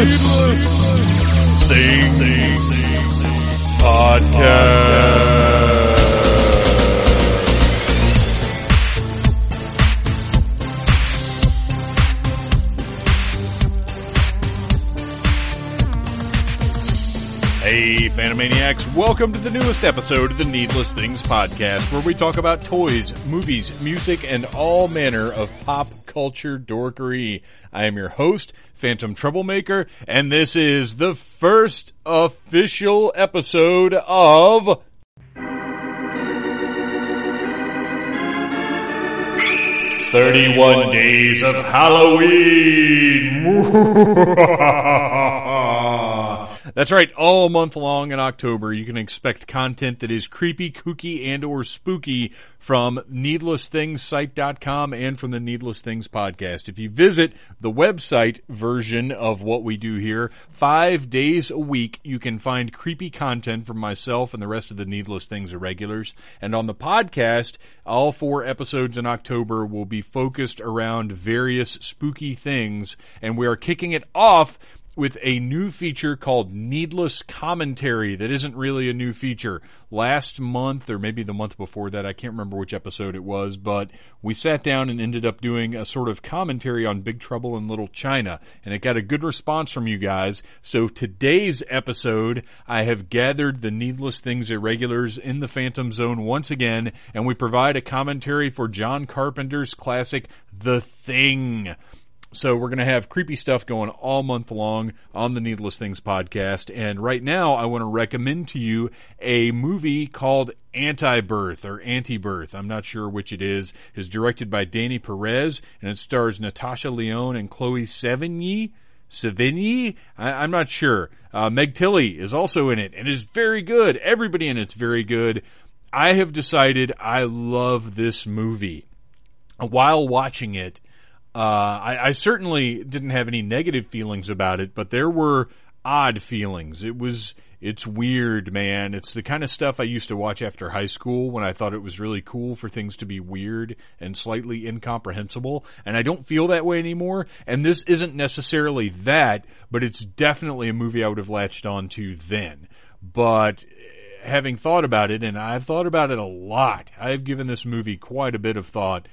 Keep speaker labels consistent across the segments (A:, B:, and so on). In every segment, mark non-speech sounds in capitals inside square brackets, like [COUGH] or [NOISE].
A: Needless, things, podcast. Hey, Phantomaniacs, welcome to the newest episode of the Needless Things Podcast, where we talk about toys, movies, music, and all manner of pop culture dorkery. I am your host, Phantom Troublemaker, and this is the first official episode of Thirty-one Days of [LAUGHS] Halloween. That's right. All month long in October, you can expect content that is creepy, kooky, and or spooky from needlessthingssite.com and from the Needless Things podcast. If you visit the website version of what we do here, five days a week, you can find creepy content from myself and the rest of the Needless Things irregulars. And on the podcast, all four episodes in October will be focused around various spooky things. And we are kicking it off with a new feature called Needless Commentary that isn't really a new feature. Last month, or maybe the month before that, I can't remember which episode it was, but we sat down and ended up doing a sort of commentary on Big Trouble in Little China, and it got a good response from you guys. So today's episode, I have gathered the Needless Things Irregulars in the Phantom Zone once again, and we provide a commentary for John Carpenter's classic, The Thing. So we're going to have creepy stuff going all month long on the Needless Things podcast. And right now, I want to recommend to you a movie called Anti-Birth or Anti-Birth. I'm not sure which it is. It's directed by Danny Perez and it stars Natasha Leone and Chloe Sevigny. Savigny? I, I'm not sure. Uh, Meg Tilly is also in it and is very good. Everybody in it's very good. I have decided I love this movie. While watching it, uh, I, I certainly didn't have any negative feelings about it, but there were odd feelings. It was, it's weird, man. It's the kind of stuff I used to watch after high school when I thought it was really cool for things to be weird and slightly incomprehensible. And I don't feel that way anymore. And this isn't necessarily that, but it's definitely a movie I would have latched on to then. But eh, having thought about it, and I've thought about it a lot, I've given this movie quite a bit of thought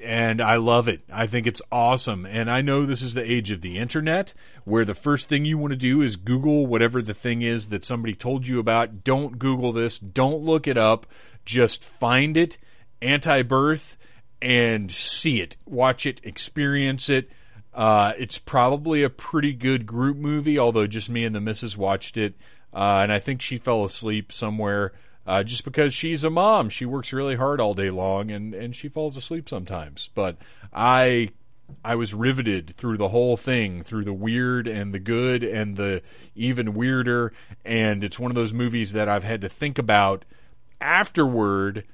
A: and I love it. I think it's awesome. And I know this is the age of the internet where the first thing you want to do is Google whatever the thing is that somebody told you about. Don't Google this. Don't look it up. Just find it, anti birth, and see it. Watch it, experience it. Uh, it's probably a pretty good group movie, although just me and the missus watched it. Uh, and I think she fell asleep somewhere uh, just because she's a mom. She works really hard all day long and, and she falls asleep sometimes. But I I was riveted through the whole thing, through the weird and the good and the even weirder. And it's one of those movies that I've had to think about afterward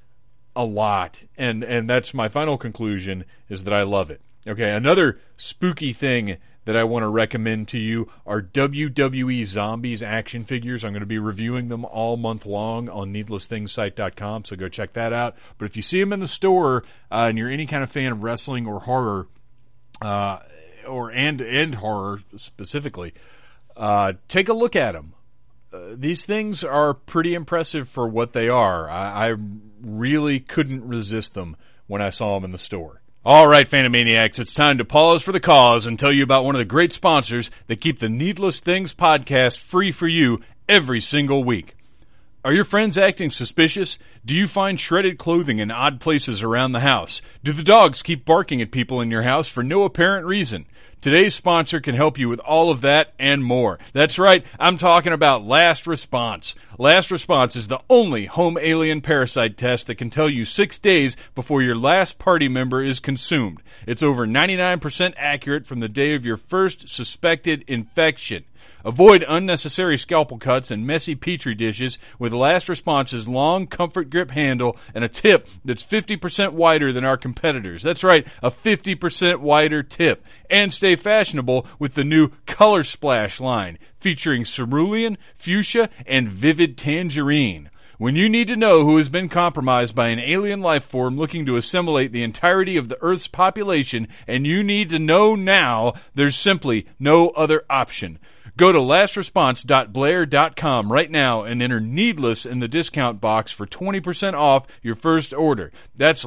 A: a lot and and that's my final conclusion is that I love it. Okay, another spooky thing that I want to recommend to you are WWE Zombies action figures. I'm going to be reviewing them all month long on needlessthingssite.com, so go check that out. But if you see them in the store uh, and you're any kind of fan of wrestling or horror, uh, or and and horror specifically, uh, take a look at them these things are pretty impressive for what they are. I, I really couldn't resist them when I saw them in the store. All right, Phantomaniacs, it's time to pause for the cause and tell you about one of the great sponsors that keep the Needless Things podcast free for you every single week. Are your friends acting suspicious? Do you find shredded clothing in odd places around the house? Do the dogs keep barking at people in your house for no apparent reason? Today's sponsor can help you with all of that and more. That's right, I'm talking about Last Response. Last Response is the only home alien parasite test that can tell you six days before your last party member is consumed. It's over 99% accurate from the day of your first suspected infection. Avoid unnecessary scalpel cuts and messy petri dishes with Last Response's long comfort grip handle and a tip that's 50% wider than our competitors. That's right, a 50% wider tip. And stay fashionable with the new Color Splash line featuring cerulean, fuchsia, and vivid tangerine. When you need to know who has been compromised by an alien life form looking to assimilate the entirety of the Earth's population, and you need to know now, there's simply no other option. Go to lastresponse.blair.com right now and enter needless in the discount box for 20% off your first order. That's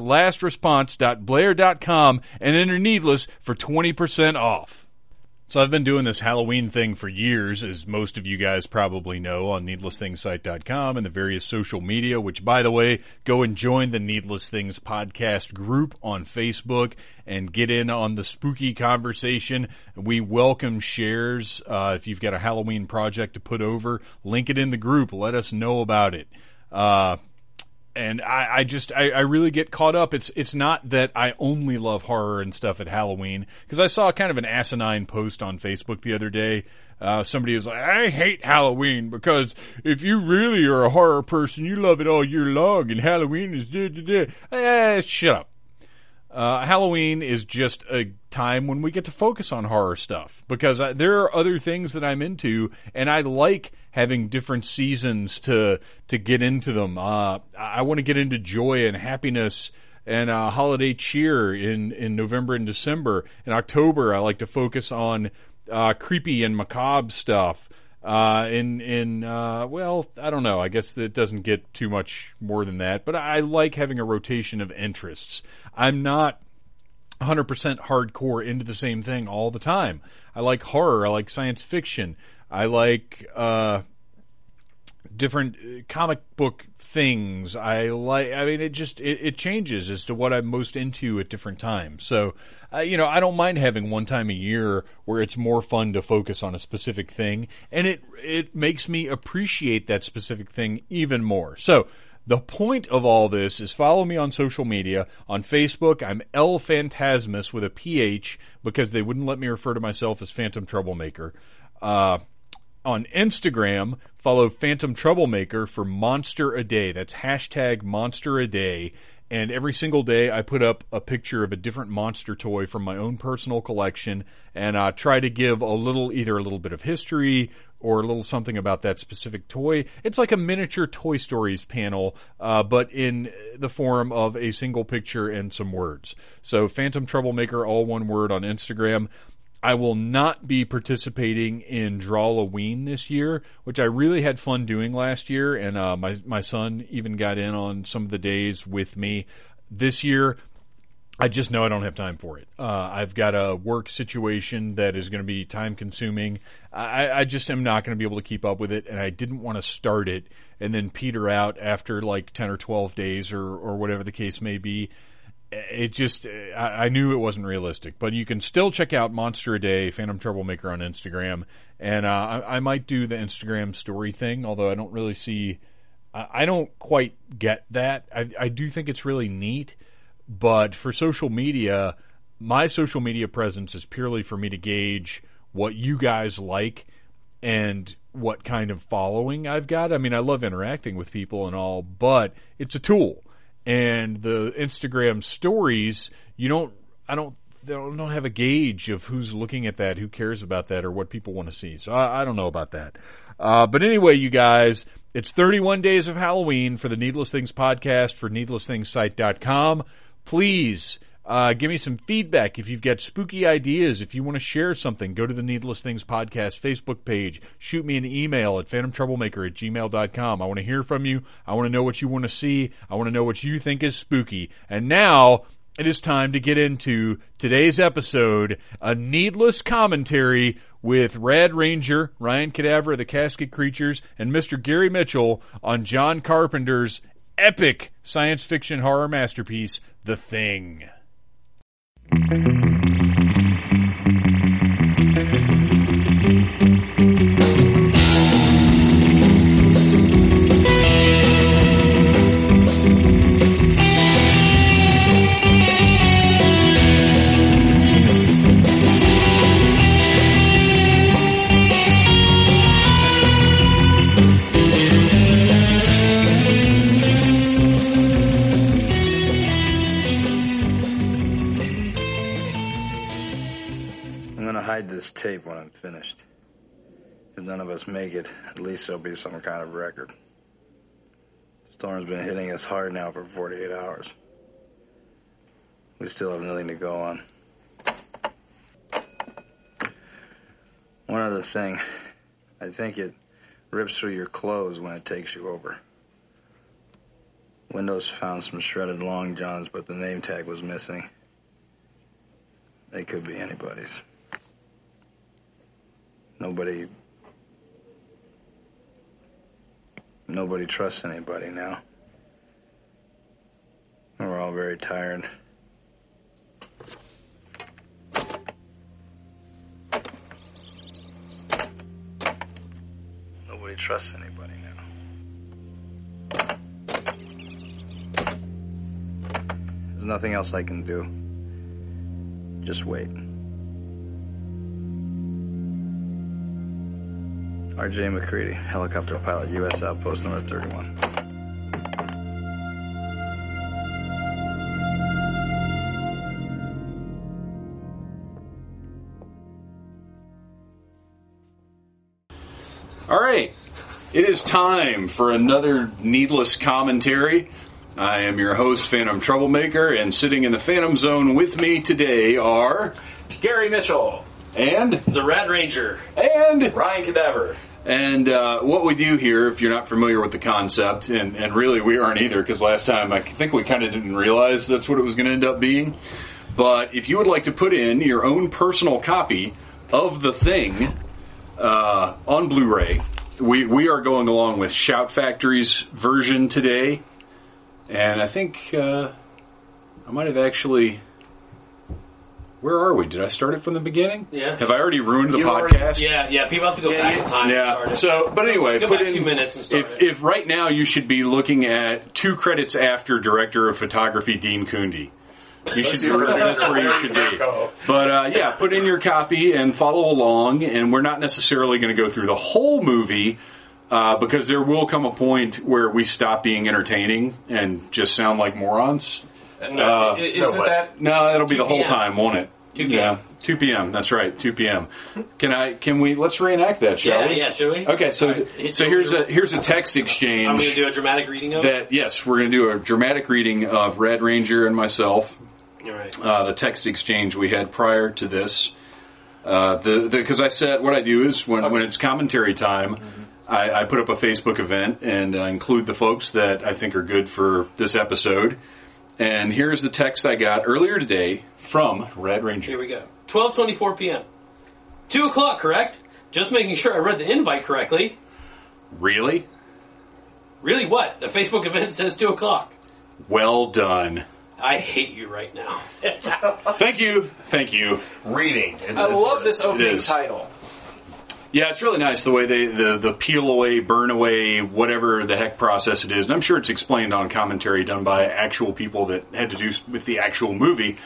A: lastresponse.blair.com and enter needless for 20% off. So I've been doing this Halloween thing for years, as most of you guys probably know, on needlessthingssite.com and the various social media, which by the way, go and join the Needless Things podcast group on Facebook and get in on the spooky conversation. We welcome shares. Uh, if you've got a Halloween project to put over, link it in the group. Let us know about it. Uh, and I, I just I, I really get caught up. It's it's not that I only love horror and stuff at Halloween because I saw kind of an asinine post on Facebook the other day. Uh, somebody was like, "I hate Halloween because if you really are a horror person, you love it all year long, and Halloween is da da da." Eh, shut up. Uh, Halloween is just a time when we get to focus on horror stuff because I, there are other things that I'm into, and I like having different seasons to to get into them. Uh, I want to get into joy and happiness and uh, holiday cheer in in November and December. In October, I like to focus on uh, creepy and macabre stuff. Uh, in in uh, well, I don't know. I guess it doesn't get too much more than that. But I like having a rotation of interests. I'm not 100% hardcore into the same thing all the time. I like horror. I like science fiction. I like uh, different uh, comic book things. I like. I mean, it just it, it changes as to what I'm most into at different times. So, uh, you know, I don't mind having one time a year where it's more fun to focus on a specific thing, and it it makes me appreciate that specific thing even more. So. The point of all this is follow me on social media. On Facebook, I'm L Phantasmus with a PH because they wouldn't let me refer to myself as Phantom Troublemaker. Uh, on Instagram, follow Phantom Troublemaker for Monster a Day. That's hashtag Monster a Day. And every single day, I put up a picture of a different monster toy from my own personal collection, and I try to give a little, either a little bit of history or a little something about that specific toy. It's like a miniature Toy Stories panel, uh, but in the form of a single picture and some words. So, Phantom Troublemaker, all one word on Instagram. I will not be participating in Drawloween this year, which I really had fun doing last year, and uh, my my son even got in on some of the days with me. This year, I just know I don't have time for it. Uh, I've got a work situation that is going to be time consuming. I, I just am not going to be able to keep up with it, and I didn't want to start it and then peter out after like ten or twelve days or or whatever the case may be it just I, I knew it wasn't realistic but you can still check out monster a day phantom troublemaker on instagram and uh, I, I might do the instagram story thing although i don't really see i, I don't quite get that I, I do think it's really neat but for social media my social media presence is purely for me to gauge what you guys like and what kind of following i've got i mean i love interacting with people and all but it's a tool and the Instagram stories, you don't, I don't, they don't have a gauge of who's looking at that, who cares about that, or what people want to see. So I, I don't know about that. Uh, but anyway, you guys, it's 31 days of Halloween for the Needless Things podcast for needlessthingssite.com. Please, uh, give me some feedback. If you've got spooky ideas, if you want to share something, go to the Needless Things Podcast Facebook page. Shoot me an email at phantomtroublemaker at gmail.com. I want to hear from you. I want to know what you want to see. I want to know what you think is spooky. And now it is time to get into today's episode a needless commentary with Rad Ranger, Ryan Cadaver of the Casket Creatures, and Mr. Gary Mitchell on John Carpenter's epic science fiction horror masterpiece, The Thing.
B: I'm gonna hide this tape when I'm finished. If none of us make it, at least there'll be some kind of record. Storm's been hitting us hard now for 48 hours. We still have nothing to go on. One other thing. I think it rips through your clothes when it takes you over. Windows found some shredded long johns, but the name tag was missing. They could be anybody's. Nobody. Nobody trusts anybody now. We're all very tired. Nobody trusts anybody now. There's nothing else I can do. Just wait. RJ McCready, helicopter pilot, U.S. Outpost number 31.
A: All right. It is time for another needless commentary. I am your host, Phantom Troublemaker, and sitting in the Phantom Zone with me today are
C: Gary Mitchell,
A: and
C: the Red Ranger,
A: and
C: Ryan Cadaver.
A: And uh, what we do here, if you're not familiar with the concept, and, and really we aren't either, because last time I think we kind of didn't realize that's what it was going to end up being. But if you would like to put in your own personal copy of the thing uh, on Blu ray, we, we are going along with Shout Factory's version today. And I think uh, I might have actually. Where are we? Did I start it from the beginning?
C: Yeah.
A: Have I already ruined the
C: You
A: podcast?
C: already- yeah, yeah. People have to go back in time. and start
A: Yeah.
C: it.
A: So, but anyway,
C: Go
A: put
C: back
A: in
C: two minutes and start
A: if,
C: it.
A: if right now you should be looking at two credits after director of photography Dean Kundi. You should be, that's where you should be. But uh, yeah, put in your copy and follow along. And we're not necessarily going to go through the whole movie uh, because there will come a point where we stop being entertaining and just sound like morons.
C: No,
A: Uh,
C: i- isn't
D: no way.
C: that
A: No, that'll be the whole
C: 2 p.m..
A: time, won't it?
C: 2 p.m..
A: Yeah, 2 p.m. That's right, 2 p.m. Can I? Can we? Let's reenact that, shall
C: yeah,
A: we?
C: yeah. Should we?
A: Okay, so
C: hit
A: so
C: your-
A: here's a here's a text
C: I'm going to
A: exchange
C: do a dramatic reading of
A: that yes, we're going to do a dramatic reading of Red Ranger and myself.
C: it. All right.
A: Uh, the text exchange we had prior to this, uh, the because I said what I do is when when it's commentary time.
C: Mm-hmm.
A: I, I put up a Facebook event and uh, include the folks that I think are good for this episode. And here's the text I got earlier today from Red Ranger.
C: Here we go. 12:24 p.m. Two o'clock, correct? Just making sure I read the invite correctly.
A: Really?
C: Really, what? The Facebook event says two o'clock.
A: Well done.
C: I hate you right now.
A: Thank you. Thank you.
D: reading. It's,
E: I love this
A: it
E: opening
A: is.
E: title.
A: Yeah, it's really nice the way they the the peel away, burn away, whatever the heck process it is, and I'm sure it's explained on commentary done by actual people that had to do s- with the actual movie.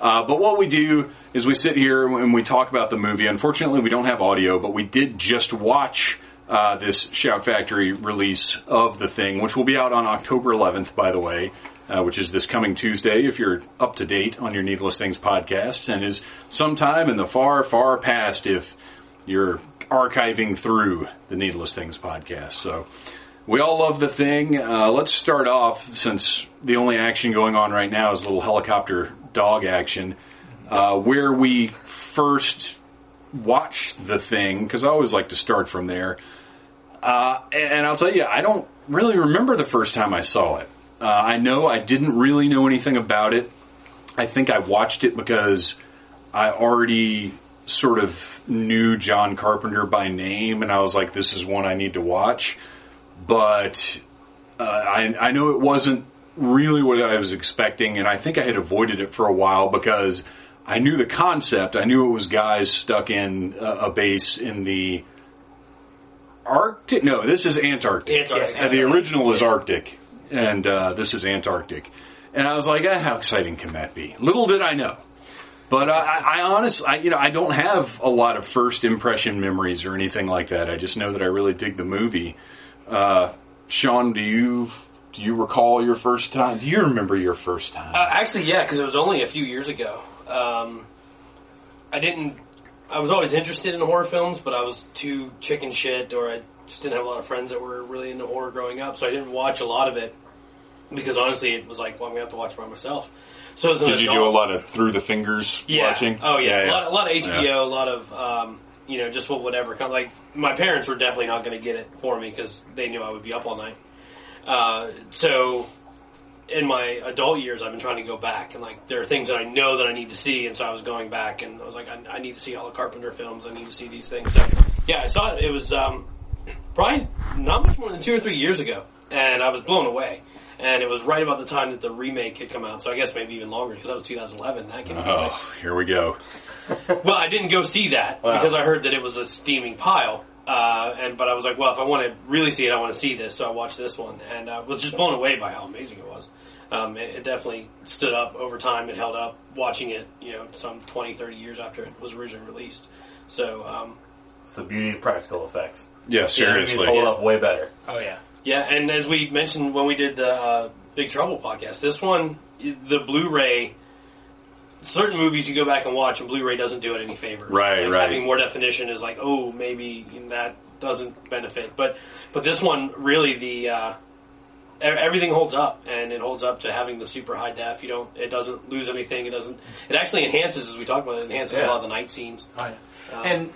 A: Uh, but what we do is we sit here and we talk about the movie. Unfortunately, we don't have audio, but we did just watch uh, this Shout Factory release of the thing, which will be out on October 11th, by the way, uh, which is this coming Tuesday. If you're up to date on your Needless Things podcast, and is sometime in the far, far past, if you're archiving through the Needless Things podcast. So we all love the thing. Uh, let's start off since the only action going on right now is a little helicopter dog action, uh, where we first watched the thing because I always like to start from there. Uh, and, and I'll tell you, I don't really remember the first time I saw it. Uh, I know I didn't really know anything about it. I think I watched it because I already sort of knew John Carpenter by name, and I was like, this is one I need to watch. But uh, I, I know it wasn't really what I was expecting, and I think I had avoided it for a while because I knew the concept. I knew it was guys stuck in a, a base in the Arctic. No, this is Antarctic.
C: Antarctic.
A: Uh, the original is Arctic, and uh, this is Antarctic. And I was like, ah, how exciting can that be? Little did I know. But I, I honestly, I, you know, I don't have a lot of first impression memories or anything like that. I just know that I really dig the movie. Uh, Sean, do you do you recall your first time? Do you remember your first time?
C: Uh, actually, yeah, because it was only a few years ago. Um, I didn't. I was always interested in horror films, but I was too chicken shit, or I just didn't have a lot of friends that were really into horror growing up, so I didn't watch a lot of it because honestly, it was like, well, I'm gonna have to watch it by myself. So as an
A: Did you do
C: adult-
A: a lot of through the fingers
C: yeah.
A: watching?
C: Oh yeah, A, lot, a lot of HBO,
A: Yeah.
C: a lot of um, you know, just what whatever. Kind of like my parents were definitely not going to get it for me because they knew I would be up all night. Uh, so in my adult years, I've been trying to go back and like there are things that I know that I need to see, and so I was going back and I was like, I, I need to see all the Carpenter films. I need to see these things. So yeah, I saw it. It was um, probably not much more than two or three years ago, and I was blown away. And it was right about the time that the remake had come out, so I guess maybe even longer because that was 2011. That came out. right?
A: Oh, here we go.
C: Well, I didn't go see that
A: Wow.
C: because I heard that it was a steaming pile. Uh, and but I was like, well, if I want to really see it, I want to see this. So I watched this one and uh, was just blown away by how amazing it was. Um, it, it definitely stood up over time. It held up. Watching it, you know, some 20, 30 years after it was originally released. So um,
F: It's the beauty of practical effects.
A: Yeah,
F: These
A: seriously.
F: hold up way better.
C: Oh yeah, yeah. And as we mentioned when we did the uh, Big Trouble podcast, this one, the Blu-ray. Certain movies you go back and watch, and Blu-ray doesn't do it any favors.
A: Right,
C: Like,
A: right.
C: Having more definition is like, oh, maybe that doesn't benefit. But, but this one really the uh, e- everything holds up, and it holds up to having the super high def. You don't, it doesn't lose anything. It doesn't. It actually enhances, as we talked about, it enhances a
F: Yeah.
C: lot of the night scenes. Um,
D: Oh, and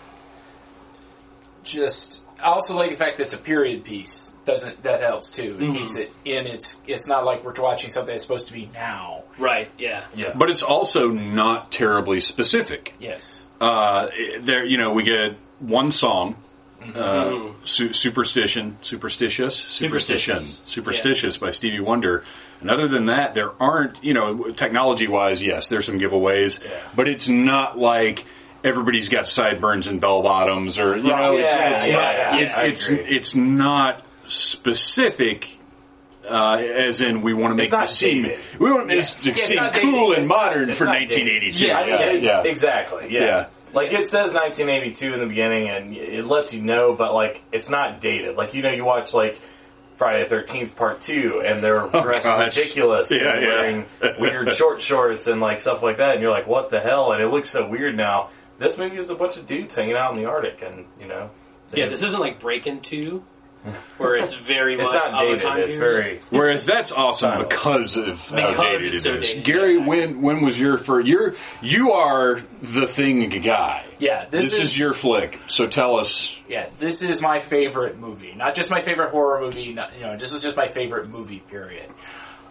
D: just I also like the fact that it's a period piece. Doesn't that helps too?
A: Mm-hmm.
D: It keeps it in its. It's not like we're watching something that's supposed to be now.
C: Right? Yeah.
F: Yeah.
A: But it's also not terribly specific.
D: Yes.
A: Uh, there, you know, we get one song,
F: Mm-hmm.
A: uh, su- Superstition, Superstitious, Superstition,
C: Superstitious.
A: Superstitious by Stevie Wonder. And other than that, there aren't, you know, technology wise, yes, there's some giveaways, but it's not like everybody's got sideburns and bell bottoms or, you know, it's,
D: Yeah,
A: it's
D: yeah,
A: not,
D: yeah,
A: it-
F: I
A: it's,
F: agree.
A: it's not specific. Uh, as in, we want to make
F: not
A: this seem
F: dated.
A: we want this to
D: it's
A: seem
D: not dated.
A: cool and
D: It's not-
A: modern
F: it's
A: for
F: not
A: 1982.
F: Yeah, I mean, it's-
A: yeah.
F: exactly. Yeah.
A: Yeah.
F: Like it says 1982 in the beginning, and it lets you know, but like it's not dated. Like you know, you watch like Friday the 13th Part Two, and they're dressed
A: Oh, gosh.
F: ridiculous, and
A: Yeah,
F: they're
A: yeah.
F: wearing
A: [LAUGHS]
F: weird short shorts and like stuff like that, and you're like, what the hell? And it looks so weird now. This movie is a bunch of dudes hanging out in the Arctic, and you know, they-
C: Yeah, this isn't like Breaking Two, where it's very much
F: [LAUGHS] it's not
C: of a
F: dated.
C: time
F: It's
C: period.
F: very
A: Whereas that's awesome
F: Style.
A: because of how
C: Because
A: dated
C: it's
A: it
C: so
A: is.
C: dated,
A: Gary,
C: yeah.
A: when when was your first? You're you are the thing guy.
D: Yeah. This,
A: This, is, your flick, so tell us.
D: Yeah. This is my favorite movie. Not just my favorite horror movie. Not, you know, this is just my favorite movie. Period.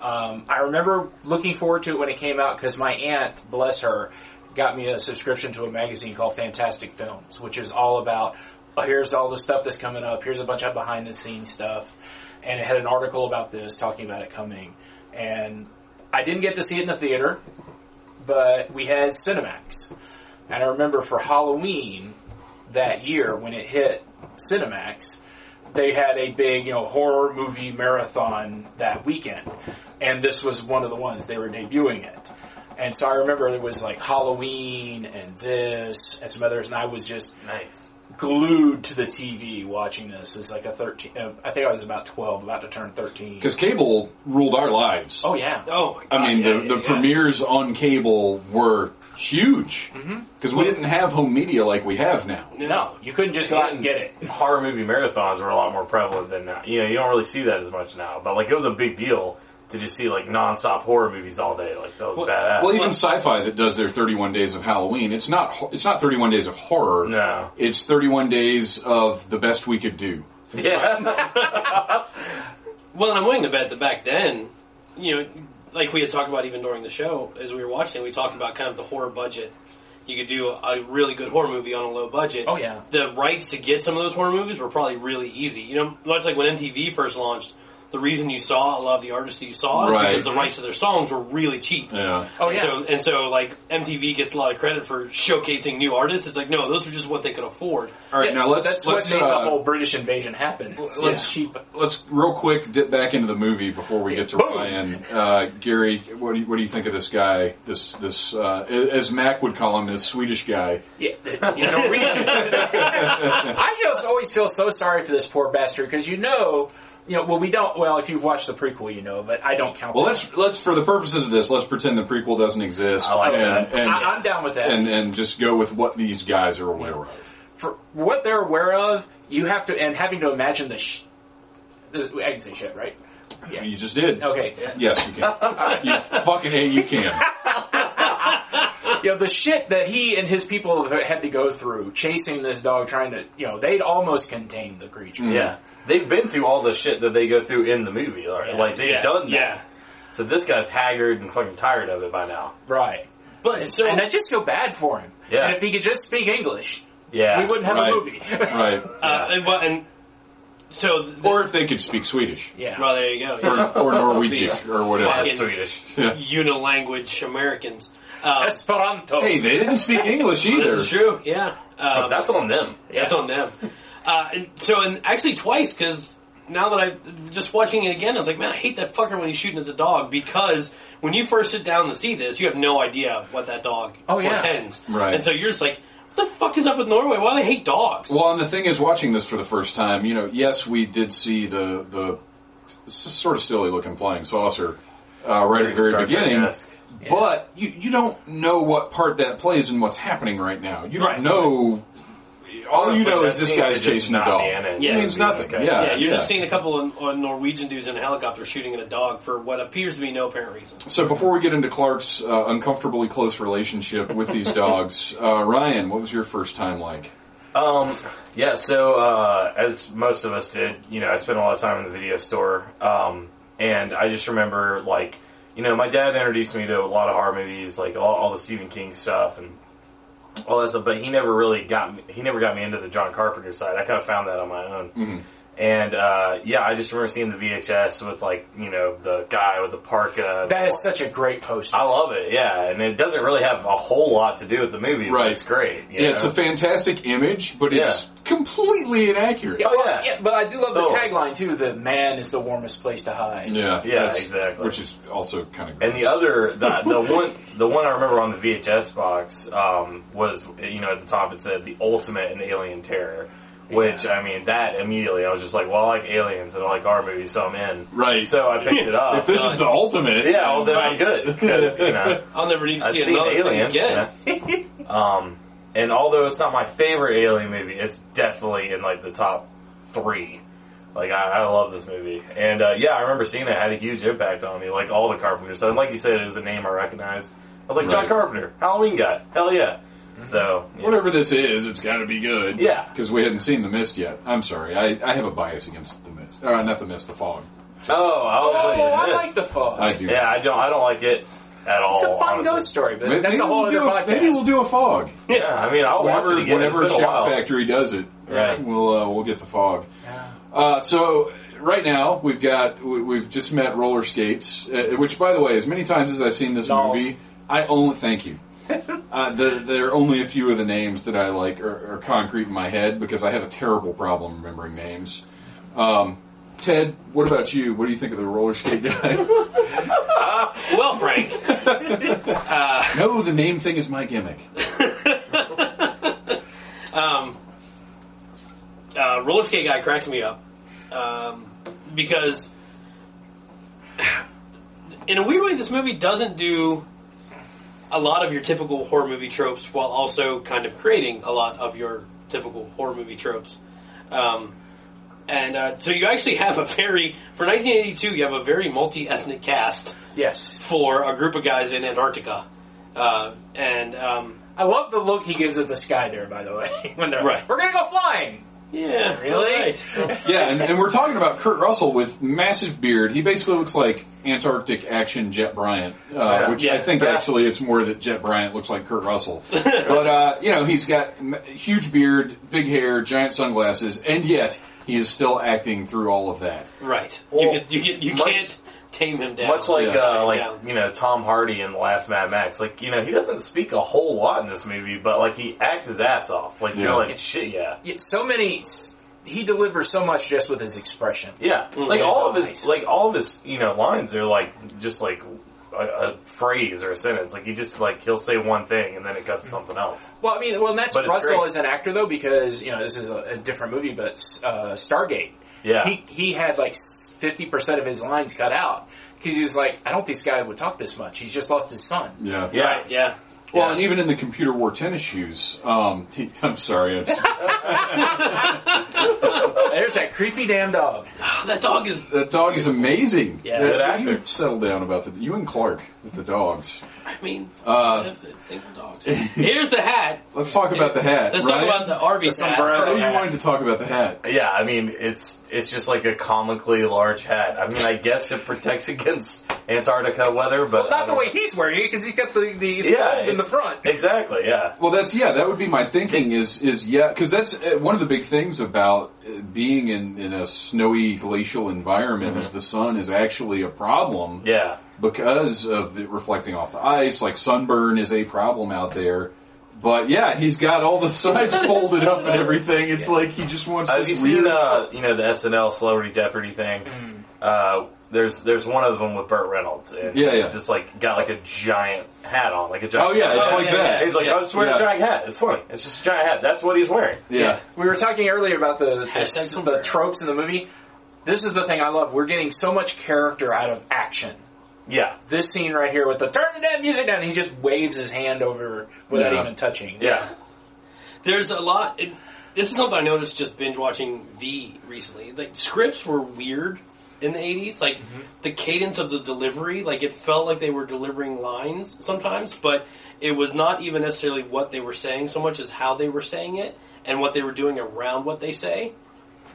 D: Um, I remember looking forward to it when it came out because my aunt, bless her, got me a subscription to a magazine called Fantastic Films, which is all about oh, here's all the stuff that's coming up, here's a bunch of behind the scenes stuff, and it had an article about this talking about it coming. And I didn't get to see it in the theater, but we had Cinemax, and I remember for Halloween that year when it hit Cinemax they had a big, you know, horror movie marathon that weekend, and this was one of the ones they were debuting it. And so I remember it was like Halloween and this and some others, and I was just
F: nice.
D: glued to the TV watching this. As like a thirteen, uh, I think I was about twelve, about to turn thirteen.
A: Because cable ruled our lives.
D: Oh yeah,
C: Oh my god!
A: I mean,
C: yeah,
A: the,
C: yeah,
A: the
C: yeah.
A: premieres on cable were huge. Because we didn't have home media like we have now.
D: no, you couldn't just go out and get it.
F: horror movie marathons were a lot more prevalent than now. You know, you don't really see that as much now, but like it was a big deal to just see like nonstop horror movies all day. Like that was badass.
A: Well, even sci-fi that does their 31 days of Halloween, it's not ho- it's not 31 days of horror.
F: No.
A: It's 31 days of the best we could do.
F: yeah,
C: [LAUGHS] Well, and I'm willing to bet that back then, you know, like we had talked about even during the show as we were watching, we talked about kind of the horror budget. You could do a really good horror movie on a low budget.
D: Oh, yeah.
C: The rights to get some of those horror movies were probably really easy. You know, much like when MTV first launched, the reason you saw a lot of the artists that you saw
A: Right.
C: is because the rights to their songs were really cheap.
A: Yeah.
D: Oh,
C: And
D: yeah.
C: So, and so, like MTV gets a lot of credit for showcasing new artists. It's like, no, those are just what they could afford.
A: All right, now let's
D: [LAUGHS] that's
A: let's
D: what made
A: uh,
D: the whole British invasion happen.
A: let's-
D: It's cheap.
A: Let's real quick dip back into the movie before we get to Ryan. Uh, Gary, what do, you, what do you think of this guy? This this uh, as Mac would call him, this Swedish guy.
D: Yeah, you know, read it. I just always feel so sorry for this poor bastard because you know, you know. Well, we don't. Well, if you've watched the prequel, you know, but I don't count.
A: Well,
D: that.
A: let's let's for the purposes of this, let's pretend the prequel doesn't exist.
F: I like
A: and,
F: that.
A: And,
D: I, I'm down with that.
A: and and just go with what these guys are aware of.
D: for what they're aware of, you have to and having to imagine the. Sh- I can say shit, right?
A: You just did.
D: Okay.
A: Yes, you can. you fucking hate you can.
D: you know, the shit that he and his people had to go through chasing this dog, trying to, you know, they'd almost contained the creature.
F: Yeah. They've been through all the shit that they go through in the movie. Like, like, they've
C: yeah,
F: done that.
C: yeah.
F: So this guy's haggard and fucking tired of it by now.
D: Right.
C: But so
D: and I just feel bad for him.
F: Yeah.
D: And if he could just speak English,
F: Yeah.
D: we wouldn't have
A: Right.
D: a movie. [LAUGHS]
A: Right.
C: uh, and, well, and so th-
A: Or if they could speak Swedish.
D: yeah.
C: well, there you go.
A: Or, or Norwegian or
F: Yeah,
A: whatever.
F: it's Swedish.
C: [LAUGHS] Unilanguage Americans. Uh,
D: Esperanto.
A: Hey, they didn't speak English
C: this
A: either.
C: is true. Yeah. Um,
F: That's on them.
C: That's on them. Uh, and so, and actually twice, because now that I just watching it again, I was like, man, I hate that fucker when he's shooting at the dog because when you first sit down to see this, you have no idea what that dog
D: Oh, yeah.
C: portends.
A: Right.
C: And so you're just like, what the fuck is up with Norway? Why do they hate dogs?
A: Well, and the thing is, watching this for the first time, you know, yes, we did see the the s- sort of silly looking flying saucer uh, right at the very
F: Star
A: beginning,
F: Trek-esque.
A: but you you don't know what part that plays in what's happening right now. You don't
C: Right.
A: know. All
F: Honestly,
A: you know
F: that
A: is this
F: scene
A: guy's
F: could just
A: chasing a
F: not
A: dog.
F: be in it.
A: It
C: Yeah.
A: means
F: It'd be
A: nothing.
F: okay.
A: Yeah,
C: yeah, you're just seeing a couple of uh, Norwegian dudes in a helicopter shooting at a dog for what appears to be no apparent reason.
A: So before we get into Clark's uh, uncomfortably close relationship with
F: [LAUGHS]
A: these dogs, uh, Ryan, what was your first time like?
F: Um, yeah, so, uh, as most of us did, you know, I spent a lot of time in the video store, um, and I just remember, like, you know, my dad introduced me to a lot of horror movies, like all, all the Stephen King stuff and all that stuff, but he never really got me, he never got me into the John Carpenter side. I kind of found that on my own.
A: Mm-hmm.
F: And, uh, yeah, I just remember seeing the VHS with, like, you know, the guy with the parka.
D: That is such a great poster.
F: I love it, yeah, and it doesn't really have a whole lot to do with the movie,
A: Right.
F: but it's great. you
A: Yeah, it's
F: know?
A: a fantastic image, but it's completely inaccurate.
F: Oh,
D: Well,
F: yeah.
D: but I do love the
F: Totally.
D: tagline too. The man is the warmest place to hide.
A: Yeah,
F: Yeah,
A: that's-
F: exactly.
A: Which is also kind of.
F: And the other, the, the one, the one I remember on the VHS box um, was, you know, at the top it said the ultimate in alien terror. Which I mean, that immediately I was just like, well, I like aliens and I like our movies, so I'm in.
A: Right.
F: So I picked it up.
A: if this is the ultimate,
F: yeah, well then I'm good. 'cause, you know,
C: I'll never need to
F: I've
C: see
F: seen
C: another thing
F: Alien.
C: again.
D: [LAUGHS]
F: yeah. um, and although it's not my favorite alien movie, it's definitely in like the top three. Like I, I love this movie, and uh, yeah, I remember seeing it. it had a huge impact on me. Like all the Carpenter stuff, and like you said, it was a name I recognized. I was like John
A: Right.
F: Carpenter, Halloween guy, hell yeah. So yeah.
A: whatever this is, it's got to be good.
F: Yeah.
A: because we hadn't seen the mist yet. I'm sorry, I, I have a bias against the mist. Uh, not the mist, the fog.
F: Oh, I
D: Oh,
F: was like,
D: I
F: this.
D: like the fog.
A: I do.
F: Yeah, I don't. I don't like it at all.
D: It's a fun
F: honestly.
D: ghost story, but
A: Maybe,
D: that's a whole
A: we'll do
D: other podcast.
A: maybe we'll do a fog.
F: Yeah, I mean, I'll watch
A: whenever
F: it again. It's
A: whenever
F: been a
A: Shout
F: while.
A: Factory does it,
F: Right.
A: We'll uh, we'll get the fog. Uh, so right now we've got we, we've just met roller skates, uh, which by the way, as many times as I've seen this
D: Dolls.
A: movie, I only thank you. uh, the, there are only a few of the names that I like are, are concrete in my head because I have a terrible problem remembering names. Um, Ted, what about you? What do you think of the roller skate guy?
C: Well, Frank,
A: no, the name thing is my gimmick.
C: uh, roller skate guy cracks me up um, because, in a weird way, this movie doesn't do a lot of your typical horror movie tropes while also kind of creating a lot of your typical horror movie tropes. Um, and uh, so you actually have a very, for 1982, you have a very multi-ethnic cast
D: yes,
C: for a group of guys in Antarctica. Uh, and um,
D: I love the look he gives at the sky there. By the way, [LAUGHS] when they're
C: Right.
D: we're gonna go flying.
C: yeah,
D: Really?
C: all right.
A: Yeah, and, and we're talking about Kurt Russell with massive beard. He basically looks like Antarctic action Jet Bryant, uh, which I
C: yeah.
A: think actually it's more that Jet Bryant looks like Kurt
C: [LAUGHS]
A: Russell. but uh, you know, he's got m- huge beard, big hair, giant sunglasses, and yet he is still acting through all of that.
C: right.
F: Well,
C: you can, you, can, you
F: much-
C: can't tame him down.
F: Much like
A: Yeah.
F: uh, like
C: Yeah.
F: you know Tom Hardy in the last Mad Max, like you know he doesn't speak a whole lot in this movie, but like he acts his ass off. Like
A: Yeah.
F: you're like shit, yeah,
D: Yeah, so many. He delivers so much just with his expression.
F: yeah. Like
D: Mm-hmm. it's
F: all of his
D: nice.
F: like all of his you know lines are like just like a, a phrase or a sentence. Like he just like he'll say one thing and then it cuts to something else.
D: Well, I mean, well, and that's
F: But it's
D: Russell
F: great.
D: as an actor though, because you know this is a, a different movie, but uh, Stargate.
F: Yeah.
D: he he had like fifty percent of his lines
F: [LAUGHS]
D: cut out because he was like, I don't think this guy would talk this much. He's just lost his son.
A: Yeah,
F: Yeah,
C: Right, yeah.
A: Well, and even in the computer wore tennis shoes. Um, [LAUGHS] I'm sorry. I'm,
D: There's that creepy damn dog.
C: Ah, that dog is.
A: that dog is amazing.
D: Yeah,
A: That's-
F: that actor.
A: you settle down about the you and Clark with the dogs.
C: I mean,
A: Uh,
C: that's the thing with dogs.
F: [LAUGHS]
C: Here's the hat.
A: Let's talk about the hat.
C: Let's
A: Ryan.
C: talk about the Arby's
D: The
C: hat.
D: sombrero.
A: Oh, you
D: hat.
A: wanted to talk about the hat.
F: Yeah, I mean it's it's just like a comically large hat. I mean, I guess it protects [LAUGHS] against Antarctica weather, but I
D: Not the
F: don't-
D: way he's wearing it because he's got the the it's
F: Yeah,
D: gold in the
F: it's-
D: front.
F: Exactly. Yeah.
A: Well, that's yeah. That would be my thinking. Is is yeah? Because that's uh, one of the big things about uh, being in, in a snowy glacial environment is the sun is actually a problem.
F: Mm-hmm. Yeah.
A: because of it reflecting off the ice. Like sunburn is a problem out there. But yeah, he's got all the [LAUGHS] sides folded up and everything. It's like he just wants
F: Have you
A: this
F: seen
A: weird.
F: uh, you know the SNL Celebrity Jeopardy thing? Uh, there's there's one of them with Burt Reynolds, and
A: Yeah,
F: he's
A: yeah.
F: just like got like a giant hat on, like a giant.
A: oh yeah, it's
C: Oh,
A: like
C: yeah,
A: that.
F: He's like, I was wearing
A: Yeah.
F: a giant hat. It's funny. It's just a giant hat. That's what he's wearing.
A: yeah.
D: We were talking earlier about the
C: Hashtag
D: the, the tropes in the movie. This is the thing I love. We're getting so much character out of action.
F: Yeah.
D: This scene right here with the turn the damn music down, he just waves his hand over without
A: Yeah.
D: even touching.
F: Yeah.
C: There's a lot. It, this is something I noticed just binge watching V recently. Like scripts were weird in the 80s. Like
A: Mm-hmm.
C: the cadence of the delivery, like it felt like they were delivering lines sometimes, but it was not even necessarily what they were saying so much as how they were saying it and what they were doing around what they say.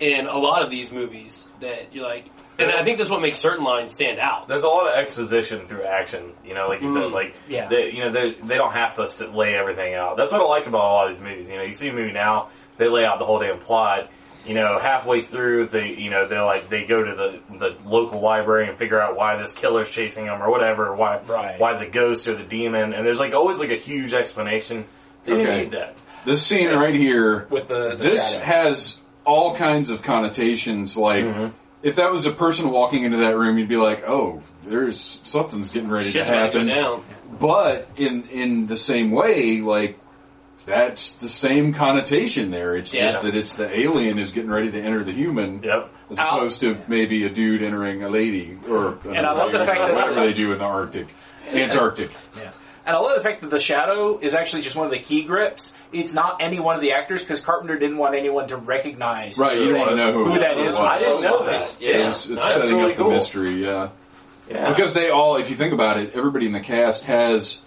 C: In a lot of these movies, that you're like, and I think that's what makes certain lines stand out.
F: There's a lot of exposition through action. You know, like you said, like
D: Yeah.
F: they, you know they they don't have to sit, lay everything out. That's what I like about a lot of these movies. You know, you see a movie now, they lay out the whole damn plot. You know, halfway through, they you know they like they go to the the local library and figure out why this killer's chasing them or whatever, why
D: Right.
F: why the ghost or the demon, and there's like always like a huge explanation. They didn't
A: Okay.
F: need that.
A: This scene right here
D: With the, the
A: this
D: shadow.
A: has all kinds of connotations. Like, if that was a person walking into that room, you'd be like, "Oh, there's something's getting ready
C: Shit's
A: to
C: gonna go
A: happen."
C: down.
A: But in in the same way, like that's the same connotation there. It's just
C: Yeah.
A: that it's the alien is getting ready to enter the human,
F: Yep.
A: as
D: I'll-
A: opposed to maybe a dude entering a lady or uh,
D: And I love the fact that-
A: whatever they do in the
D: [LAUGHS]
A: Arctic, Antarctic.
D: Yeah. And I love the fact that the shadow is actually just one of the key grips. It's not any one of the actors because Carpenter didn't want anyone to recognize
A: Right, you don't want to know who, it
D: that is.
A: was. Oh,
F: I didn't know that. Yeah,
A: It's, it's
F: Oh, That's
A: setting
F: really
A: up the
F: cool.
A: mystery. Yeah.
F: Yeah.
A: Because they all, if you think about it, everybody in the cast has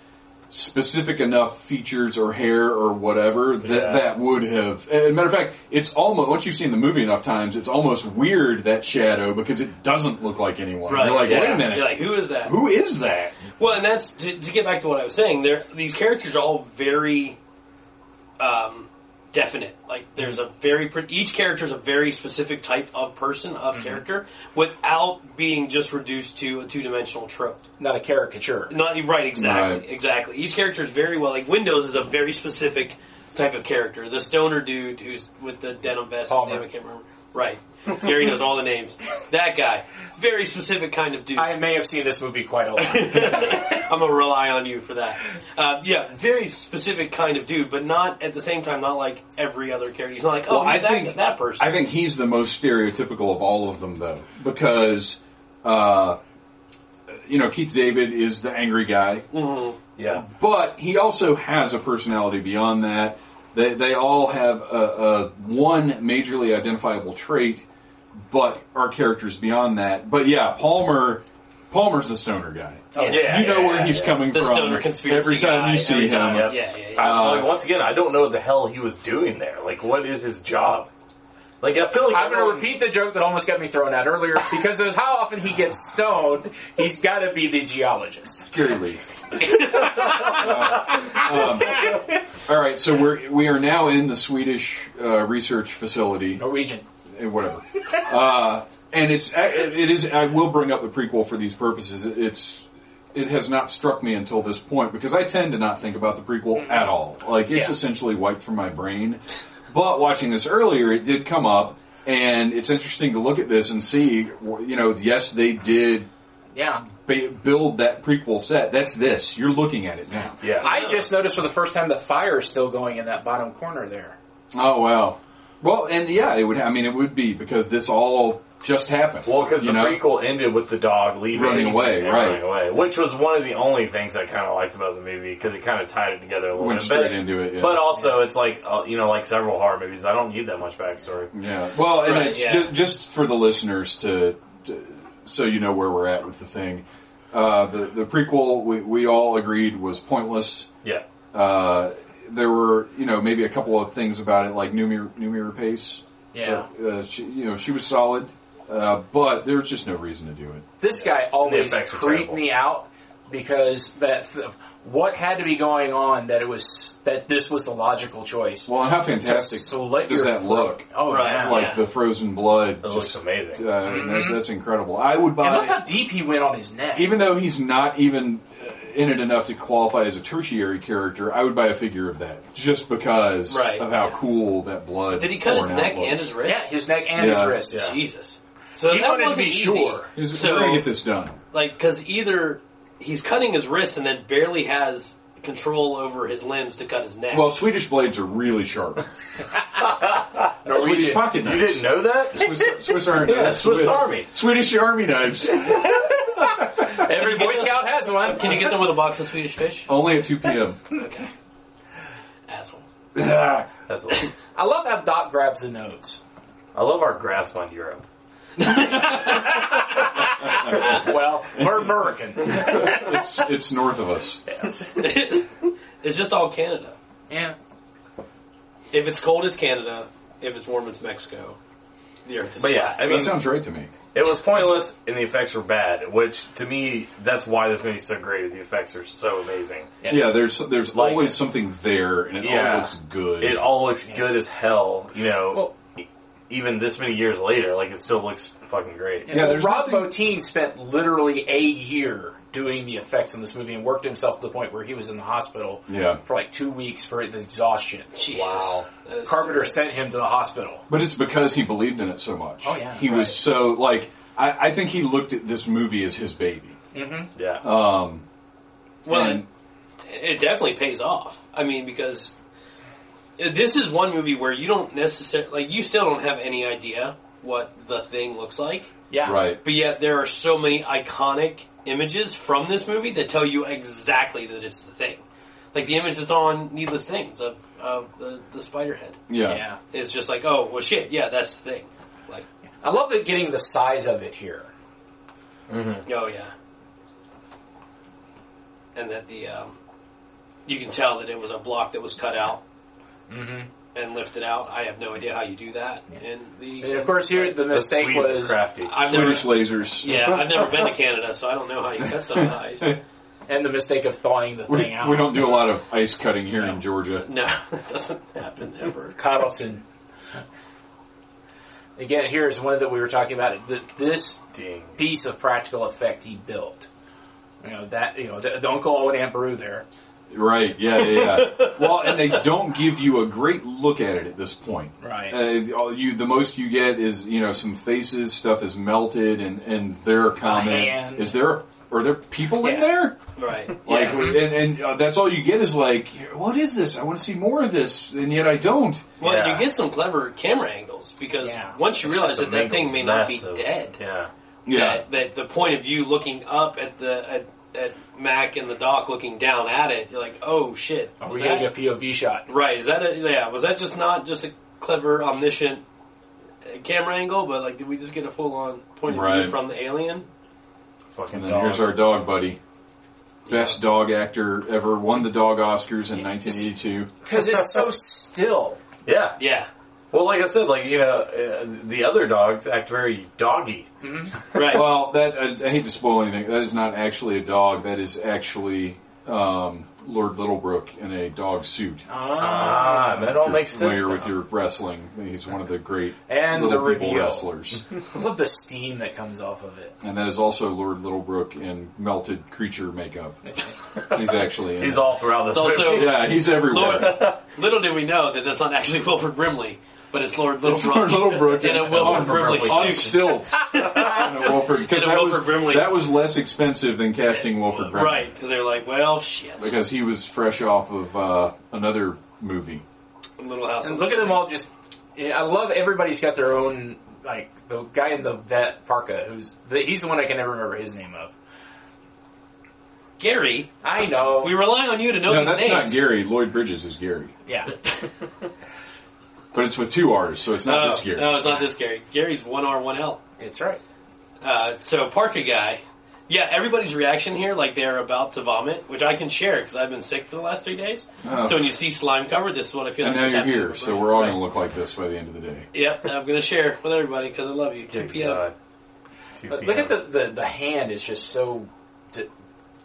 A: specific enough features or hair or whatever that
F: Yeah.
A: that would have. And matter of fact, it's almost once you've seen the movie enough times, it's almost weird that shadow because it doesn't look like anyone.
C: Right,
A: You're like,
F: yeah.
A: wait a minute,
C: You're like, who is that?
A: who is that?
C: Well, and that's to, to get back to what I was saying. There, these characters are all very um, definite. Like, there's a very pre- each character is a very specific type of person of character, without being just reduced to a two dimensional trope.
D: not a caricature.
C: Not right, exactly,
A: Right.
C: exactly. Each character is very well. Like Windows is a very specific type of character. The stoner dude who's with the denim vest.
D: Palmer.
C: Name I can't remember. Right. Gary knows all the names. That guy, very specific kind of dude.
D: I may have seen this movie quite
A: [LAUGHS]
D: a lot.
C: [LAUGHS] I'm gonna rely on you for that. Uh, yeah, very specific kind of dude, but not at the same time, not like every other character. He's not like, oh,
A: Well, I
C: he's that,
A: think-
C: that person.
A: I think he's the most stereotypical of all of them, though, because uh, you know Keith David is the angry guy.
F: yeah.
A: but he also has a personality beyond that. They, they all have a, a one majorly identifiable trait, but are characters beyond that. But yeah, Palmer, Palmer's the stoner guy.
F: Oh, yeah,
A: you know
F: yeah,
A: where he's
F: yeah.
A: coming
C: the
A: from
C: stoner conspiracy.
A: every time
C: guy,
A: you see
C: every
A: him.
C: time-
F: Yep.
C: Yeah, yeah, yeah.
A: Uh,
F: like once again, I don't know what the hell he was doing there. Like, what is his job? Like, I feel like
D: I'm going to
F: everyone-
D: repeat the joke that almost got me thrown out earlier because of how often he gets stoned. He's got to be the geologist.
A: Gary
C: [LAUGHS]
A: Lee. Uh, um, all right, so we're we are now in the Swedish uh, research facility.
D: Norwegian.
A: Eh, whatever. uh, and it's it is. I will bring up the prequel for these purposes. It's it has not struck me until this point because I tend to not think about the prequel at all. Like it's
F: Yeah.
A: essentially wiped from my brain. But watching this earlier, it did come up, and it's interesting to look at this and see. You know, yes, they did
D: Yeah.
A: ba- build that prequel set. That's this. You're looking at it now.
F: Yeah,
D: I just noticed for the first time the fire is still going in that bottom corner there.
A: Oh wow. Well, and yeah, it would. I mean, it would be because this all just happened.
F: Well, because the
A: you know?
F: prequel ended with the dog leaving,
A: Running away,
F: and
A: right.
F: Running away, which was one of the only things I kind of liked about the movie because it kind of tied it together a little
A: Went
F: bit.
A: straight
F: but,
A: into it, yeah.
F: But also, it's like uh, you know, like several horror movies, I don't need that much backstory.
A: Yeah. Well, and
C: Right,
A: it's
C: yeah.
A: ju- just for the listeners to, to, so you know where we're at with the thing. Uh, the the prequel we, we all agreed was pointless.
F: Yeah,
A: Uh, there were you know maybe a couple of things about it like Numi Numi Pace.
D: Yeah.
A: Uh, she, you know she was solid, uh, but there was just no reason to do it.
D: This guy always
F: effects were
D: creeped
F: terrible.
D: me out because that th- what had to be going on that it was that this was the logical choice.
A: Well, and how fantastic
D: Just slit
A: does
D: your
A: that
D: throat.
A: look?
D: Oh
C: Right.
D: yeah.
A: Like
C: yeah.
A: the frozen blood.
F: it looks
A: Just, uh,
F: amazing.
A: that- that's incredible. I would buy.
D: Mm-hmm. and look how deep he went on his neck.
A: even though he's not even uh, in it enough to qualify as a tertiary character, I would buy a figure of that just because
C: Right.
A: of how cool that blood.
C: Did he cut his
A: pouring
C: neck
A: out looks.
C: and his wrist?
D: yeah, his neck and
A: Yeah.
D: his wrist.
F: Yeah.
C: Jesus. So
D: He
C: that
D: wanted to
C: wasn't
D: be
C: easy.
D: sure.
A: He was- we're
C: So,
A: gonna get this done.
C: like, because either he's cutting his wrist and then barely has control over his limbs to cut his neck.
A: Well, Swedish blades are really
C: [LAUGHS]
A: sharp. Swedish pocket
F: You
A: knives.
F: didn't know that?
A: Swiss, Swiss
C: [LAUGHS]
A: Army.
F: Yeah, Swiss Army.
A: Swedish Army knives.
C: every
D: [LAUGHS] Boy Scout has one.
C: Can you get them with a box of Swedish fish?
A: Only at two
C: [LAUGHS]
A: p.m.
C: Asshole. [LAUGHS]
A: Ah,
F: That's. a-
D: I love how Doc grabs the notes.
F: I love our grasp on Europe.
D: Well, we're
A: [LAUGHS]
D: American.
A: [LAUGHS] it's, it's north of us.
C: it's just all Canada.
D: yeah.
C: If it's cold, it's Canada. If it's warm, it's Mexico. The earth is
F: But yeah, I mean,
A: That sounds right to me.
F: it was pointless and the effects were bad, which to me, that's why this movie's so great. is The effects are so amazing.
A: Yeah, there's there's
F: Like-
A: always something there, and it
F: Yeah.
A: all looks good.
F: It all looks good as hell, you know.
D: Well-
F: e- even this many years later, like it still looks fucking great.
A: Yeah, there's
D: Rob
A: nothing-
D: Bottin spent literally a year doing the effects on this movie and worked himself to the point where he was in the hospital
A: Yeah.
D: for like two weeks for the exhaustion.
C: Jesus.
F: Wow.
C: That is-
D: Carpenter sent him to the hospital.
A: But it's because he believed in it so much.
D: Oh, yeah,
A: he
D: right.
A: was so like I, I think he looked at this movie as his baby.
F: Yeah.
A: Uh,
C: Well,
A: And-
C: it, it definitely pays off. I mean, because this is one movie where you don't necessarily, like, you still don't have any idea what the thing looks like,
D: Yeah.
A: Right.
C: but yet there are so many iconic images from this movie that tell you exactly that it's the thing. Like the image that's on Needless Things of, of the, the spider head.
A: Yeah.
D: Yeah.
C: It's just like, oh, well shit, yeah, that's the thing. Like,
D: I love that getting the size of it here.
C: Oh yeah, and that the um, you can tell that it was a block that was cut out
D: Mm-hmm.
C: and lifted out. I have no idea how you do that. And the
D: And of course here the
F: The
D: mistake
F: Swedes are
D: was
F: crafty.
C: I've never,
A: Swedish lasers.
C: yeah, I've never been to Canada, so I don't know how you cut something
D: [LAUGHS]
C: ice.
D: and the mistake of thawing the
A: We,
D: thing out.
A: we don't do a lot of ice cutting here in Georgia.
C: No, it doesn't happen ever.
D: Coddleton. Again, here's one that we were talking about. Th- This
F: Ding.
D: piece of practical effect he built. You know that you know the, the Uncle Owen and Peru there.
A: Right. Yeah. Yeah. yeah.
D: [LAUGHS]
A: well, and they don't give you a great look at it at this point.
D: Right.
A: Uh, all you the most you get is you know some faces, stuff is melted, and and their comment
D: hand.
A: is there are there people in
D: Yeah.
A: there?
C: Right.
A: Like,
D: Yeah.
A: and, and uh, that's all you get is like, what is this? I want to see more of this, and yet I don't.
C: Well,
F: Yeah.
C: you get some clever camera angles because
D: Yeah.
C: once you realize that that thing may not be
F: Massive.
C: dead,
F: Yeah.
C: that, that the point of view looking up at the at, at Mac and the doc looking down at it, you're like, oh shit.
D: Are
C: was
D: we
C: that-
D: getting a POV shot?
C: Right. Is that a, yeah? Was that just not just a clever omniscient uh, camera angle, but like did we just get a full on point of
A: Right.
C: view from the alien?
F: Fucking
A: And then
F: dog.
A: here's our dog buddy. Best dog actor ever. Won the dog Oscars in 1982.
D: Because it's so still.
F: yeah.
C: Yeah.
F: Well, like I said, like you know, uh, the other dogs act very doggy.
C: Right.
A: Well, that I, I hate to spoil anything. That is not actually a dog. That is actually um, Lord Littlebrook in a dog suit.
F: Ah, that all
A: If you're
F: Oh, makes sense.
A: Familiar with
F: now.
A: your wrestling. He's one of the great
D: And
A: little
D: the
A: people
D: reveal.
F: [LAUGHS]
A: wrestlers.
D: I love the steam that comes off of it.
A: and that is also Lord Littlebrook in melted creature
F: [LAUGHS]
A: makeup. He's actually in
F: He's
A: it.
F: all throughout this
C: also-
F: movie.
A: yeah, he's everywhere.
C: Lord, little did we know that that's not actually Wilford Brimley, but it's Lord
A: It's Lord
C: Littlebrook
A: Littlebrook
C: in a
A: and-
C: Wilford Brimley
A: on
C: suit.
A: stilts. in a Wilford, because
C: In a
A: that,
C: Wilford
A: was,
C: Brimley.
A: that was less expensive than casting Wilford Brimley.
C: Right, because they're like, well, shit.
A: Because he was fresh off of uh, another movie.
C: Little House.
D: And
C: on
D: look at them all just. yeah, I love everybody's got their own like the guy in the vet parka, who's the, he's the one I can never remember his name of.
C: Gary,
D: I know.
C: we rely on you to know
A: No,
C: these
A: that's
C: names.
A: not Gary. Lloyd Bridges is Gary,
D: yeah,
A: but it's with two R's, so it's not
C: Oh,
A: this Gary.
C: No, it's not this Gary. Gary's one R, one L.
A: [LAUGHS]
D: it's right.
C: Uh, so Parka guy. Yeah, everybody's reaction here, like they're about to vomit, which I can share because I've been sick for the last three days.
A: Oh.
C: So when you see slime covered, this is what I feel
A: and
C: like.
A: now
C: is
A: you're
C: happening.
A: here, so we're all going to look like this by the end of the day.
C: Yep, I'm gonna share with everybody because I love you. Two
F: Good
C: p.m.
A: uh,
F: God. Two
D: But look
F: PM.
D: at the, the the hand is just so d-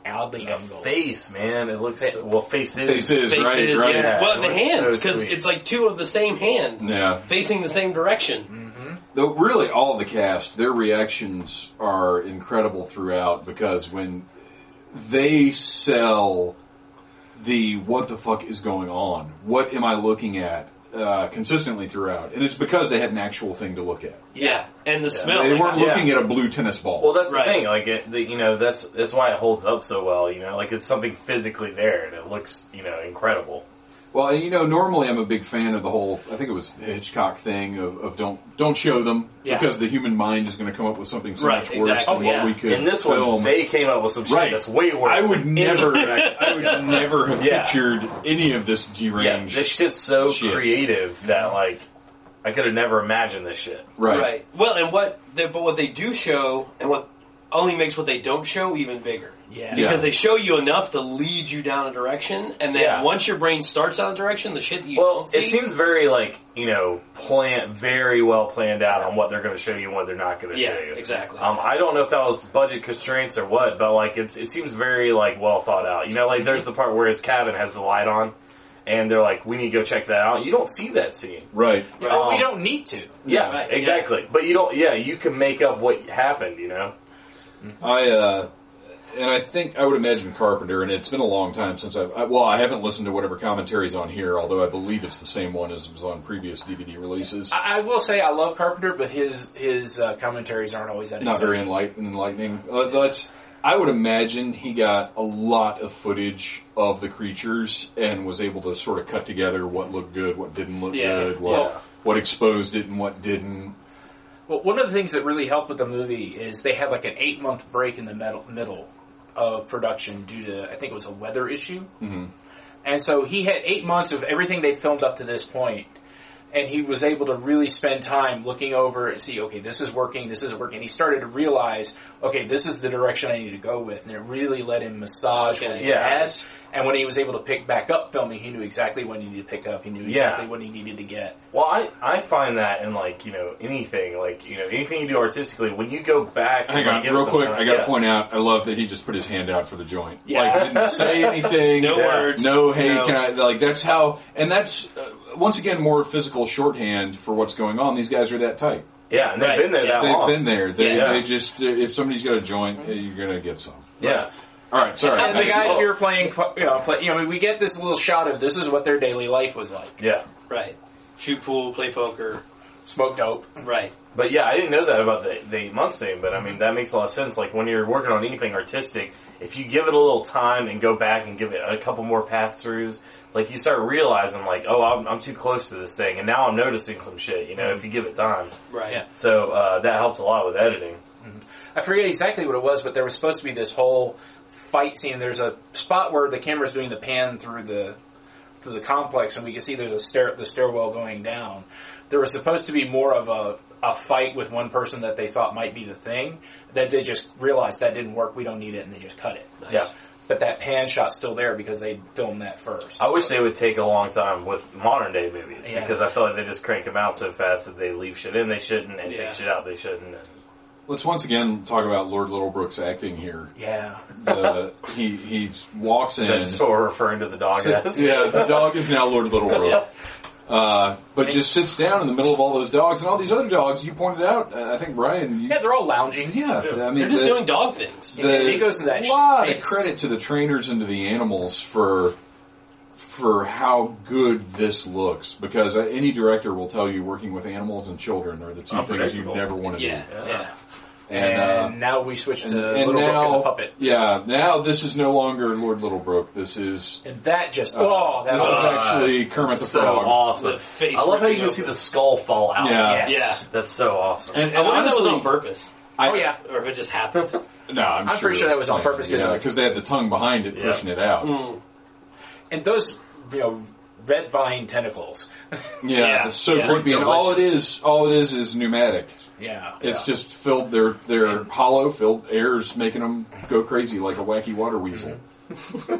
D: oddly angled.
F: face, man. It looks so, well. Face is.
A: This is
C: Faces,
A: right, right.
C: yeah. Well,
F: It
C: the
F: was
C: hands
F: so
C: because
F: sweet.
C: it's like two of the same hand
A: Yeah,
C: facing the same direction.
F: Mm.
A: Though really, all the cast, their reactions are incredible throughout because when they sell the "what the fuck is going on? What am I looking at?" Uh, consistently throughout, and it's because they had an actual thing to look at.
C: Yeah, and the smell.
A: they
C: like,
A: weren't
C: I-
A: looking at a blue tennis ball.
F: Well, that's
C: Right.
F: the thing. Like, it, the, you know, that's that's why it holds up so well. You know, like it's something physically there, and it looks, you know, incredible.
A: Well, and, you know, normally I'm a big fan of the whole. I think it was the Hitchcock thing of, of don't don't show them
D: Yeah.
A: because the human mind is going to come up with something so
C: Right,
A: much worse
C: exactly.
A: than
C: Oh, yeah.
A: what we could.
F: In this
A: film.
F: one, they came up with some shit
A: Right.
F: that's way worse.
A: I would
F: than [LAUGHS]
A: never,
F: any of that.
A: I would never have
F: Yeah.
A: pictured any of this
F: yeah,
A: deranged.
F: this shit's so
A: Shit.
F: creative that like I could have never imagined this shit.
A: right.
C: Right. Well, and what they, but what they do show and what only makes what they don't show even bigger.
D: Yeah.
A: Yeah.
C: Because they show you enough to lead you down a direction, and then
F: Yeah.
C: once your brain starts down a direction, the shit that you
F: Well,
C: don't
F: it
C: see-
F: seems very like you know plan very well planned out on what they're going to show you and what they're not going to
C: Yeah,
F: show you.
C: exactly.
F: Um, I don't know if that was budget constraints or what, but like it's it seems very like well thought out. You know, like there's
C: Mm-hmm.
F: the part where his cabin has the light on, and they're like, we need to go check that out. You don't see that scene.
A: Right.
D: Oh, we don't need to.
F: Yeah,
C: Right,
F: exactly. But you don't. Yeah, you can make up what happened. You know.
A: I, uh, and I think I would imagine Carpenter, and it's been a long time since I've, I, well, I haven't listened to whatever commentaries on here, although I believe it's the same one as was on previous DVD releases.
D: I, I will say I love Carpenter, but his his uh, commentaries aren't always that.
A: Not very enlight- enlightening. Uh, that's, I would imagine he got a lot of footage of the creatures and was able to sort of cut together what looked good, what didn't look
C: Yeah.
A: good, what,
D: Yeah.
A: what exposed it and what didn't.
D: Well, one of the things that really helped with the movie is they had like an eight month break in the metal, middle of production due to I think it was a weather issue, mm-hmm. and so he had eight months of everything they'd filmed up to this point, and he was able to really spend time looking over and see, okay, this is working, this isn't working. He started to realize, okay, this is the direction I need to go with, and it really let him massage what he
F: Yeah.
D: had. And when he was able to pick back up filming, he knew exactly what he needed to pick up. He knew exactly what he needed to get.
F: Well, I, I find that in like you know anything like you know anything you do artistically when you go back. and,
A: Hang
F: like,
A: on,
F: give
A: real
F: some
A: quick.
F: time-
A: I got to
F: yeah.
A: point out. I love that he just put his hand out for the joint.
D: Yeah.
A: Like didn't say anything.
C: No words.
A: No. Hey,
C: No.
A: can I? Like that's how. And that's uh, once again more physical shorthand for what's going on. These guys are that tight.
F: Yeah, and they've
C: Right.
F: been there that
A: They've
F: long.
A: been there. They,
F: Yeah.
A: they just uh, if somebody's got a joint, uh, you're gonna get some.
F: Yeah.
A: All right. Sorry.
D: And the
A: I-
D: guys here playing, you know, play, you know, we get this little shot of this is what their daily life was like:
F: Yeah.
C: right. Shoot pool, play poker,
D: smoke dope.
C: right?
F: But yeah, I didn't know that about the, the eight month thing, but I mean, that makes a lot of sense. Like when you're working on anything artistic, if you give it a little time and go back and give it a couple more pass throughs, like you start realizing like, oh, I'm, I'm too close to this thing and now I'm noticing some shit, you know, if you give it time.
C: Right.
D: Yeah.
F: So, uh, that helps a lot with editing.
D: I forget exactly what it was, but there was supposed to be this whole fight scene. There's a spot where the camera's doing the pan through the through the complex, and we can see there's a stair, the stairwell going down. There was supposed to be more of a a fight with one person that they thought might be the thing that they just realized that didn't work. We don't need it, and they just cut it.
F: Yeah.
D: But that pan shot's still there because they filmed that first.
F: I wish they would take a long time with modern day movies
D: Yeah.
F: because I feel like they just crank them out so fast that they leave shit in they shouldn't and
C: Yeah.
F: take shit out they shouldn't.
A: Let's once again talk about Lord Littlebrook's acting here.
D: Yeah.
A: The, he he walks in.
F: That's what we're referring to the dog as.
A: Yeah, the dog is now Lord
D: [LAUGHS]
A: Littlebrook. Uh, but just sits down in the middle of all those dogs and all these other dogs you pointed out. uh, I think Brian. You,
D: Yeah, they're all lounging.
A: yeah, I mean,
C: They're just
A: the-
C: doing dog things.
A: the-
D: It goes into that
A: lot of
D: space.
A: credit to the trainers and to the animals for for how good this looks because uh, any director will tell you working with animals and children are the two things you
F: Unpredictable.
A: never want to
C: Yeah.
A: do.
C: Yeah.
A: And, uh,
D: now we switch to
A: and, and
D: Little Rook
A: now,
D: and the puppet.
A: yeah, now this is no longer Lord Littlebrook. This is
D: And that just oh, that
A: this
D: was
A: is
F: uh,
A: actually Kermit the
F: [LAUGHS] so
A: Frog.
F: awesome.
C: The face
F: I love how you
C: ripping
F: can see
C: open.
F: the skull fall out.
A: uh, Yeah.
F: Yes.
C: Yeah.
F: That's so awesome.
A: And, and
C: I wonder if that
A: honestly,
C: was on purpose
A: I-
D: oh yeah.
C: or if it just happened.
A: No, I'm,
D: I'm pretty sure that was on purpose, 'cause
A: because
D: like-
A: they had the tongue behind it
F: Yeah.
A: pushing it out.
D: And those you know red vine tentacles.
A: Yeah,
C: Yeah,
A: it's so
C: yeah.
A: creepy. And all it
F: Delicious.
A: is, all it is, is pneumatic.
D: yeah.
A: It's
D: yeah.
A: just filled. They're they're hollow, filled air's making them go crazy like a wacky water weasel.
D: Mm-hmm.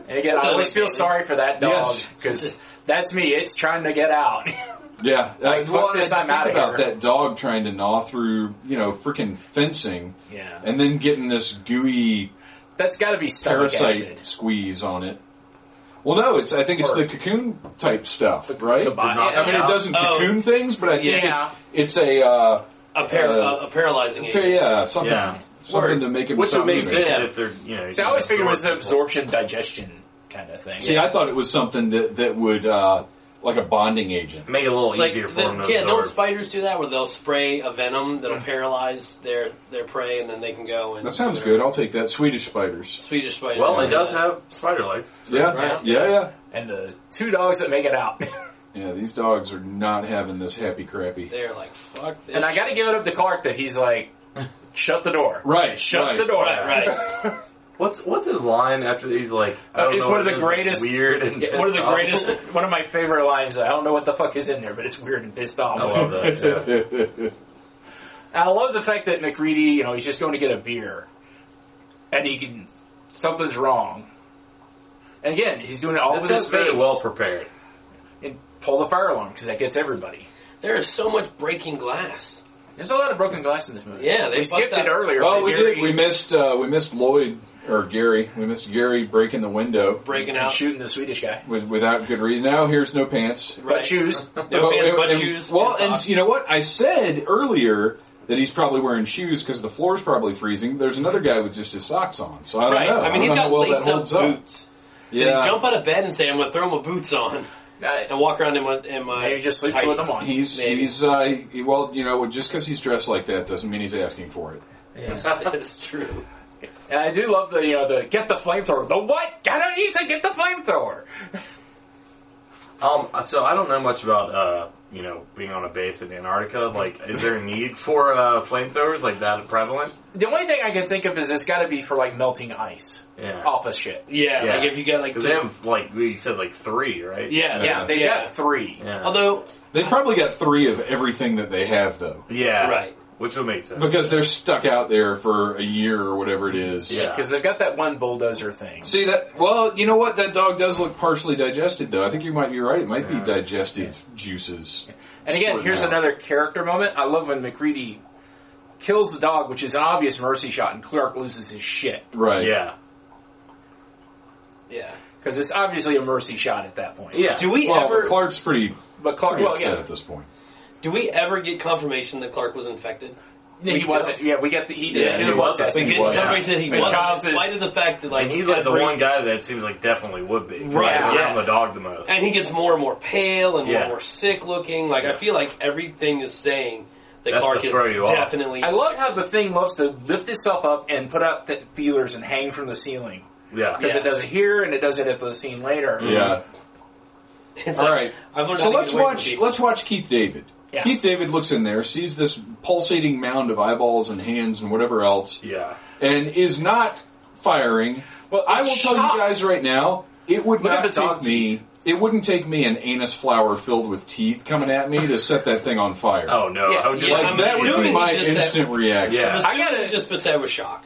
D: And again, I always feel sorry for that dog
A: Yes.
D: because that's me. It's trying to get out. [LAUGHS]
A: Yeah,
D: Like,
A: I,
D: fuck
A: well, and I
D: this,
A: just
D: I'm
A: think
D: outta
A: about
D: here.
A: that dog trying to gnaw through, you know, freaking fencing,
D: Yeah.
A: and then getting this gooey
D: that's got to be stomach acid.
A: parasite squeeze on it. Well, no, it's. I think it's
D: Or-
A: the cocoon type stuff, right?
D: the bi-
A: I mean, it
D: yeah.
A: doesn't
C: Oh.
A: cocoon things, but I think
D: Yeah.
A: it's, it's a uh, [LAUGHS]
C: A, par-
A: Uh,
C: a, a paralyzing
A: yeah,
C: agent.
A: yeah, something,
F: Yeah.
A: something to make him.
F: Which
A: stop
F: would make
A: moving.
F: sense
C: Yeah.
F: if they're, you know.
D: So I always figured it was an absorption digestion kind of thing.
A: See, I thought it was something that that would uh, like a bonding agent.
F: Make it a little
C: Like,
F: easier for
C: the-
F: them to
C: yeah,
F: absorb. Mm.
C: don't spiders do that where they'll spray a venom that'll paralyze their their prey and then they can go and
A: That sounds good. I'll take that. Swedish spiders.
C: Swedish spider.
F: Well, it does have spider legs.
A: Yeah,
C: Right.
A: yeah, yeah.
D: and the two dogs that make it out. [LAUGHS]
A: Yeah, these dogs are not having this happy crappy.
C: They're like fuck. This
D: and I got to give it up to Clark that he's like, shut the door,
A: Right,
D: Shut
A: right.
D: the door,
C: right, right.
F: What's what's his line after he's like? I
D: Uh,
F: don't
D: it's
F: know
D: one of
F: what
D: the
F: it is,
D: greatest-
F: it's weird and
D: Yeah, one of the
F: pissed off.
D: greatest,
F: [LAUGHS]
D: one of my favorite lines. I don't know what the fuck is in there, but it's weird and pissed off.
F: I
A: [LAUGHS]
D: [LAUGHS]
F: love that. Yeah.
D: And I love the fact that McReady, you know, he's just going to get a beer, and he can something's wrong. And again, he's doing it all
F: This
D: with his
F: guy's very
D: face.
F: well prepared.
D: and pull the fire alarm because that gets everybody.
C: There is so much breaking glass.
D: There's a lot of broken glass in this movie.
C: Yeah, they
D: we
C: fucked
D: skipped
C: up.
D: it earlier.
A: Oh,
D: but
A: we
D: Gary
A: did. We missed. Uh, we missed Lloyd or Gary. We missed Gary breaking the window
C: Breaking
D: and
C: out.
D: shooting the Swedish guy.
A: with, without good reason. Now here's no pants.
D: But
C: Right.
D: [LAUGHS] shoes.
C: No
A: But-
C: pants,
A: and-
C: but
A: and-
C: shoes.
A: Well,
C: pants
A: and
C: off.
A: you know what? I said earlier that he's probably wearing shoes because the floor's probably freezing. There's another guy with just his socks on, so I don't
C: right.
A: know.
C: I mean, he's
A: don't know
C: got
A: how well
C: laced
A: that
C: up
A: holds
C: boots.
A: Yeah,
C: They jump out of bed and say, "I'm gonna throw my boots on [LAUGHS]
D: Uh,
C: and walk around in my in my."
D: And he just sleeps with
C: tights."
D: them on.
A: he's
C: Maybe.
A: he's uh, he- well, you know, just because he's dressed like that doesn't mean he's asking for it.
C: [LAUGHS] That's true.
D: and I do love the you know the get the flamethrower. The what? Gotta he said get the flamethrower.
F: Um, so I don't know much about uh, you know, being on a base in Antarctica. Like, is there a need for uh, flamethrowers like that prevalent?
D: The only thing I can think of is it's got to be for like melting ice
F: Yeah.
D: off of shit.
C: Yeah,
F: Yeah.
C: like if you got like
F: Because they have like we said, like three, right?
C: yeah,
D: Yeah, they
C: yeah.
D: got three.
F: Yeah.
C: Although,
A: They've probably got three of everything that they have though,
F: yeah,
C: Right.
F: Which would make sense.
A: because they're stuck out there for a year or whatever it is.
F: Yeah.
D: Because they've got that one bulldozer thing.
A: See that? Well, you know what? That dog does look partially digested, though. I think you might be right. It might be digestive juices.
D: And again,
A: squirting
D: here's
A: out.
D: another character moment. I love when McReady kills the dog, which is an obvious mercy shot, and Clark loses his shit.
A: Right.
F: yeah,
C: yeah.
D: Because it's obviously a mercy shot at that point.
F: yeah.
C: Do we
A: Well,
C: ever
A: Clark's pretty,
D: But Clark,
A: pretty
D: well,
A: upset
D: yeah.
A: at this point.
C: do we ever get confirmation that Clark was infected?
D: No, he
C: We
D: wasn't. Yeah, we got the, he did
A: Yeah,
D: yeah,
A: he
D: the blood
F: wasn't.
D: test.
C: We
A: He
C: get
A: was.
C: confirmation that he
D: And
C: was.
D: Charles
C: in
D: is-
C: spite of the fact that like
F: And he's like the
C: every-
F: one guy that seems like definitely would be
C: Right,
F: Like,
C: yeah.
F: around the dog the most.
C: and he gets more and more pale and more
F: Yeah.
C: and more sick looking. Like I feel like everything is saying that
F: That's
C: Clark
F: to
C: is
F: throw you off.
C: definitely.
D: I love how the thing loves to lift itself up and put out the feelers and hang from the ceiling.
F: yeah,
D: Because it
C: Yeah.
D: does it here and it does it at the scene later.
A: Yeah.
C: It's
A: All
C: like,
A: right.
C: I've learned
A: So
C: how to
A: let's
C: get away from
A: watch.
C: people.
A: Let's watch Keith David.
D: Yeah.
A: Keith David looks in there, sees this pulsating mound of eyeballs and hands and whatever else,
F: yeah.
A: and is not firing.
D: Well,
A: I
D: it's
A: will tell
D: shocked.
A: you guys right now, it would
D: Look at
A: not
D: the dog
A: take me. It wouldn't take me an anus flower filled with teeth coming at me to set that thing on fire.
F: Oh no,
D: Yeah,
F: I would just
C: yeah,
F: like
A: Like
C: I'm
A: that would be
C: assuming
A: my
C: he's just
A: instant reaction.
F: Yeah.
C: I'm
F: I
C: assuming
D: gotta-
C: he's just beset with shock.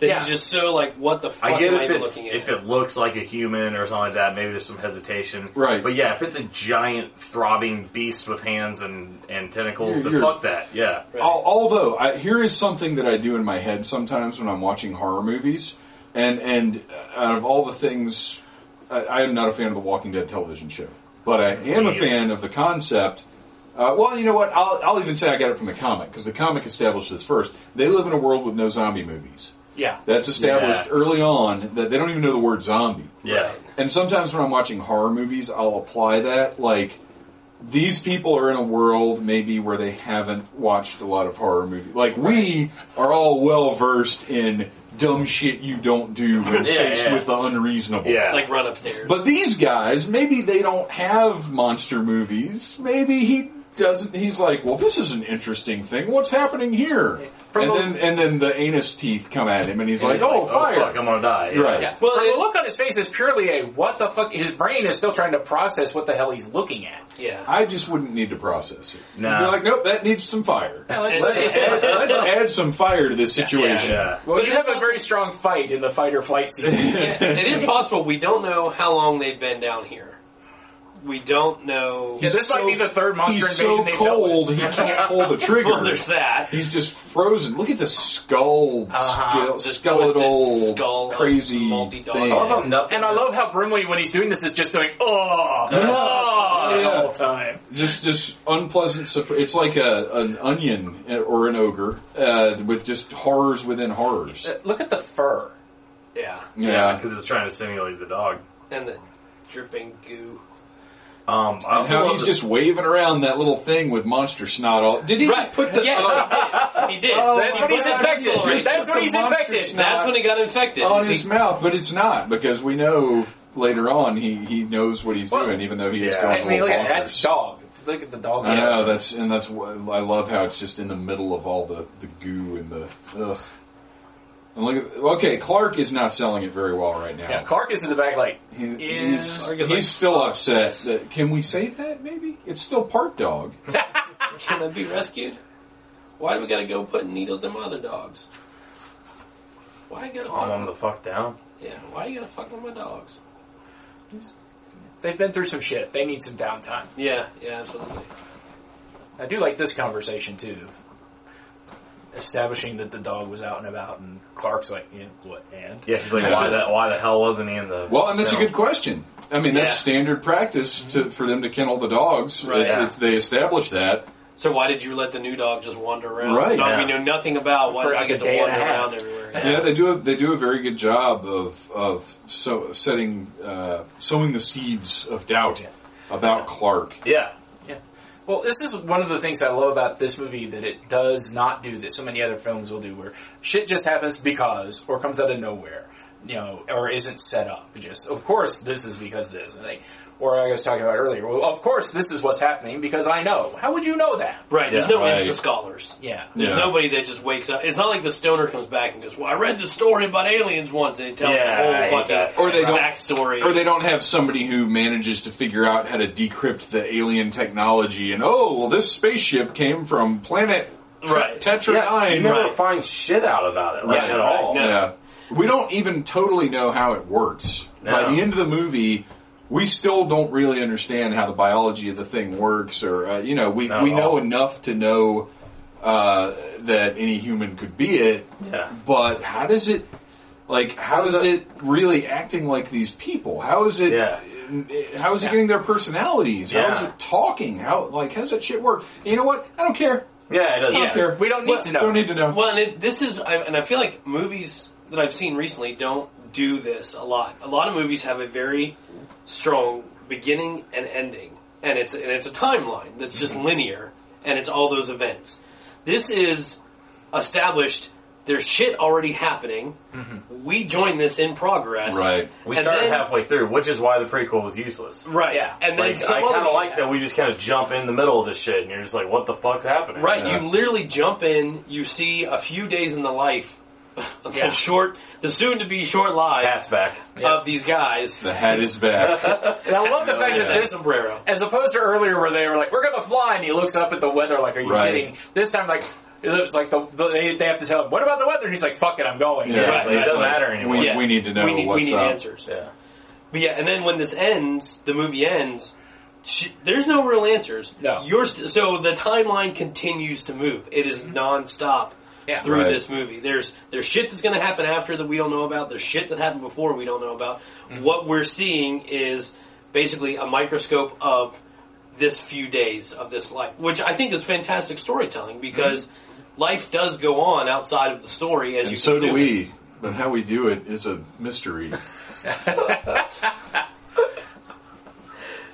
C: That
D: Yeah.
C: he's just so like, what the fuck
F: I
C: am
F: get
C: I
F: if
C: even
F: it's,
C: looking at?
F: if it looks like a human or something like that, maybe there's some hesitation.
A: Right.
F: But yeah, if it's a giant throbbing beast with hands and, and tentacles,
A: You're-
F: then
A: you're-
F: fuck that. Yeah.
A: Al- Although I, here is something that I do in my head sometimes when I'm watching horror movies, and and uh, out of all the things, I, I am not a fan of the Walking Dead television show, but I am a
F: either.
A: fan of the concept. Uh, well, you know what? I'll, I'll even say I got it from the comic because the comic established this first. They live in a world with no zombie movies.
D: Yeah.
A: That's established
F: Yeah.
A: early on that they don't even know the word zombie.
F: Yeah.
A: And sometimes when I'm watching horror movies, I'll apply that. Like, these people are in a world maybe where they haven't watched a lot of horror movies. Like we are all well versed in dumb shit you don't
F: [LAUGHS]
A: do when
F: Yeah,
A: faced
F: yeah.
A: with the unreasonable.
F: Yeah.
C: Like run upstairs.
A: But these guys, maybe they don't have monster movies. Maybe he doesn't. He's like, well, this is an interesting thing. What's happening here?
D: From
A: and
D: the-
A: then and then the anus teeth come at him, and he's like, oh, fire!
F: fuck, I'm gonna die. Yeah.
A: Right.
D: Yeah.
C: Well,
D: Well, the
C: it-
D: look on his face is purely a what the fuck. His brain is still trying to process what the hell he's looking at.
C: yeah.
A: I just wouldn't need to process it.
F: Nah.
A: You'd be like, nope, that needs some fire.
D: it's-
A: let's, add, let's add some fire to this situation.
F: Yeah.
D: Well,
C: But
D: you
C: it-
D: have a very strong fight in the fight or [LAUGHS] flight sequence.
C: it is possible we don't know how long they've been down here. We don't know.
D: Yeah, this might be the third monster
A: He's
D: invasion
A: so
D: they've dealt
A: cold,
D: with.
A: he can't pull
D: [LAUGHS]
A: the
C: well,
A: trigger.
C: there's that.
A: He's just frozen. Look at the skull,
D: Uh-huh.
A: skull
C: This
A: skeletal,
C: twisted skull of
A: crazy
C: multi-dog.
A: thing.
F: I love nothing.
D: And I love how Brimley, when he's doing this, is just doing oh, oh the
A: Yeah.
D: whole time.
A: Just, just unpleasant. surpr- It's like a, an onion uh, or an ogre uh, with just horrors within horrors.
D: Uh, Look at the fur.
C: Yeah,
F: Yeah,
A: Yeah,
F: because it's trying to simulate the dog.
C: and the dripping goo.
F: Um, I
A: and
F: also
A: how
F: love
A: he's
F: the-
A: just waving around that little thing with monster snot all. Did he just put the?
C: yeah, he did.
A: Oh
D: That's
A: my
D: what he's
A: God,
D: infected.
A: he just
D: That's
A: put
D: what
A: the
D: he's
A: monster Oh,
D: infected.
A: snot
C: That's when he got infected.
A: on
C: He-
A: his mouth, but it's not because we know later on he, he knows what he's
D: Well,
A: doing, even though he is
F: yeah.
A: going
D: I mean,
A: a
D: look
A: little
D: at that's
A: bonkers.
D: dog. Look at the dog.
A: I know that's and that's why I love how it's just in the middle of all the the goo and the ugh. And look at okay, Clark is not selling it very well right now.
D: Yeah, Clark is in the back, like
A: He-
D: Yeah.
A: he's
D: Clark
C: is
A: he's
C: like,
A: still upset. That, can we save that? Maybe it's still part dog.
C: Can I be rescued? Why do we gotta go putting needles in my other dogs? Why you gotta?
F: calm him the fuck down.
C: yeah, why you gotta fuck with my dogs?
D: they've been through some shit. They need some downtime.
C: Yeah, yeah, absolutely.
D: I do like this conversation too. Establishing that the dog was out and about, and Clark's like, yeah, what, and?
F: Yeah, he's like, why that? Why the hell wasn't he in the?
A: Well, and that's a
F: film?
A: good question. I mean, that's
C: Yeah.
A: standard practice to, for them to kennel the dogs.
C: Right.
A: It's- it's- they establish that.
C: So why did you let the new dog just wander around?
A: Right.
C: The dog we
F: Yeah.
C: know nothing about. Why
D: For
C: did I
D: like a
C: get to
D: day and a
C: wander
D: half.
C: around everywhere?
A: Yeah, they do. A, they do a very good job of of so setting uh, sowing the seeds of doubt about Clark.
F: Yeah.
D: Yeah. Well, this is one of the things I love about this movie that it does not do that so many other films will do where shit just happens because or comes out of nowhere, you know, or isn't set up. It just, of course this is because this. and Like, or I was talking about earlier, well, of course this is what's happening because I know. How would you know that?
C: Right. There's
F: Yeah.
C: no
A: Right.
C: insta scholars.
D: Yeah.
C: There's
A: Yeah.
C: nobody that just wakes up. It's not like the stoner comes back and goes, "Well, I read the story about aliens once," and it tells
F: Yeah, I
C: the
F: hate
C: whole fucking
F: that.
A: Or they don't-
C: backstory.
A: Or they don't have somebody who manages to figure out how to decrypt the alien technology. And oh, well, this spaceship came from planet Te-
C: Right.
A: Tetra
F: you
A: Nine.
F: never
C: right.
F: find shit out about it, like
A: Right,
F: at all.
C: right, no.
A: Yeah. We don't even totally know how it works.
F: No.
A: By the end of the movie, we still don't really understand how the biology of the thing works, or uh, you know, we
F: Not
A: we
F: at
A: know
F: all.
A: enough to know uh, that any human could be it.
F: Yeah.
A: But how does it? Like, how is it really acting like these people? How is it?
F: Yeah.
A: How is it getting their personalities? How is
F: Yeah.
A: it talking? How like how does that shit work? And you know what? I don't care.
F: Yeah, it doesn't.
A: I don't care.
D: We don't need
C: Well,
D: to know.
A: Don't need to know.
C: Well, and it, this is, I, and I feel like movies that I've seen recently don't do this a lot. A lot of movies have a very strong beginning and ending, and it's and it's a timeline that's just
F: Mm-hmm.
C: linear, and it's all those events. This is established. There's shit already happening. We join this in progress.
A: Right.
F: Mm-hmm. We
C: and
F: started
C: then-
F: halfway through, which is why the prequel was useless.
C: Right.
D: Yeah.
C: And then
F: Like,
C: some
F: I
C: other
F: kind of
C: shit
F: like that we just kind of jump in the middle of this shit, and you're just like, "What the fuck's happening?"
C: Right,
A: Yeah.
C: you literally jump in, you see a few days in the life [LAUGHS] of
D: Yeah.
C: the short, the soon to be short lives
F: Pat's back.
C: of these guys.
A: The hat is [LAUGHS] back.
D: And I love the fact
C: And
D: that
C: a
D: this,
C: sombrero.
D: as opposed to earlier where they were like, we're gonna fly, and he looks up at the weather like, are you
A: Right.
D: kidding? This time like, it's like the, the they, they have to tell him, what about the weather? And he's like, fuck it, I'm going.
A: Yeah,
F: Right,
A: like,
F: it doesn't
A: like,
F: matter anymore.
A: We,
C: Yeah.
A: we need to know
C: we need,
A: what's
C: we need
A: up.
C: answers.
F: Yeah.
C: But yeah, and then when this ends, the movie ends. sh there's no real answers.
D: No.
C: You're, s- so the timeline continues to move. It is nonstop
D: Yeah.
C: through
A: Right.
C: this movie. There's there's shit that's going to happen after that we don't know about. There's shit that happened before we don't know about.
A: Mm-hmm.
C: What we're seeing is basically a microscope of this few days of this life, which I think is fantastic storytelling because life does go on outside of the story as you
A: Mm-hmm. And so do
C: consume it.
A: we. But how we [LAUGHS] do it is a mystery.
D: That's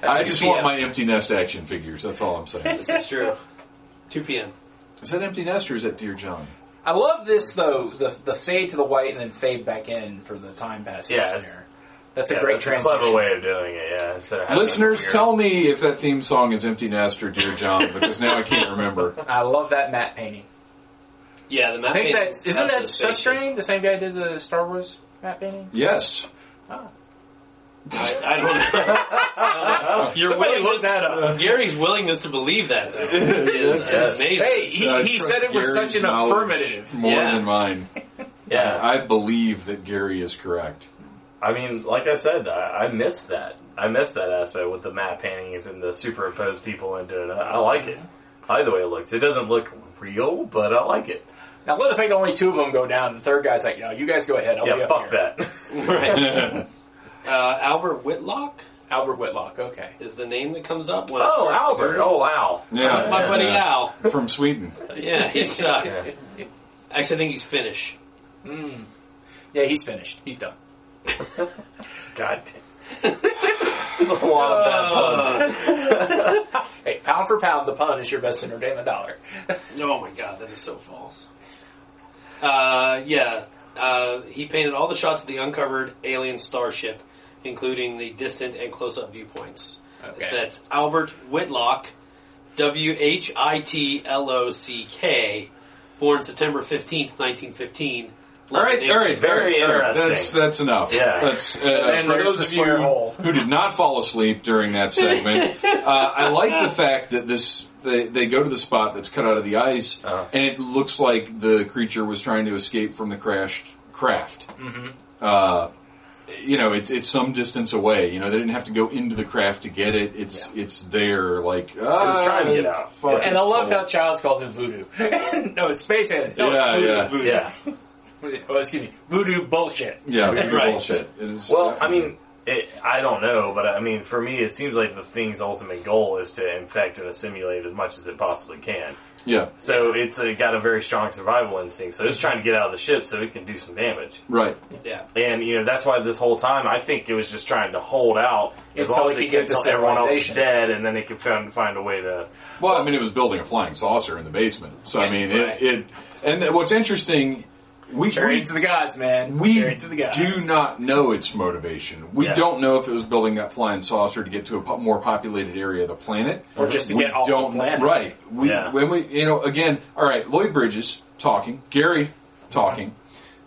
A: I
D: 2
A: just
D: p.m.
A: want my empty nest action figures. That's all I'm
C: [LAUGHS]
A: saying.
C: That's true. 2 p.m.
A: is that empty nest or is that Dear John?
D: I love this though the the fade to the white and then fade back in for the time passing
F: Yeah,
D: scenario.
F: it's-
D: That's a
F: yeah,
D: great
F: that's
D: transition.
F: A clever way of doing it, yeah. instead of having
A: Listeners,
F: weird-
A: tell me if that theme song is Empty Nest or Dear John because now I can't remember.
D: I love that matte painting.
C: Yeah, the map.
D: I think
C: made-
D: that's isn't
C: map
D: that
C: is fake.
D: Sustrain the same guy who did the Star Wars matte painting?
A: [LAUGHS] Yes.
C: I, I don't know. Your
D: Somebody
C: willingness,
D: look that up.
C: Gary's willingness to believe
A: [LAUGHS]
C: that though, is
F: Yes.
C: amazing.
D: Hey, he,
A: I
D: he
A: Uh, trust
D: said it with
A: Gary's
D: such an
A: knowledge
D: affirmative.
A: More
C: Yeah.
A: than mine.
F: Yeah.
A: I believe that Gary is [LAUGHS] correct.
F: I mean, like I said, I, I miss that. I miss that aspect with the matte paintings and the superimposed people into it. I, I like it. I like the way it looks. It doesn't look real, but I like it.
D: Now let the fact only two of them go down, and the third guy's like, "No, you guys go ahead.
C: Oh,
D: I'll be
F: yeah,
D: up
F: fuck
D: here."
F: that.
C: [LAUGHS] Right.
A: [LAUGHS]
C: Uh, Albert Whitlock
D: Albert Whitlock. Okay,
C: is the name that comes up. When I
F: [LAUGHS] oh,
C: first
F: Albert.
C: heard it.
F: Oh, wow.
A: Yeah.
C: My buddy
A: yeah.
C: Al.
A: Uh, From Sweden.
C: Yeah, he's. Uh, Actually, I think he's Finnish.
D: yeah, he's finished. He's done.
F: God damn. [LAUGHS] There's a lot of bad puns.
D: Hey, pound for pound, the pun is your best entertainment dollar.
C: Oh my god, that is so false. Uh, yeah, uh, he painted all the shots of the uncovered alien starship, including the distant and close-up viewpoints.
D: Okay.
C: That's Albert Whitlock, W H I T L O C K, born September fifteenth, nineteen fifteen.
A: All right, all right,
F: Very
A: all right, all right.
F: interesting.
A: That's that's enough.
F: Yeah.
A: That's, uh,
D: And
A: for those
D: there's the
A: of you
D: square hole.
A: who did not fall asleep during that
F: [LAUGHS]
A: segment, uh, I like the fact that this they, they go to the spot that's cut out of the ice,
F: Uh-huh.
A: and it looks like the creature was trying to escape from the crashed craft.
F: Mm-hmm.
A: Uh, you know, it's it's some distance away. You know, they didn't have to go into the craft to get it. It's it's there. Like ah,
F: was trying to get out.
A: fuck,
D: And
A: it's
D: I love
A: cold.
D: how Childs calls it voodoo. [LAUGHS] no, it's space aliens. No,
A: Yeah,
D: it's voodoo.
A: yeah.
D: voodoo.
F: Yeah.
D: Oh, excuse me, voodoo bullshit.
A: Yeah,
F: [LAUGHS]
A: we can do
C: Right.
A: bullshit. It is
F: Well, I
A: definitely-
F: mean, it, I don't know, but I mean, for me, it seems like the thing's ultimate goal is to infect and assimilate as much as it possibly can.
A: yeah,
F: So it's uh got a very strong survival instinct. So it's trying to get out of the ship so it can do some damage.
A: right.
C: Yeah.
F: And you know that's why this whole time I think it was just trying to hold out as
D: Until it
F: long as
D: could
F: it
D: get
F: could
D: to
F: until everyone else is
D: sterilization.
F: dead, and then it could find, find a way to.
A: Well, I mean, it was building a flying saucer in the basement. So I mean,
C: Right.
A: it, it and then what's interesting, we
D: Charity
A: we,
D: to the gods, man.
A: we
D: Charity to the gods.
A: do not know its motivation. We
F: Yeah.
A: don't know if it was building that flying saucer to get to a po- more populated area of the planet,
D: Or just to
A: we
D: get off the
A: don't,
D: planet.
A: Right? We
F: Yeah.
A: when we you know again. All right, Lloyd Bridges talking, Gary talking,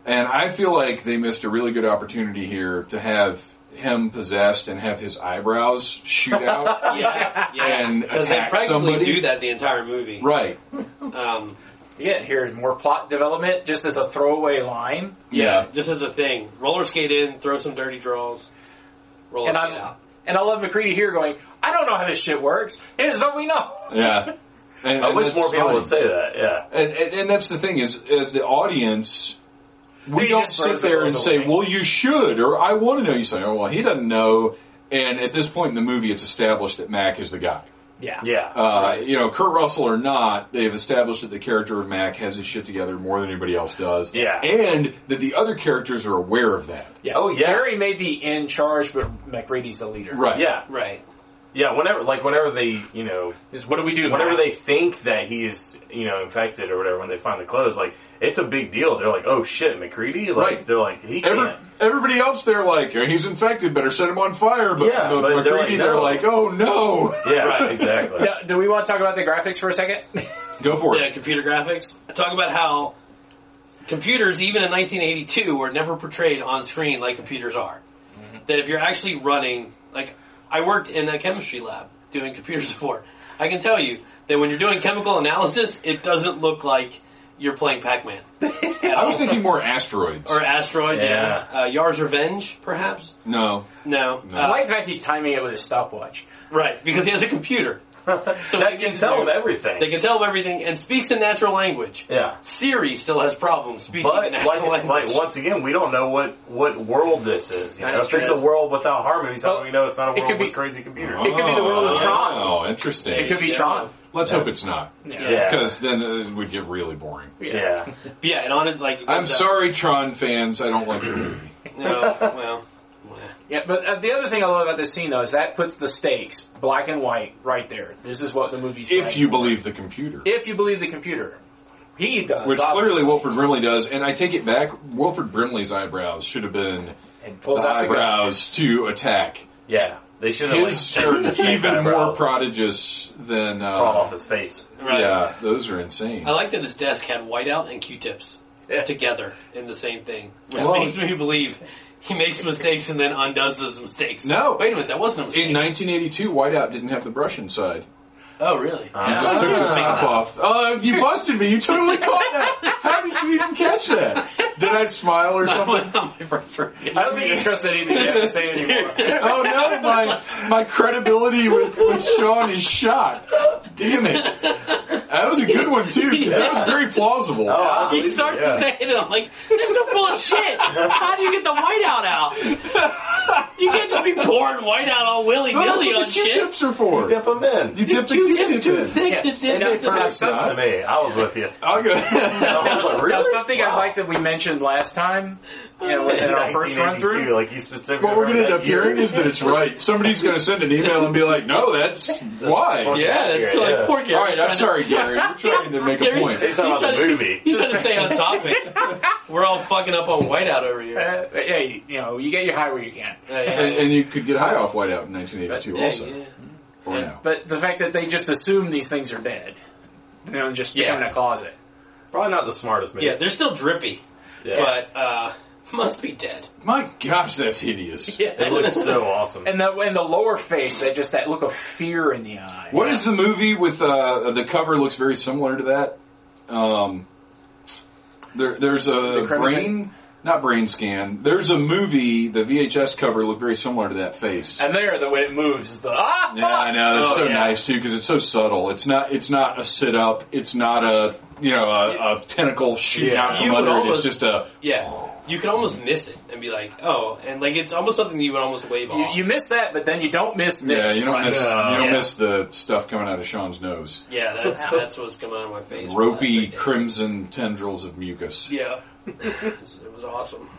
A: and I feel like they missed a really good opportunity here to have him possessed and have his eyebrows shoot
D: [LAUGHS]
A: out.
C: Yeah,
A: [LAUGHS]
C: yeah.
A: And
C: because they
A: attack
C: practically
A: somebody?
C: do that the entire movie.
A: Right.
C: Um,
D: Again, here's more plot development, just as a throwaway line.
C: yeah, just as a thing, roller skate in, throw some dirty draws, roller
D: And
C: skate
D: I
C: out.
D: and I love McCready here going, I don't know how this shit works. Here's what we know.
F: [LAUGHS]
A: Yeah. And,
F: I
A: and
F: wish
A: that's
F: more people
A: fine.
F: would say that. Yeah.
A: And, and, and that's the thing is, as the audience, we
D: We
A: don't
D: just
A: sit
D: throws the
A: there and
D: balls
A: say,
D: away.
A: "Well, you should," or "I want to know." You say, "Oh, well, he doesn't know." And at this point in the movie, it's established that Mac is the guy.
D: Yeah.
F: Yeah.
A: Uh, you know, Kurt Russell or not, they've established that the character of Mac has his shit together more than anybody else does.
F: Yeah.
A: And that the other characters are aware of that.
D: Yeah.
F: Oh, yeah.
D: Gary may be in charge, but McCready's the leader.
A: Right.
F: yeah.
C: Right.
F: Yeah. Whenever, like, whenever they, you know,
D: Is what do we do?
F: whenever
D: Mac?
F: they think that he is, you know, infected or whatever, when they find the clothes, like, it's a big deal. They're like, oh shit, McCready. Like,
A: Right.
F: they're like, he can't.
A: Every, everybody else, they're like, he's infected, better set him on fire. But,
F: Yeah,
A: but
F: but they're
A: McCready,
F: like,
A: they're
F: no.
A: like, oh no.
F: [LAUGHS] yeah. Exactly.
D: Now, do we want to talk about the graphics for a second?
A: Go for it.
C: Yeah, computer graphics. I talk about how computers, even in 1982, were never portrayed on screen like computers are. That if you're actually running, like I worked in a chemistry lab doing computer [LAUGHS] support, I can tell you that when you're doing chemical analysis, it doesn't look like you're playing Pac-Man
A: I was thinking more asteroids.
C: or Asteroid.
F: Yeah.
C: Uh, Yar's Revenge, perhaps.
A: No.
C: No,
A: No.
D: [LAUGHS] I
C: Uh,
D: like the fact he's timing it with his stopwatch.
C: right? Because he has a
F: [LAUGHS]
C: computer. So
F: That
C: he
F: can
C: to
F: tell
C: do-
F: him everything.
C: They can tell him everything and speaks in natural language.
F: yeah.
C: Siri still has problems speaking [LAUGHS]
F: But
C: in
F: like,
C: natural language.
F: like once again, we don't know what what world this is. You know,
D: That's
F: if it's
D: true.
F: a world without harmonies, how
D: Well,
F: do we know it's not a
D: it
F: world
D: could be-
F: with crazy computers?
A: Uh-huh.
D: It could be the world of Tron.
A: Oh, interesting.
D: It could be
C: Yeah.
D: Tron.
A: Let's hope it's not.
F: Yeah.
A: Because then uh, it would get really boring.
F: [LAUGHS] yeah,
C: Yeah, and on it, like uh, it
A: I'm
C: comes out-
A: sorry, Tron fans. I don't like the movie.
C: No, well, meh.
D: Yeah, but uh, the other thing I love about this scene though is that puts the stakes black and white right there. This is what the movie's.
A: If
D: playing
A: you
D: for.
A: believe the computer.
D: if you believe the computer, he does.
A: Which
D: obviously,
A: clearly Wilfred Brimley does, and I take it back. Wilfred Brimley's eyebrows should have been
D: and pulls
A: the
D: out the gun.
A: eyebrows to attack.
F: Yeah, they should have
A: His
F: like turned the
A: are
F: snake
A: even more
F: eyebrows
A: prodigious than.
F: fall [LAUGHS] off
A: Uh,
F: his face.
C: Right.
A: Yeah, those are insane.
C: I like that his desk had whiteout and Q-tips together in the same thing, which
A: Well-
C: makes me believe he makes mistakes and then undoes those mistakes.
A: No.
C: wait a minute, that wasn't a mistake.
A: In 1982, Whiteout didn't have the brush inside.
C: oh, really?
A: You
F: Yeah.
A: just took
C: [LAUGHS]
A: the
C: Pick it
A: top
C: up.
A: off. Uh, you busted me. You totally caught that. How did you even catch that? Did I smile or
C: [LAUGHS] That
A: something?
C: was not my first forget.
D: I don't think you trust anything you have to say anymore.
A: Oh no, my my credibility with, with Sean is shot. Damn it. That was a good one too, because that was very plausible.
F: Oh,
C: He
F: I believe it,
C: started
F: yeah.
C: saying it. I'm like, this is full of shit. How do you get the whiteout out? You can't just be pouring whiteout all willy
A: No, that's
C: nilly
A: what
C: on
A: the
C: shit.
A: Q-tips are for.
F: Dip them in.
A: You dip the Q-tip
C: too
A: in.
C: thick. to dip
D: And
C: into
D: I-
C: the-
F: Makes
A: [LAUGHS]
F: sense to me. I was with you.
A: I'll go.
F: I [LAUGHS] was like, really?
D: Now, something I like that we mentioned last time, you know, in our first run [LAUGHS] through, uh,
F: like you specifically.
A: What we're going to end
F: remember
A: up
F: that year.
A: hearing is that it's right. Somebody's going to send an email and be like, no, that's why.
C: Yeah, that's like
F: Yeah.
C: poor Gary.
A: All right, I'm
C: trying to-
A: sorry, Gary. We're
C: [LAUGHS]
A: trying to make a
C: Gary's-
A: point.
F: It's not
C: he's
F: about
C: trying
F: the
C: to-
F: movie.
C: He's trying to stay on topic. We're all fucking up on whiteout over here.
D: uh, hey, you know, you get your high where you can.
C: Yeah, yeah,
A: And, and you could get high off whiteout in 1982
C: yeah,
A: also.
C: yeah.
A: Or now.
D: But the fact that they just assume these things are dead, you know, and just stick
C: Yeah.
D: them in a closet.
F: Probably not the smartest movie.
C: Yeah, they're still drippy, but uh, must be dead.
A: My gosh, that's hideous.
F: it looks so awesome.
D: And the and the lower face, that just that look of fear in the eye.
A: What is the movie with uh, the cover looks very similar to that? Um, there, there's a
D: The Crimson?
A: brain, not brain scan. There's a movie. The VHS cover looked very similar to that face.
D: And there, the way it moves is the ah.
A: Yeah, I know that's
C: Oh,
A: so
C: yeah.
A: nice too because it's so subtle. It's not. It's not a sit up. It's not a you know a, a tentacle shooting
F: Yeah.
A: out from
C: You would
A: under it. It's
C: almost-
A: just a
C: [LAUGHS] Yeah, you could almost miss it and be like, oh, and like it's almost something that you would almost wave
D: You,
C: off.
D: you miss that, but then you don't miss
A: yeah.
D: this.
A: You don't miss.
F: No.
A: you don't
C: Yeah.
A: miss the stuff coming out of Sean's nose.
C: yeah, that's that's what's coming out of my face. for the last
A: Ropey
C: three days.
A: crimson tendrils of mucus.
C: Yeah, it was awesome.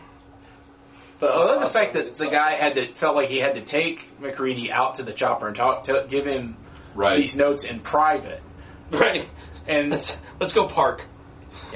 D: But I love the fact that the guy had to felt like he had to take McCready out to the chopper and talk to give him
A: Right.
D: these notes in private,
C: Right,
D: and
C: let's go park.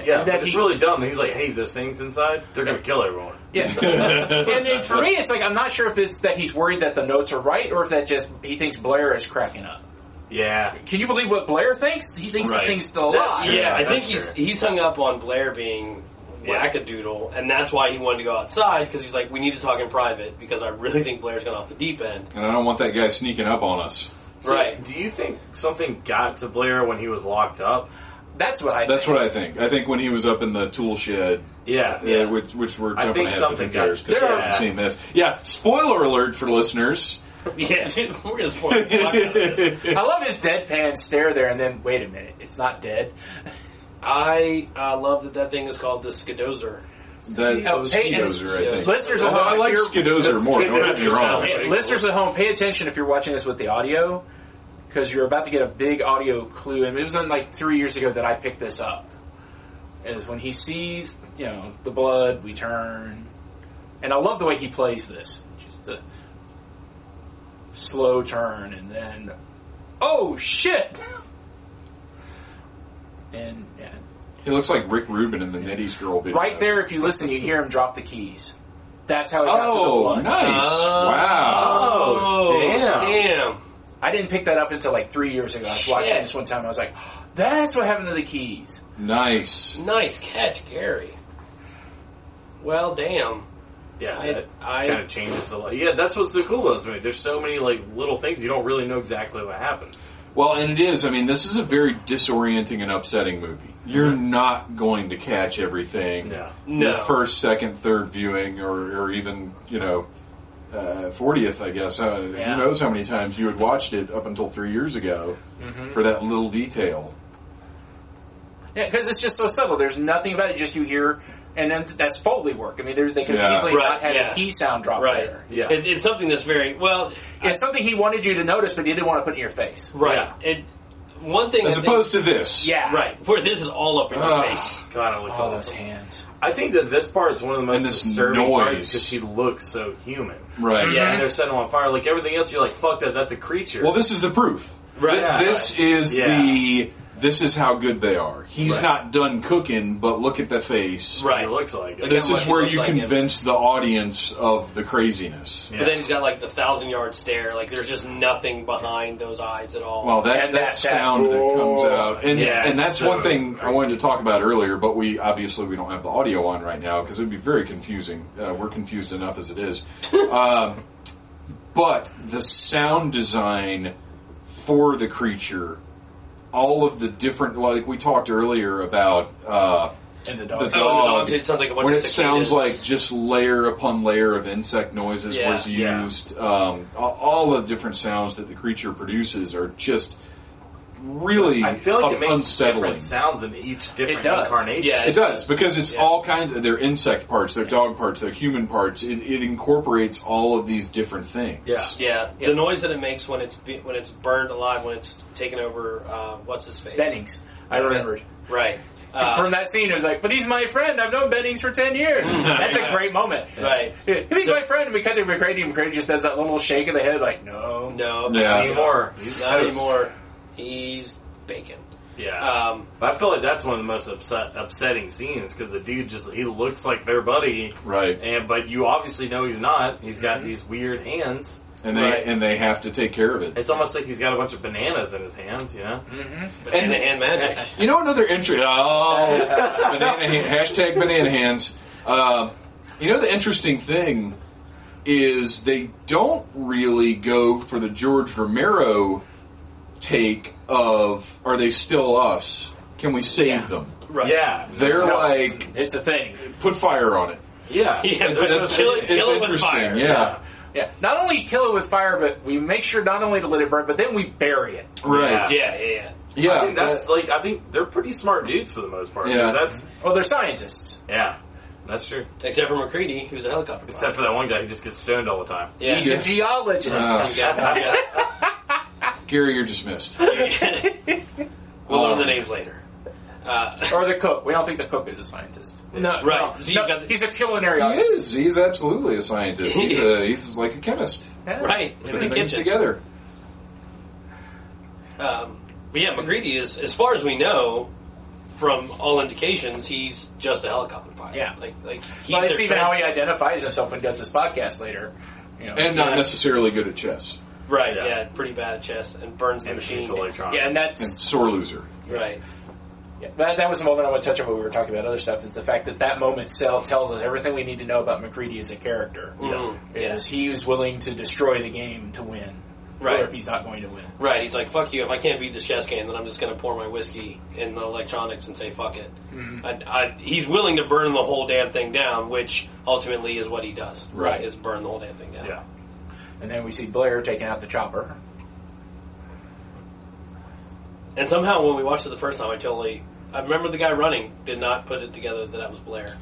F: yeah,
D: that
F: but it's
D: he-
F: really dumb. He's like, hey, those things inside, they're gonna kill everyone.
A: [LAUGHS]
D: and then for me, it's like I'm not sure if it's that he's worried that the notes are right or if that just he thinks Blair is cracking up.
F: Yeah.
D: Can you believe what Blair thinks? He thinks
F: Right.
D: this thing's still
F: That's
D: alive.
F: true.
C: Yeah, I
F: that's
C: think he's he's hung up on Blair being
F: Yeah.
C: wackadoodle, and that's why he wanted to go outside because he's like, we need to talk in private because I really think Blair's gone off the deep end.
A: And I don't want that guy sneaking up on us.
C: Right.
F: Do you think something got to Blair when he was locked up?
D: That's what I.
A: That's what I think. I think when he was up in the tool shed,
F: Yeah.
A: yeah, which, which we're
F: I
A: jumping
F: think
A: ahead
F: something
A: of the because
F: got-
A: we
F: Yeah.
A: haven't seen this. Yeah, spoiler alert for listeners.
C: [LAUGHS] Yeah, we're gonna spoil the fuck out of this.
D: I love his deadpan stare there, and then wait a minute, it's not dead.
C: [LAUGHS] I uh, love that that thing is called the Skidozer.
A: That
D: Oh,
A: was
D: hey, and-
A: Skidozer, I think.
D: Listeners at
A: Although
D: home,
A: I like
D: if you're-
A: Skidozer more. Don't get me
F: Skidozer
A: wrong.
F: sounds like-
D: listeners at home, pay attention if you're watching this with the audio, because you're about to get a big audio clue. And it was on like three years ago that I picked this up. Is when he sees, you know, the blood, we turn, and I love the way he plays this. Just the slow turn, and then, oh shit, [LAUGHS] and yeah.
A: He looks like Rick Rubin in the Nettie's Girl video.
D: right there, if you listen, you hear him drop the keys. That's how it got to the
A: Oh,
D: blood.
A: nice! wow.
F: Oh, damn.
C: Damn.
D: I didn't pick that up until like three years ago. I was watching
C: Shit.
D: this one time. I was like, "That's what happened to the keys."
A: Nice.
C: Nice catch, Gary. Well, damn.
F: Yeah,
C: I-
F: that
C: I-
F: kind of changes the. Yeah, that's what's so cool about this movie. There's so many like little things you don't really know exactly what happened.
A: Well, and it is. I mean, this is a very disorienting and upsetting movie. You're not going to catch everything.
F: Mm-hmm. Yeah.
C: No.
A: Your first, second, third viewing, or, or even you know, fortieth. I guess uh,
D: Yeah.
A: who knows how many times you had watched it up until three years ago
F: Mm-hmm.
A: for that little detail.
D: Yeah, because it's just so subtle. There's nothing about it. Just you hear, and then that's Foley work. I mean, there's- they could
A: Yeah.
D: easily
C: Right,
D: not have
C: yeah.
D: a key sound drop
C: Right.
D: there.
F: Yeah.
C: It, it's something that's very well.
D: It's something he wanted you to notice, but he didn't want to put in your face.
C: Right. It one thing
A: As
C: I think-
A: opposed to this.
F: Yeah.
C: right where this is all up in your
A: Ah.
C: face.
F: God, it looks
D: All those
F: awesome.
D: hands.
F: I think that this part is one of the most
A: And this
F: disturbing
A: noise.
F: parts because he looks so human.
A: Right.
F: Yeah, and they're setting him on fire. Like everything else, you're like, fuck that, that's a creature.
A: Mhm. Well, this is the proof.
F: Right.
A: Th- this is
F: Yeah.
A: the. This is how good they are. He's
F: Right.
A: not done cooking, but look at that face.
F: right. It looks like it.
C: Again,
A: This
C: what
A: is
C: he
A: where
C: looks
A: you
C: like, yeah.
A: convince the audience of the craziness.
F: Yeah.
C: But then he's got like the thousand yard stare. Like there's just nothing behind those eyes at all.
A: Well, that, that,
F: And that- that-
A: sound that, comes out, and
F: Yeah,
A: and that's
F: so
A: one thing I
F: creepy.
A: wanted to talk about earlier, but we obviously we don't have the audio on right now because it would be very confusing. Uh, we're confused enough as it is. um, but the sound design for the creature, all of the different, like we talked earlier about. Uh,
D: And the
A: the
D: dog.
C: Oh, the
A: dog,
C: dogs, it sounds like a bunch
A: when
C: of
A: it sounds
C: cicadas.
A: like just layer upon layer of insect noises
C: Yeah,
A: was
F: yeah.
A: used. Um, a- all the different sounds that the creature produces are just really
F: I feel like it makes
A: unsettling.
F: different sounds in each different
D: It does.
F: incarnation.
C: yeah,
A: It does because it's
C: Yeah.
A: all kinds. Of, they're insect parts, they're dog parts, they're human parts. It, it incorporates all of these different things.
F: Yeah.
C: Yeah, the noise that it makes when it's be- when it's burned alive, when it's taken over. Uh, what's his face?
D: Bennings. I remembered.
C: Right. Uh,
D: From that scene, it was like, but he's my friend. I've known Bennings for
C: [LAUGHS]
D: 10 years. That's a great moment.
C: Right.
D: Yeah, He's my friend. And we cut to McCready, and McCready just does that little shake of the head, like, no.
C: no,
A: Yeah.
F: Anymore.
C: Not anymore. He's bacon.
F: Yeah.
C: Um,
F: I feel like that's one of the most upset, upsetting scenes because the dude just he looks like their buddy,
A: Right,
F: and but you obviously know he's not. He's
D: Mhm.
F: got these weird hands.
A: and they
C: Right.
A: and they have to take care of it.
F: It's almost like he's got a bunch of bananas in his hands. You know,
D: Mm.
C: and the hand magic.
A: You know another entry. Oh, banana hand, hashtag banana hands. Uh, you know the interesting thing is they don't really go for the George Romero take of Are they still us? Can we save them?
C: [LAUGHS] Right.
F: yeah,
A: They're
F: No,
A: like
D: It's a thing.
A: put fire on it. [LAUGHS]
F: yeah,
C: Yeah, but kill it, kill it with fire.
A: Yeah.
D: Yeah. Not only kill it with fire, but we make sure not only to let it burn, but then we bury it.
A: right. Yeah,
C: Yeah, yeah, yeah.
F: I think that's
A: that-
F: like I think they're pretty smart dudes for the most part.
A: Yeah.
F: Yeah, that's
D: Well, they're scientists.
F: yeah, that's true.
C: Except for McCready, who's a helicopter. pilot.
F: Except for that one guy who just gets stoned all the time.
C: yeah.
D: He's a geologist.
A: Uh,
C: yeah, [LAUGHS] yeah.
A: Gary, you're dismissed.
C: We'll learn the names later. Uh,
D: or the cook. We don't think the cook is a scientist. No,
C: Right.
D: no.
C: So you've got the-
D: he's a culinary
A: He
D: artist.
A: is. He's absolutely a scientist. He's a, he's like a chemist.
D: Yeah.
C: right in the
A: Putting things
C: kitchen.
A: together.
C: Um, but yeah, McCready is, as far as we know, from all indications, he's just a helicopter pilot.
D: Yeah.
C: like like he's
D: Well, it's
C: their
D: even how he
C: trans-
D: identifies himself when he does his podcast later. You know.
A: And uh, not
C: Yeah.
A: necessarily good at chess.
C: right. Yeah.
F: Yeah.
C: pretty bad at chess and burns the
F: And
C: machine.
F: it's electronic.
D: yeah,
A: And
D: and that's
A: sore loser.
C: Right.
D: yeah, that, that was the moment I want to touch on what we were talking about other stuff. Is the fact that that moment sell, tells us everything we need to know about McCready as a character.
C: Mhm.
F: Mm-hmm.
D: Is he was willing to destroy the game to win,
C: Right.
D: Or if he's not going to win,
C: Right. He's like, "Fuck you! If I can't beat this chess game, then I'm just going to pour my whiskey in the electronics and say fuck it."
F: Mm-hmm.
C: I, I, he's willing to burn the whole damn thing down, which ultimately is what he does.
A: Right.
C: Is burn the whole damn thing down.
F: yeah.
D: and then we see Blair taking out the chopper.
C: And somehow, when we watched it the first time, I totally. I remember the guy running did not put it together that that was Blair.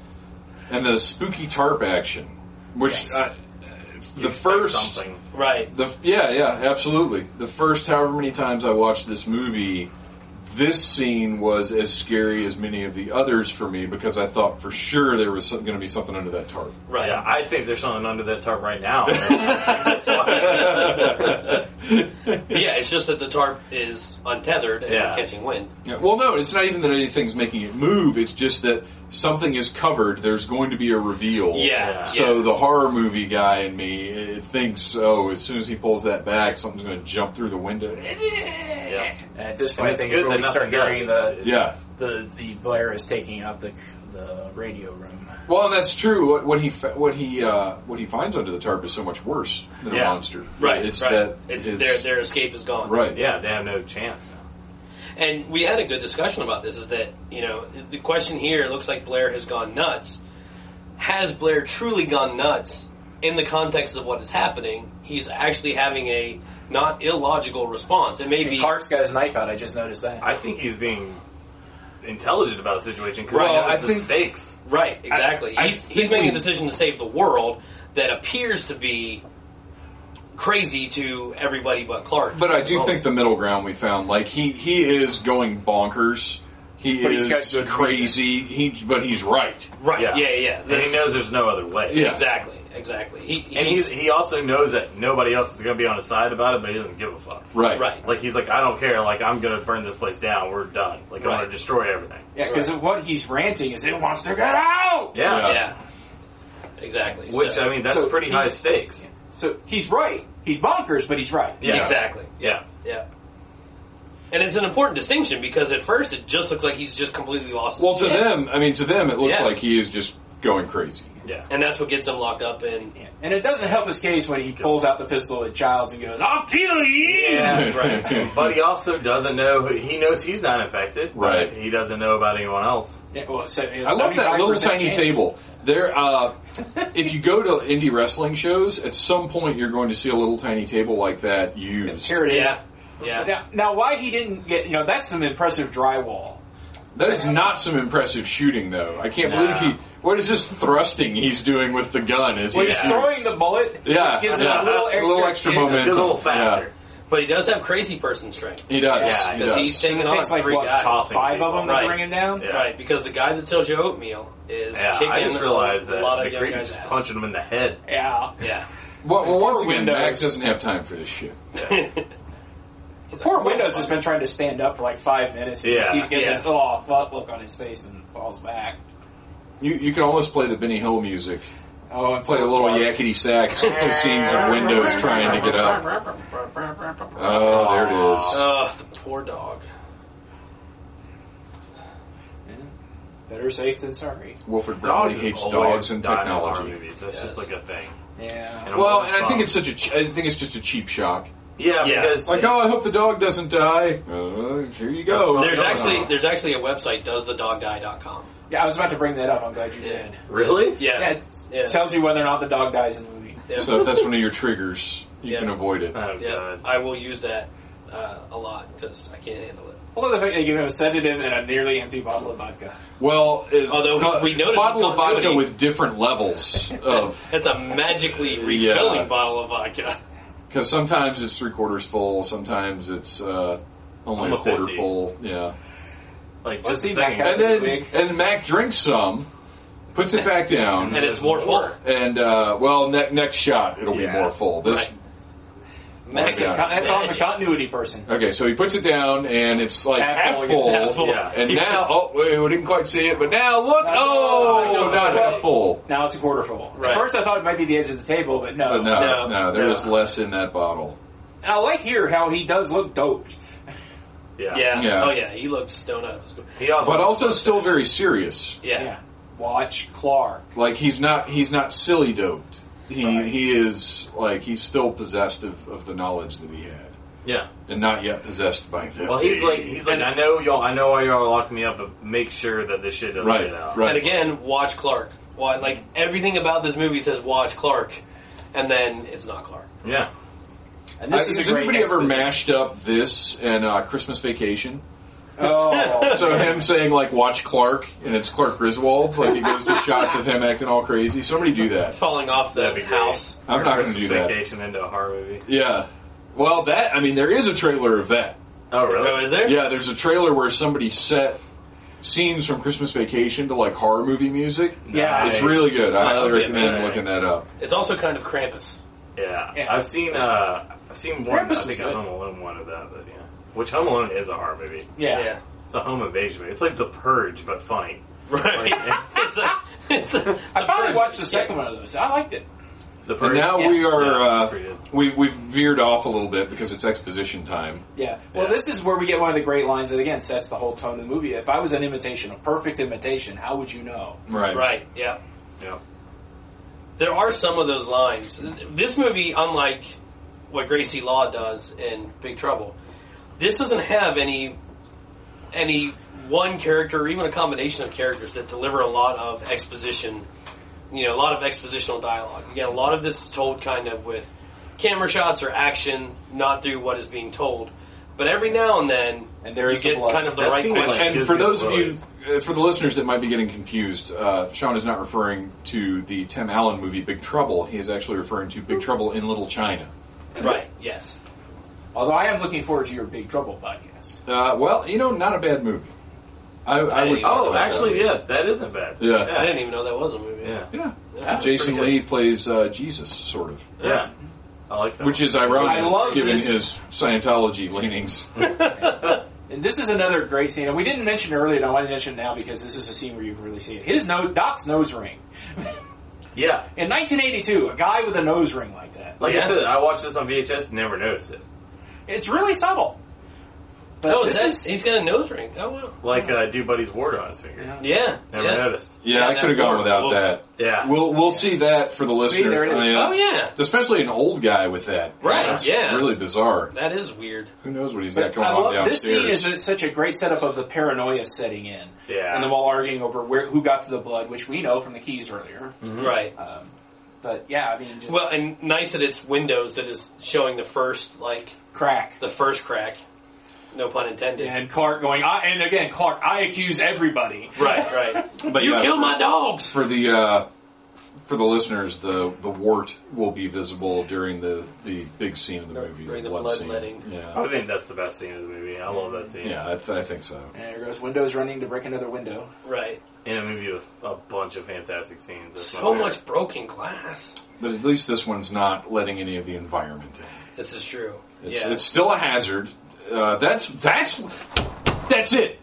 A: And the spooky tarp action, which
D: Yes.
A: uh, the
F: You expect
A: first,
F: something.
C: Right.
A: the yeah, yeah, absolutely. The first, however many times I watched this movie, this scene was as scary as many of the others for me because I thought for sure there was going to be something under that
F: [LAUGHS]
A: tarp.
C: Right.
F: Yeah, I think there's something under that tarp right now.
C: [LAUGHS] Yeah, it's just that the tarp is untethered and
F: Yeah.
C: catching wind.
A: Yeah, well, no, it's not even that anything's making it move. It's just that something is covered. There's going to be a reveal.
C: Yeah,
A: So
C: yeah.
A: the horror movie guy in me eh, thinks, oh, as soon as he pulls that back, something's going to jump through the window.
F: yeah.
D: At this
F: And
D: point, I
F: it's
D: think
F: good
D: it's where
F: that
D: we start
F: nothing does.
D: hearing the
A: Yeah.
D: the the Blair is taking out the the radio room.
A: Well, and that's true. What, what he fa- what he uh, what he finds under the tarp is so much worse than
F: Yeah.
A: a monster.
C: Right.
A: It's
C: right.
A: that.
C: It's-
A: it's-
C: their their escape is gone.
A: right.
F: Yeah, they have no chance.
C: And we had a good discussion about this. Is that you know the question here? It looks like Blair has gone nuts. Has Blair truly gone nuts in the context of what is happening? He's actually having a not illogical response. It may
D: And
C: be
D: Clark's got his knife out. I just noticed that.
F: I think he's being intelligent about the situation because
A: Well,
F: he knows
A: I
F: the
A: think-
F: stakes.
C: right. Exactly.
F: I
C: he's,
F: think
C: he's making a
A: we-
C: decision to save the world that appears to be crazy to everybody but Clark.
A: But I do think the middle ground we found, like he he is going bonkers. He
D: But he's
A: is
D: got good
A: crazy. He but he's right.
C: right?
F: Yeah.
C: Yeah, yeah, yeah.
F: And he knows there's no other way.
A: Yeah.
C: Exactly, exactly. He, he,
F: And he's, he also knows that nobody else is going to be on his side about it, but he doesn't give a fuck.
A: Right.
C: Right.
F: Like, he's like, I don't care. Like, I'm going to burn this place down. We're done. Like, I'm
C: Right.
F: going to destroy everything.
D: Yeah, because what he's ranting is it wants to get out.
F: Yeah.
A: Yeah.
C: yeah, exactly.
F: Which,
C: So-
F: I mean, that's
D: so
F: pretty
D: he-
F: high stakes.
D: So he's right. He's bonkers, but he's right.
F: Yeah.
C: exactly.
F: Yeah.
C: Yeah. And it's an important distinction because at first it just looks like he's just completely lost. his
A: Well, to
C: shit.
A: them, I mean, to them, it looks
C: Yeah.
A: like he is just going crazy.
F: Yeah.
C: and that's what gets him locked up. And
D: Yeah. And it doesn't help his case when he pulls out the pistol at Childs and goes, "I'll kill you."
F: Yeah.
C: Right.
F: But he also doesn't know, he knows he's not infected. but
A: Right.
F: He doesn't know about anyone else.
D: [LAUGHS] Yeah, well, so, you know,
A: I love that little
D: 75%
A: tiny
D: chance.
A: table. There,
D: [LAUGHS]
A: uh, if you go to indie wrestling shows, at some point you're going to see a little tiny table like that used.
D: Here it is.
C: yeah, yeah,
D: Now, now, why he didn't get? You know, that's some impressive drywall.
A: That is not some impressive shooting, though. I can't
F: Nah.
A: believe he. What is this thrusting he's doing with the gun? Is
D: Well,
A: he
D: he's throwing the bullet,
A: Yeah,
D: which gives
A: yeah.
D: him a little
A: A
D: extra,
A: little extra
D: kick.
A: moment.
F: It goes a little
A: Yeah.
F: faster.
C: but he does have crazy person strength,
A: He does.
F: Yeah,
A: he
C: because
A: does.
C: he's
D: It
C: taking on
D: takes like
C: three
D: what,
C: guys.
F: tossing
D: five of them
C: Right.
D: to bring him down.
F: Yeah.
C: Right, because the guy that sells you oatmeal is
F: Yeah,
C: kicking
F: I just realized that
C: a lot of
F: the
C: young
F: Greek
C: guys'
F: is
C: ass.
F: punching him in the head.
D: Yeah.
C: Yeah,
A: Well, well, once again,
D: windows.
A: Max doesn't have time for this shit.
D: Poor Windows has been trying to stand up for like five minutes. He just
F: Yeah,
D: keeps getting
C: yeah.
D: this oh fuck look on his face and falls back.
A: You you can almost play the Benny Hill music.
D: Oh,
A: Play a little yakety sax to scenes of windows trying to get up. Oh, there it is.
C: Ugh, the poor dog.
D: Better safe than sorry.
A: Wilfred Brawley hates dogs and technology.
F: Movies. That's just like a thing.
D: Yeah.
F: And
A: Well,
F: I'm
A: and I think
F: bummed.
A: it's such a ch- I think it's just a cheap shock.
F: yeah,
C: Yeah.
F: because
A: Like, oh, I hope the dog doesn't die. Uh, here you go.
C: There's
A: No, no,
C: actually
A: no.
C: there's actually a website doesthedogdie.com.
D: Yeah, I was about to bring that up. I'm glad you
C: Yeah.
D: did.
F: really,
C: Yeah,
D: Yeah, it
C: Yeah.
D: tells you whether or not the dog dies in the movie.
C: yeah.
A: So if that's one of your triggers, you
C: Yeah.
A: can avoid it.
F: Oh
C: Yeah,
F: god,
C: I will use that uh, a lot because I can't handle it.
D: Although the fact they give him a sedative and a nearly empty bottle of vodca.
A: Well, it-
C: Although we-
A: uh,
C: we noticed
A: bottle of vodka
C: continuity.
A: with different
C: [LAUGHS]
A: levels of
C: That's a magically refilling
A: Yeah.
C: bottle of vodka.
A: because sometimes it's three quarters full, sometimes it's uh, only
F: Almost
A: a quarter
F: empty.
A: full. Yeah,
F: like
D: Let's
F: just a
D: see, that
F: second.
D: guy-
A: and
D: That's
A: then
D: big.
A: and Mac drinks some, puts it back
C: [LAUGHS]
A: down,
C: And it's more full.
A: and uh, well, ne- next shot it'll
F: Yeah.
A: be more full. This
C: Right.
D: That's,
A: God.
D: con- that's
C: [LAUGHS]
D: on the
C: Magic.
D: continuity person.
A: okay, so he puts it down, and it's like
D: half
A: half,
D: full again.
A: full,
C: Half full.
F: Yeah.
A: and now oh, we we didn't quite see it, but now look,
D: Not
A: oh,
D: full.
A: not half full.
D: Now it's a quarter full. At
C: Right.
D: first I thought it might be the edge of the table, but no.
A: But no,
C: No,
A: no, there
C: no.
A: was less in that bottle.
D: And I like here how he does look doped.
F: yeah.
C: Yeah.
A: Yeah.
C: Oh yeah, he looked stoned out. It was good.
F: He also,
A: but also still very serious.
C: Yeah.
D: Watch Clark.
A: Like he's not he's not silly doped. He
D: Right.
A: he is like he's still possessed of, of the knowledge that he had,
F: yeah.
A: and not yet possessed by this.
F: Well, he's like, he's like, I know y'all, I know why y'all locked me up, but make sure that this shit doesn't
A: Right,
F: get out.
A: right.
C: And again, watch Clark. Why? Like everything about this movie says watch Clark, and then it's not Clark.
F: Yeah,
D: And this
A: I-
D: is
A: Uh, has
D: a great
A: anybody ever
D: exposition.
A: mashed up this and uh, Christmas
D: [LAUGHS]
A: Vacation?
C: [LAUGHS]
D: Oh,
A: So him saying like watch Clark and it's Clark Griswold, like he goes to shots of him acting all crazy. Somebody do that.
C: Falling off
F: That'd be
C: the
F: great.
C: house.
A: I'm not going to
F: Christmas
A: do that.
F: vacation into a horror movie.
A: Yeah. Well, that I mean there is a trailer of that.
F: Oh
C: Oh,
F: really?
C: is there?
A: Yeah, there's a trailer where somebody set scenes from Christmas Vacation to like horror movie music.
D: yeah.
A: It's really good. I highly
C: That'll be
A: recommend
F: amazing.
A: looking that up.
C: It's also kind of Krampus.
F: Yeah.
D: Yeah.
F: I've seen, uh, I've seen one.
D: Krampus
F: I think
D: was good.
F: Home Alone one of that, but yeah. Which Home Alone is a horror movie.
D: Yeah.
F: It's a home invasion movie. It's like The Purge, but funny.
C: [LAUGHS] Right. [LAUGHS] it's a, it's a, [LAUGHS]
D: I finally watched the second one of those. I liked it.
F: [LAUGHS] The Purge.
A: And now
D: yeah.
A: we are
F: Yeah, that's pretty
A: uh,
F: good.
A: we we've veered off a little bit because it's exposition time.
D: Yeah. Well,
F: Yeah.
D: this is where we get one of the great lines that again sets the whole tone of the movie. If I was an imitation, a perfect imitation, how would you know?
A: Right.
C: Right. Yeah.
F: Yeah.
C: There are some of those lines. This movie, unlike what Gracie Law does in Big Trouble, this doesn't have any any one character or even a combination of characters that deliver a lot of exposition. You know, a lot of expositional dialogue. Again, a lot of this is told kind of with camera shots or action, not through what is being told. But every now and then,
D: And there is
C: you
D: the
C: get
D: blood.
C: kind of the
F: That
C: right
F: scene was
C: question.
F: like-
A: And
F: Disney
A: for those of you,
F: Bros.
A: uh, for the listeners that might be getting confused, uh, Sean is not referring to the Tim Allen movie Big Trouble. He is actually referring to Big Trouble in Little China.
C: Right. Yes.
D: Although I am looking forward to your Big Trouble podcast.
A: Uh, well, you know, not a bad movie. I, I would.
C: Hey,
A: talk
F: Oh,
A: about that
F: actually,
A: movie.
F: yeah, that isn't bad.
A: Yeah.
C: I didn't even know that was a movie.
F: Yeah.
A: yeah.
C: Yeah, that's
A: Jason
C: pretty
A: Lee plays uh, Jesus, sort of,
F: Yeah. I like that.
A: which is ironic
D: I love
A: given
D: this.
A: his Scientology leanings.
D: And this is another great scene, and we didn't mention it earlier, and I want to mention it now because this is a scene where you can really see it. His nose, Doc's nose ring.
F: Yeah.
D: In 1982, a guy with a nose ring like that.
F: Like
C: Yeah.
F: I said, I watched this on VHS, never noticed it.
D: It's really subtle. But
C: Oh, is
D: this
C: that,
D: is-
C: he's got a nose ring. Oh wow.
F: Like uh, Dude Buddy's ward on his finger.
D: Yeah.
C: Yeah.
F: Never
C: yeah.
F: noticed.
A: Yeah, I
C: that
A: could have gone
C: war
A: without
C: wolf.
A: that.
F: Yeah.
A: We'll we'll see that for the listener.
D: there it is.
A: Yeah.
C: Oh yeah.
A: Especially an old guy with that.
C: Right,
A: That's
C: yeah.
A: Really bizarre.
C: That is weird.
A: Who knows what he's got going
D: I
A: on
D: love,
A: downstairs?
D: this scene is a- such a great setup of the paranoia setting in,
F: Yeah.
D: and them all arguing over where who got to the blood, which we know from the keys earlier.
C: Right.
D: Um, but yeah, I mean, just
C: Mm-hmm. Well, and nice that it's Windows that is showing the first like
D: crack.
C: the first crack. No pun intended.
D: And Clark going, I, and again, Clark, I accuse everybody.
C: Right.
D: [LAUGHS]
C: Right.
A: But
C: you
A: yeah,
C: killed my dogs.
A: for the uh, for the listeners. The the wart will be visible during the the big scene of the movie.
C: During the
A: blood scene.
C: bloodletting.
A: Yeah.
F: I think that's the best scene of the movie. I love that scene.
A: Yeah, I, th- I think so.
D: And there goes windows running to break another window.
C: Right.
F: In a movie with a bunch of fantastic scenes. That's my
C: So
F: favorite.
C: much broken glass.
A: But at least this one's not letting any of the environment in.
C: This is true.
A: It's,
C: yeah.
A: it's still a hazard. Uh, that's that's that's it.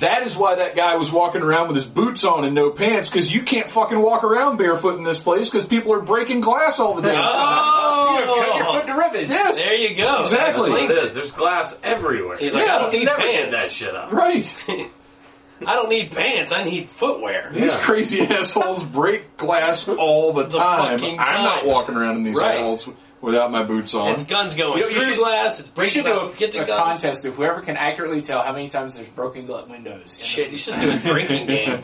A: That is why that guy was walking around with his boots on and no pants because you can't fucking walk around barefoot in this place because people are breaking glass all the damn time.
D: Cut
C: [LAUGHS]
D: your
C: oh,
D: foot to ribbons.
A: Yes.
C: there you go.
A: Exactly.
F: It is. There's glass everywhere.
C: He's like,
A: Yeah,
C: I don't need
F: never get
C: pants.
F: that shit
C: [LAUGHS]
F: up.
A: Right.
C: I don't need pants. I need footwear.
A: These crazy assholes break glass all the time.
C: fucking
A: I'm not
C: time.
A: walking around in these
C: Right.
A: halls without my boots on.
C: It's guns going
D: You- you
C: through
D: should-
C: glass. It's
D: We
C: breaking
D: should do
C: glass.
D: a,
C: Get the
D: a
C: guns.
D: contest of whoever can accurately tell how many times there's broken glut windows. in the-
C: Shit, you should do a
D: [LAUGHS]
C: drinking game.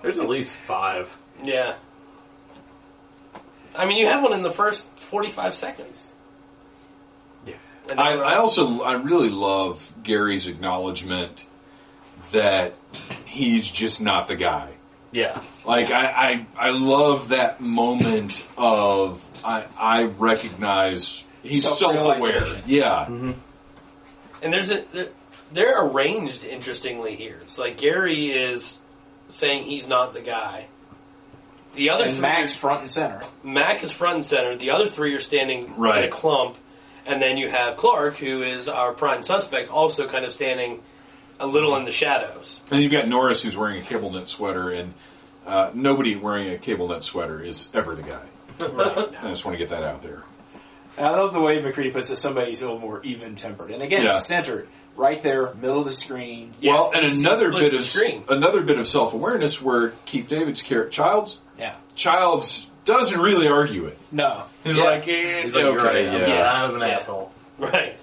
F: There's at least five.
C: Yeah. I mean, you had one in the first 45 seconds.
F: Yeah.
C: And
A: I,
C: then-
A: I also I really love Gary's acknowledgement that he's just not the guy.
F: Yeah.
A: Like I, I I love that moment of I I recognize he's self aware.
D: Self-realization.
A: Yeah.
C: and there's a, there- they're arranged interestingly here. It's like Gary is saying he's not the guy. The other
D: And
C: three,
D: Max front and center.
C: Mac is front and center. The other three are standing in
A: Right.
C: a clump, and then you have Clark, who is our prime suspect, also kind of standing a little in the shadows. [LAUGHS]
A: And you've got Norris who's wearing a cable knit sweater and uh, nobody wearing a cable knit sweater is ever the guy. I just want to get that out there.
D: And I love the way McCready puts it. Somebody's a little more even tempered, and again,
A: Yeah.
D: centered, right there, middle of the screen.
A: well, and
C: it's-
A: another
C: it's split
A: bit of
C: screen.
A: another bit of self awareness where Keith David's character Childs
D: Yeah.
A: Childs doesn't really argue it.
D: No.
A: He's
C: Yeah.
A: like, eh,
F: He's like,
A: okay,
F: you're right.
A: yeah.
F: Yeah, I was an
C: Yeah.
F: asshole.
C: Right.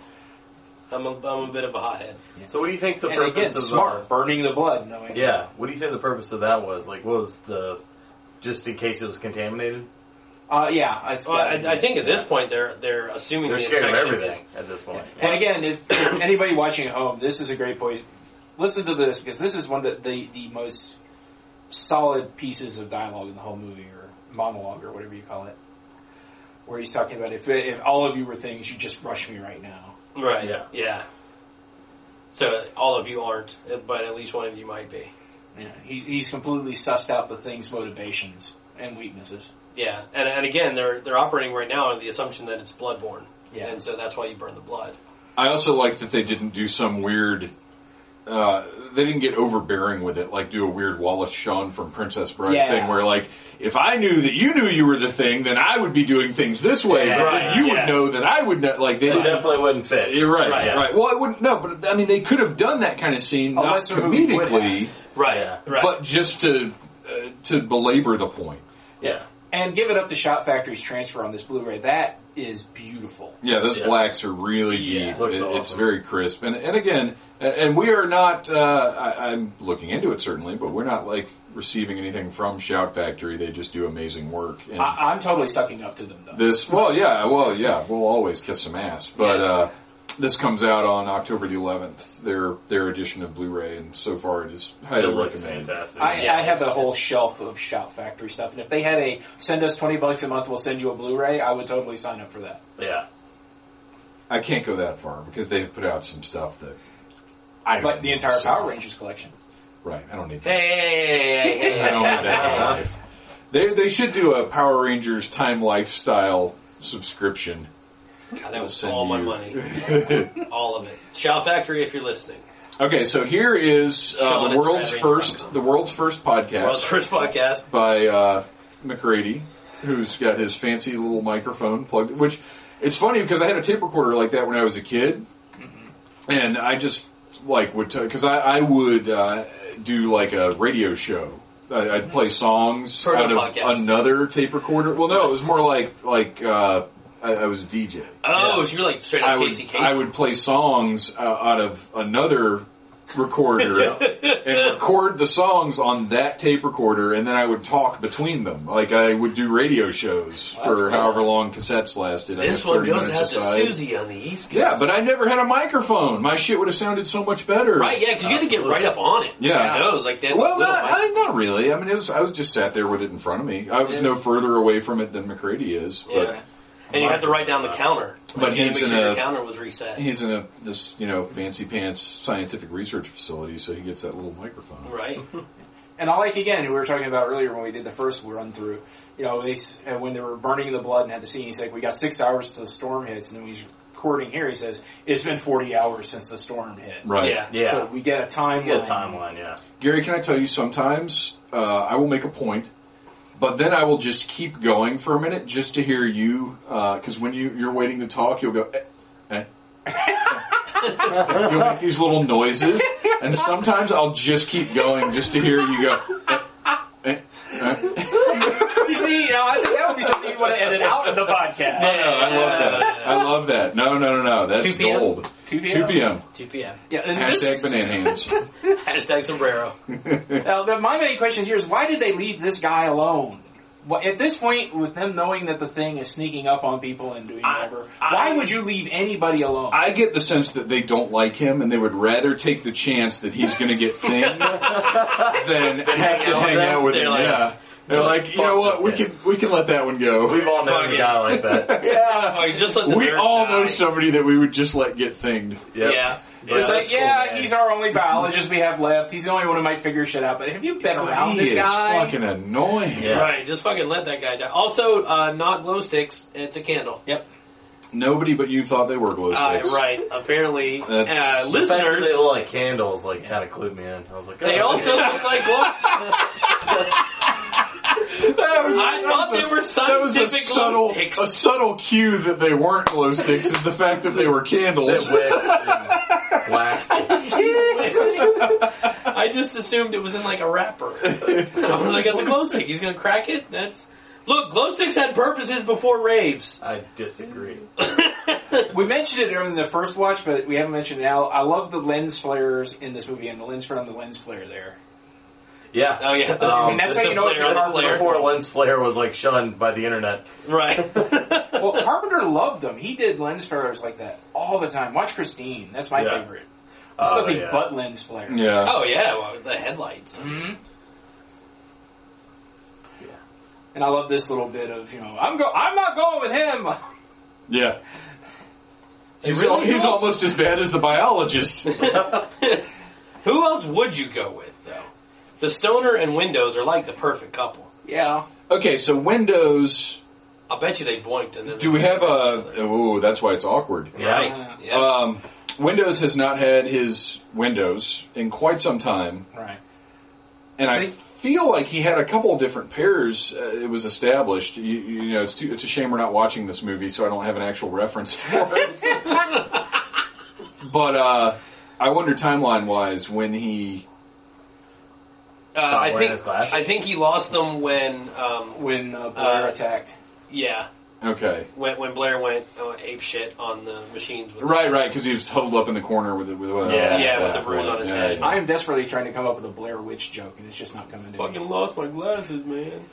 C: I'm a, I'm a bit of a hothead.
F: So what do you think the
D: And again,
F: purpose of uh,
D: smart, burning the blood, knowing.
F: Yeah. What do you think the purpose of that was? Like, what was the just in case it was contaminated?
D: Uh, yeah. It's
C: Well, I, I think at this point they're they're assuming
F: They're
C: the
F: scared of
C: infection.
F: everything at this point.
D: And again, if if anybody watching at home, this is a great place. Listen to this because this is one of the, the, the most solid pieces of dialogue in the whole movie or monologue or whatever you call it. Where he's talking about if, if all of you were things, you just rush me right now.
C: Right.
F: Yeah.
C: Yeah. So all of you aren't, but at least one of you might be.
D: You know, he's, he's completely sussed out the thing's motivations and weaknesses.
C: Yeah. And and again, they're they're operating right now under the assumption that it's bloodborne.
D: Yeah.
C: And so that's why you burn the blood.
A: I also like that they didn't do some weird. Uh, they didn't get overbearing with it, like do a weird Wallace Shawn from Princess Bride
D: Yeah.
A: thing, where like if I knew that you knew you were the thing, then I would be doing things this way.
F: Yeah.
A: but
C: Right,
A: then you
C: yeah.
A: would know that I would know. Like they
F: It
A: didn't.
F: definitely wouldn't fit.
A: You're right,
C: Right,
A: right,
C: yeah.
A: Well, it wouldn't. No, but I mean, they could have done that kind of scene,
D: Oh,
A: not
D: that's what we would
A: comedically,
C: Right.
F: Yeah.
C: Right.
A: but just to uh, to belabor the point.
F: Yeah.
D: And give it up to Shot Factory's transfer on this Blu-ray. That is beautiful.
A: Yeah, those
F: Yeah.
A: blacks are really deep.
F: looks
A: It- It's
F: awesome.
A: very crisp, and and again, and- and we are not. Uh, I, I'm looking into it certainly, but we're not like receiving anything from Shout Factory. They just do amazing work. And
D: I, I'm totally sucking up to them though.
A: this, well, yeah, well, yeah, we'll always kiss some ass. But uh, this comes out on October the 11th. Their their edition of Blu-ray, and so far it is
F: It
A: highly
F: looks
A: recommended.
F: fantastic.
D: I,
C: Yeah,
D: I have
C: it's-
D: a whole shelf of Shout Factory stuff, and if they had a send us twenty bucks a month, we'll send you a Blu-ray, I would totally sign up for that.
F: yeah.
A: I can't go that far because they've put out some stuff that I don't.
D: But the
A: need
D: entire
A: to see.
D: Power Rangers collection.
A: Right. I don't need that.
F: Hey,
A: I don't need that in my life. They they should do a Power Rangers time lifestyle subscription.
C: God, that was
A: Send
C: all my
A: you-
C: money.
A: [LAUGHS]
C: all of it. Shout Factory if you're listening.
A: Okay, so here is uh,
C: Shoveling
A: the world's
C: it to
A: first
C: Red
A: the world's first podcast
C: World's first podcast.
A: by uh, McCready, who's got his fancy little microphone plugged. Which it's funny because I had a tape recorder like that when I was a kid,
C: Mm-hmm.
A: and I just like would because I, I would uh, do like a radio show. I, I'd play songs
C: Mm-hmm. Sort of
A: out of
C: podcast.
A: another tape recorder. Well, no, it was more like like uh, I, I was a DJ.
C: Oh, so you're like straight up
A: I would
C: Casey Kasem.
A: I would play songs uh, out of another recorder
C: [LAUGHS]
A: and record the songs on that tape recorder, and then I would talk between them. Like I would do radio shows for however long cassettes lasted. I
C: this
A: guess
C: one
A: 30
C: goes out
A: minutes
C: to
A: aside.
C: Susie on the East Coast.
A: Yeah, but I never had a microphone. My shit would have sounded so much better.
C: Right, yeah, because you had to get right up on it.
A: Yeah.
C: Your nose, like that.
A: Well,
C: little
A: not,
C: mic.
A: I, not really. I mean, it was. I was just sat there with it in front of me. I was no further away from it than McCready is. But
C: yeah. And you had to write down the counter.
A: But
C: Like, you had
A: he's
C: to make
A: in
C: sure your
A: a-
C: counter was reset.
A: He's in a this you know fancy pants scientific research facility, so he gets that little microphone. [LAUGHS]
C: Right. [LAUGHS]
D: And I like again, we were talking about earlier when we did the first run through. You know, they s- uh, when they were burning the blood and had the scene, he's like, "We got six hours till the storm hits," and then he's recording here. He says, "It's been forty hours since the storm hit."
A: Right.
C: Yeah.
F: Yeah.
D: So we get a timeline.
F: Good timeline, yeah.
A: Gary, can I tell you? Sometimes uh, I will make a point, but then I will just keep going for a minute just to hear you, because when you you're waiting to talk, you'll go. Eh, eh. you'll make these little noises, and sometimes I'll just keep going just to hear you go. Eh, eh, eh.
D: You see, you know, I think that would be something you want to edit out of the podcast.
C: [LAUGHS]
A: No, no, I love that. I love that. No, no, no, no. That's
C: 2 p.m.?
A: gold.
D: 2 p.m.?
A: 2 p.m.
C: 2 p.m.
D: Yeah, and this
A: Hashtag
D: is-
A: banana hands.
C: Hashtag sombrero.
D: Now, the, my main question here is why did they leave this guy alone? Why- At this point, with them knowing that the thing is sneaking up on people and doing whatever, why would you leave anybody alone?
A: I get the sense that they don't like him and they would rather take the chance that he's going to get
C: [LAUGHS]
A: thin than have to hang out with
C: They're
A: him.
C: like,
A: yeah. They're like, you know what? We
F: this
A: can we can let that one go.
F: We've all known a guy
D: [LAUGHS]
F: like that.
A: Yeah.
C: Oh, you just let the
A: We
C: dirt
A: all
C: die.
A: know somebody that we would just let get thinged.
F: Yep.
C: Yeah.
F: Yeah.
D: it's like,
F: that's
D: yeah,
F: cool, man.
D: he's our only biologist we have left. He's the only one who might figure shit out. But have you been around
A: he
D: this
A: is
D: guy?
A: fucking annoying.
F: Yeah.
C: Right, just fucking let that guy die. Also, uh, not glow sticks, it's a candle.
D: Yep.
A: Nobody but you thought they were glow
C: Uh,
A: sticks.
C: right, apparently,
A: That's-
C: uh,
F: The fact that
C: listeners,
F: they look like candles, like, kind of clued me in. I was like,
C: they
F: oh,
C: also look like
A: [LAUGHS]
C: glow sticks.
A: [LAUGHS] That was,
C: I thought
A: that was
C: they were
A: that was a
C: scientific glow
A: subtle,
C: sticks.
A: a subtle cue that they weren't glow sticks is the fact that they were
C: [LAUGHS]
A: candles.
F: They're wicks and wax.
C: I just assumed it was in like a wrapper. I was like, that's a glow stick. He's gonna crack it? That's. Look, glow sticks had purposes before raves.
F: I disagree.
D: We mentioned it during the first watch, but we haven't mentioned it now. I love the lens flares in this movie and the lens flare on the lens flare there.
F: Yeah.
C: Oh, yeah.
F: Um,
C: [LAUGHS] I
D: mean, that's
F: this
D: how you know
F: is
D: it's
F: flare-
D: a
F: this is
C: [LAUGHS]
D: flare.
F: Before lens flare was like shunned by the internet.
C: Right.
D: Well,
F: [LAUGHS]
D: Carpenter loved them. He did lens flares like that all the time. Watch Christine. That's my
F: Yeah.
D: favorite. It's
F: Oh,
D: nothing
F: yeah.
D: but lens flare.
A: Yeah.
C: oh, yeah, well, the headlights.
D: And I love this little bit of, you know, I'm go I'm not going with him. [LAUGHS]
A: Yeah. He's,
C: really
A: al- he's
C: does.
A: almost as bad as the biologist.
C: [LAUGHS] Who else would you go with, though? The stoner and Windows are like the perfect couple.
D: Yeah.
A: okay, so Windows.
C: I'll bet you they blinked and then.
A: Do we have a? Oh, that's why it's awkward.
C: Right. Yeah.
A: Um, Windows has not had his Windows in quite some time,
D: Right.
A: and I feel like he had a couple of different pairs. Uh, it was established. You, you know, it's too, it's a shame we're not watching this movie, so I don't have an actual reference for it. [LAUGHS] but uh, I wonder timeline wise when he.
C: uh, I
F: wearing his
C: think
F: glasses.
C: I think he lost them when um,
D: When uh, Blair
C: Uh,
D: attacked.
C: yeah
A: Okay.
C: when when Blair went uh, ape shit on the machines. With
A: Right, right, because he was huddled up in the corner with the, with uh,
F: Yeah,
C: yeah,
A: that
C: with the bruise
A: one.
C: on his
A: Yeah,
C: head.
A: yeah.
D: I am desperately trying to come up with a Blair Witch joke, and it's just not coming to me.
C: Fucking lost my glasses, man.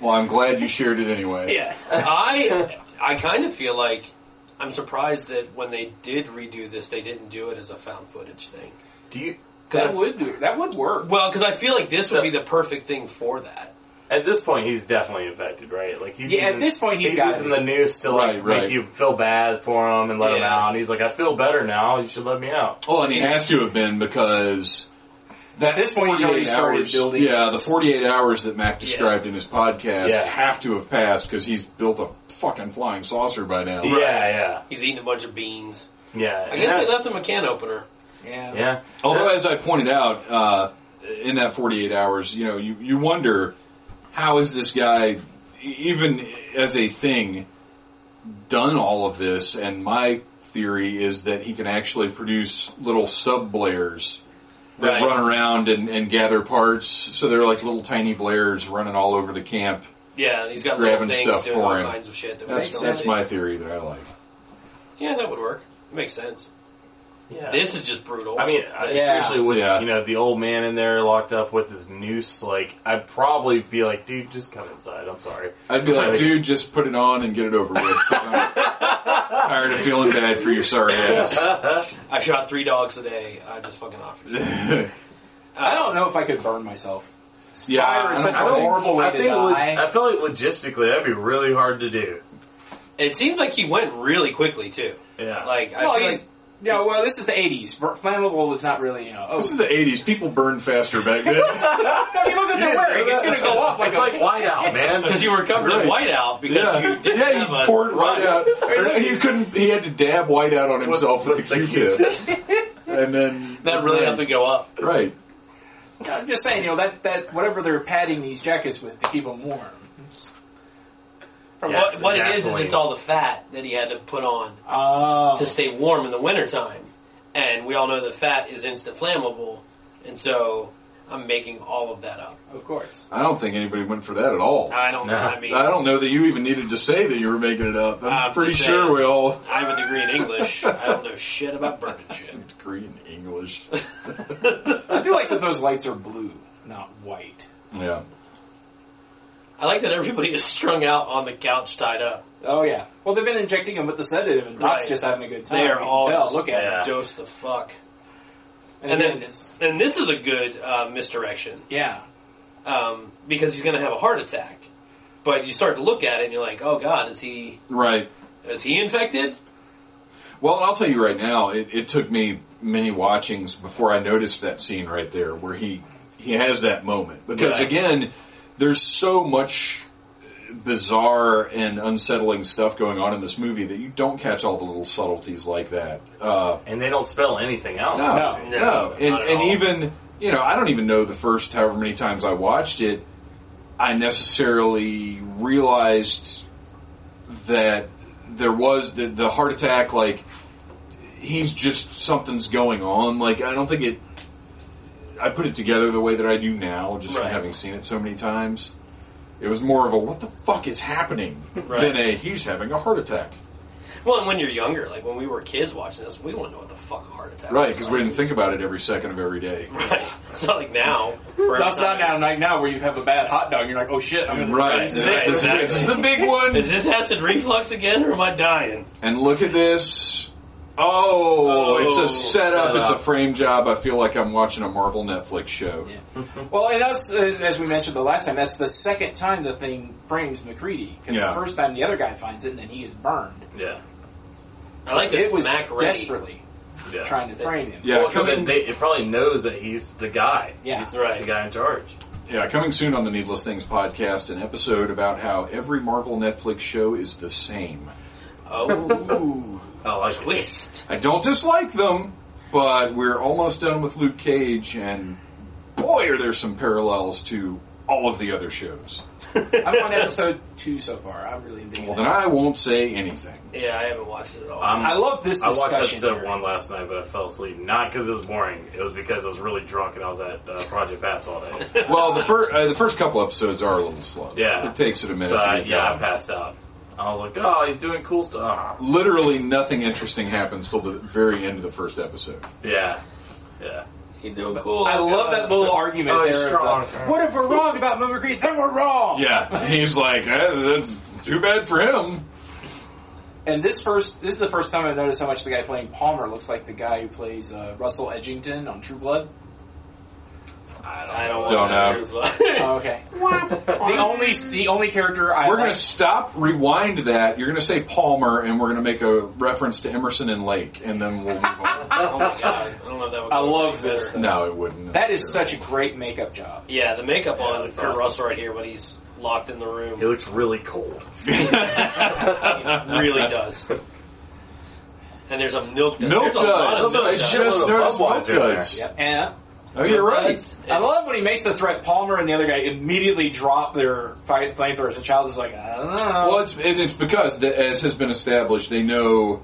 A: Well, I'm glad you shared it anyway.
C: Yeah, [LAUGHS] I I kind of feel like I'm surprised that when they did redo this, they didn't do it as a found footage thing.
F: Do you?
D: That would do. That would work.
C: Well, because I feel like this would be the perfect thing for that.
F: At this point, he's definitely infected, right? Like he's
D: Yeah, at
F: using-
D: this point, he's
F: he's
D: gotta
F: using
D: be.
F: the news to like
A: Right, right.
F: make you feel bad for him and let him
D: Yeah.
F: out. And he's like, "I feel better now. You should let me out."
A: Well, and he has to have been because that
D: At this point, he's
A: 48
D: already started
A: hours-
D: building
A: Yeah, the
D: this.
A: 48 hours that Mac described in his podcast
F: Yeah.
A: have to have passed because he's built a fucking flying saucer by now.
F: Yeah, yeah,
C: He's eating a bunch of beans.
F: yeah.
C: I guess
F: yeah.
C: they left him a can opener.
D: Yeah.
F: Yeah.
A: Although, as I pointed out, uh, in that 48 hours, you know, you, you wonder how is this guy, e- even as a thing, done all of this? And my theory is that he can actually produce little sub blares that
F: Right.
A: run around and, and gather parts. So they're like little tiny blares running all over the camp.
C: Yeah, and he's got
A: Grabbing
C: little things
A: stuff
C: doing
A: for
C: all
A: him.
C: kinds of shit. That
A: That's,
C: makes
A: that's
C: sense.
A: my theory that I like.
C: Yeah, that would work. It makes sense.
F: yeah.
C: This is just brutal.
F: I mean, I
D: Yeah.
F: seriously, with
A: Yeah.
F: you know the old man in there locked up with his noose, like I'd probably be like, "Dude, just come inside." I'm sorry.
A: I'd be like,
F: Right.
A: dude, just put it on and get it over with. I'm tired of feeling bad for your sorry ass.
C: I shot three dogs a day. I just fucking offered.
D: I don't know if I could burn myself.
A: Yeah,
D: Fire is
A: I don't
D: such a
A: think-
D: horrible way
F: I
D: to
F: think lo-
D: die.
F: I feel like logistically that'd be really hard to do.
C: It seems like he went really quickly too.
F: Yeah.
C: Like I
D: well,
C: feel
D: he's,
C: like
D: yeah, well, this is the 80s. Bur- Flammable was not really, you know. Oh,
A: This is the '80s. People burn faster back
C: [LAUGHS]
A: then.
D: no, you look at the wearing. It's going to go up like
F: it's
D: a.
F: like
C: [LAUGHS]
F: whiteout, man.
C: because you were covered in whiteout
A: [LAUGHS]
C: because
A: yeah,
C: you didn't
A: yeah,
C: have
A: he
C: a
A: poured white
C: [LAUGHS]
A: out. Or he couldn't. He had to dab white out on himself with,
F: with
A: the
F: the
A: Q-tip, and then
C: [LAUGHS] That really
A: right.
C: had to go up.
A: Right.
D: I'm just saying, you know, that, that, whatever they're padding these jackets with to keep them warm.
C: From
F: Yeah,
C: what, what it is is
F: gasoline.
C: it's all the fat that he had to put on
D: Oh.
C: to stay warm in the wintertime. And we all know that fat is instant flammable, and so I'm making all of that up.
D: Of course.
A: I don't think anybody went for that at all. I
C: I don't know.
F: Nah.
C: I mean,
A: don't know that you even needed to say that you were making it up. I'm,
C: I'm
A: pretty
C: just
A: sure
C: saying.
A: we all
C: I have a degree in English. I don't know shit about burning shit.
A: agree in
C: [LAUGHS]
A: English.
D: [LAUGHS] I do like that those lights are blue, not white.
A: yeah.
C: I like that everybody is strung out on the couch tied up.
D: Oh yeah. Well, they've been injecting him with the sedative, and Doc's
C: Right.
D: just having a good time.
C: They
D: You
C: are
D: can
C: all
D: tell.
C: just
D: Look at him.
C: dose the fuck.
D: And,
C: And
D: then
C: then,
D: it's
C: and this is a good uh, misdirection
D: yeah.
C: um, because he's going to have a heart attack. But you start to look at it and you're like, oh god, is he
A: Right.
C: is he infected?
A: Well, and I'll tell you right now, it, it took me many watchings before I noticed that scene right there where he he has that moment because
C: Right.
A: again, there's so much bizarre and unsettling stuff going on in this movie that you don't catch all the little subtleties like that. Uh,
F: and they don't spell anything out.
A: no,
D: No,
A: no,
C: no, not
A: and,
C: at
A: and
C: all.
A: even you know, I don't even know the first however many times I watched it, I necessarily realized that there was the, the heart attack. Like he's just something's going on. Like I don't think it. I put it together the way that I do now, just from
C: Right.
A: having seen it so many times. It was more of a "what the fuck is happening" than a "he's having a heart attack."
C: Well, and when you're younger, like when we were kids watching this, we wouldn't know what the fuck a heart attack.
A: Right,
C: was
A: because we
C: like.
A: didn't think about it every second of every day.
C: Right. [LAUGHS] It's not like now. where every
D: That's not
C: time-
D: now, like now, where you have a bad hot dog, you're like, oh shit, I'm gonna
A: Right,
D: This is
C: Right.
D: it.
A: This,
D: [LAUGHS]
A: is, this is the big one.
C: Is this acid reflux again, or am I dying?
A: And look at this. Oh,
C: Oh,
A: it's a setup. It's a
F: setup.
A: frame job. I feel like I'm watching a Marvel Netflix show.
D: Well, and that's, uh, as we mentioned the last time, that's the second time the thing frames McCready. Because
A: Yeah.
D: the first time the other guy finds it, and then he is burned.
F: Yeah,
C: I like that
D: it was
C: Mac Ready-
D: desperately
F: yeah.
D: trying to frame him.
A: Yeah,
F: Well, 'cause
A: coming,
F: it, they, it probably knows that he's the guy.
D: Yeah.
F: he's
C: Right.
F: the guy in charge.
A: yeah, coming soon on the Needless Things podcast, an episode about how every Marvel Netflix show is the same.
C: Oh,
D: Ooh.
F: Oh, I see.
C: twist.
A: I don't dislike them, but we're almost done with Luke Cage, and boy, are there some parallels to all of the other shows.
D: I'm on episode two so far. I'm really digging
A: Well,
D: it.
A: then I won't say anything.
C: Yeah, I haven't watched it at all.
F: I'm-
D: I love this
F: I watched
D: discussion.
F: episode
D: here.
F: one last night, but I fell asleep. Not because it was boring. It was because I was really drunk and I was at uh, Project Paps [LAUGHS] all day.
A: Well, the first uh, the first couple episodes are a little slow.
F: Yeah.
A: it takes it a minute.
F: so
A: to
F: I,
A: get
F: yeah, I
A: going.
F: passed out. I was like, oh, he's doing cool stuff. Uh-huh.
A: literally nothing interesting happens till the very end of the first episode.
F: Yeah, yeah.
C: He's doing cool.
D: I love that little argument
F: Oh, he's
D: there.
F: strong.
D: of the, what if we're wrong about Mummer Green? Then we're wrong.
A: Yeah, and he's like, eh, that's too bad for him.
D: And this first, this is the first time I've noticed how much the guy playing Palmer looks like the guy who plays uh, Russell Edgington on True Blood.
C: I don't,
A: Don't
C: want to [LAUGHS] know.
D: Oh, okay. the only the only character I
A: We're going
D: like,
A: to stop, rewind that. You're going to say Palmer, and we're going to make a reference to Emerson and Lake, and then we'll move
C: [LAUGHS]
A: on.
C: oh my god. I don't know if that would
D: I
C: go
D: love
C: any
D: this.
C: better.
A: no, it wouldn't.
D: that is such a great makeup job.
C: Yeah, the makeup on Kurt
F: that's awesome.
C: Russell right here when he's locked in the room [LAUGHS]
F: It looks really cold.
A: [LAUGHS]
C: really does. And there's a milk dud.
A: Milk
C: There's a lot of
A: duds. I
C: milk dud.
A: just
F: Little
A: noticed milk
F: Budweiser there.
A: duds.
F: Yep.
D: Yeah.
A: Oh, you're right.
D: I love when he makes the threat. Palmer and the other guy immediately drop their fi- flamethrowers, and Childs is like, I don't know.
A: Well, it's it, it's because the, as has been established, they know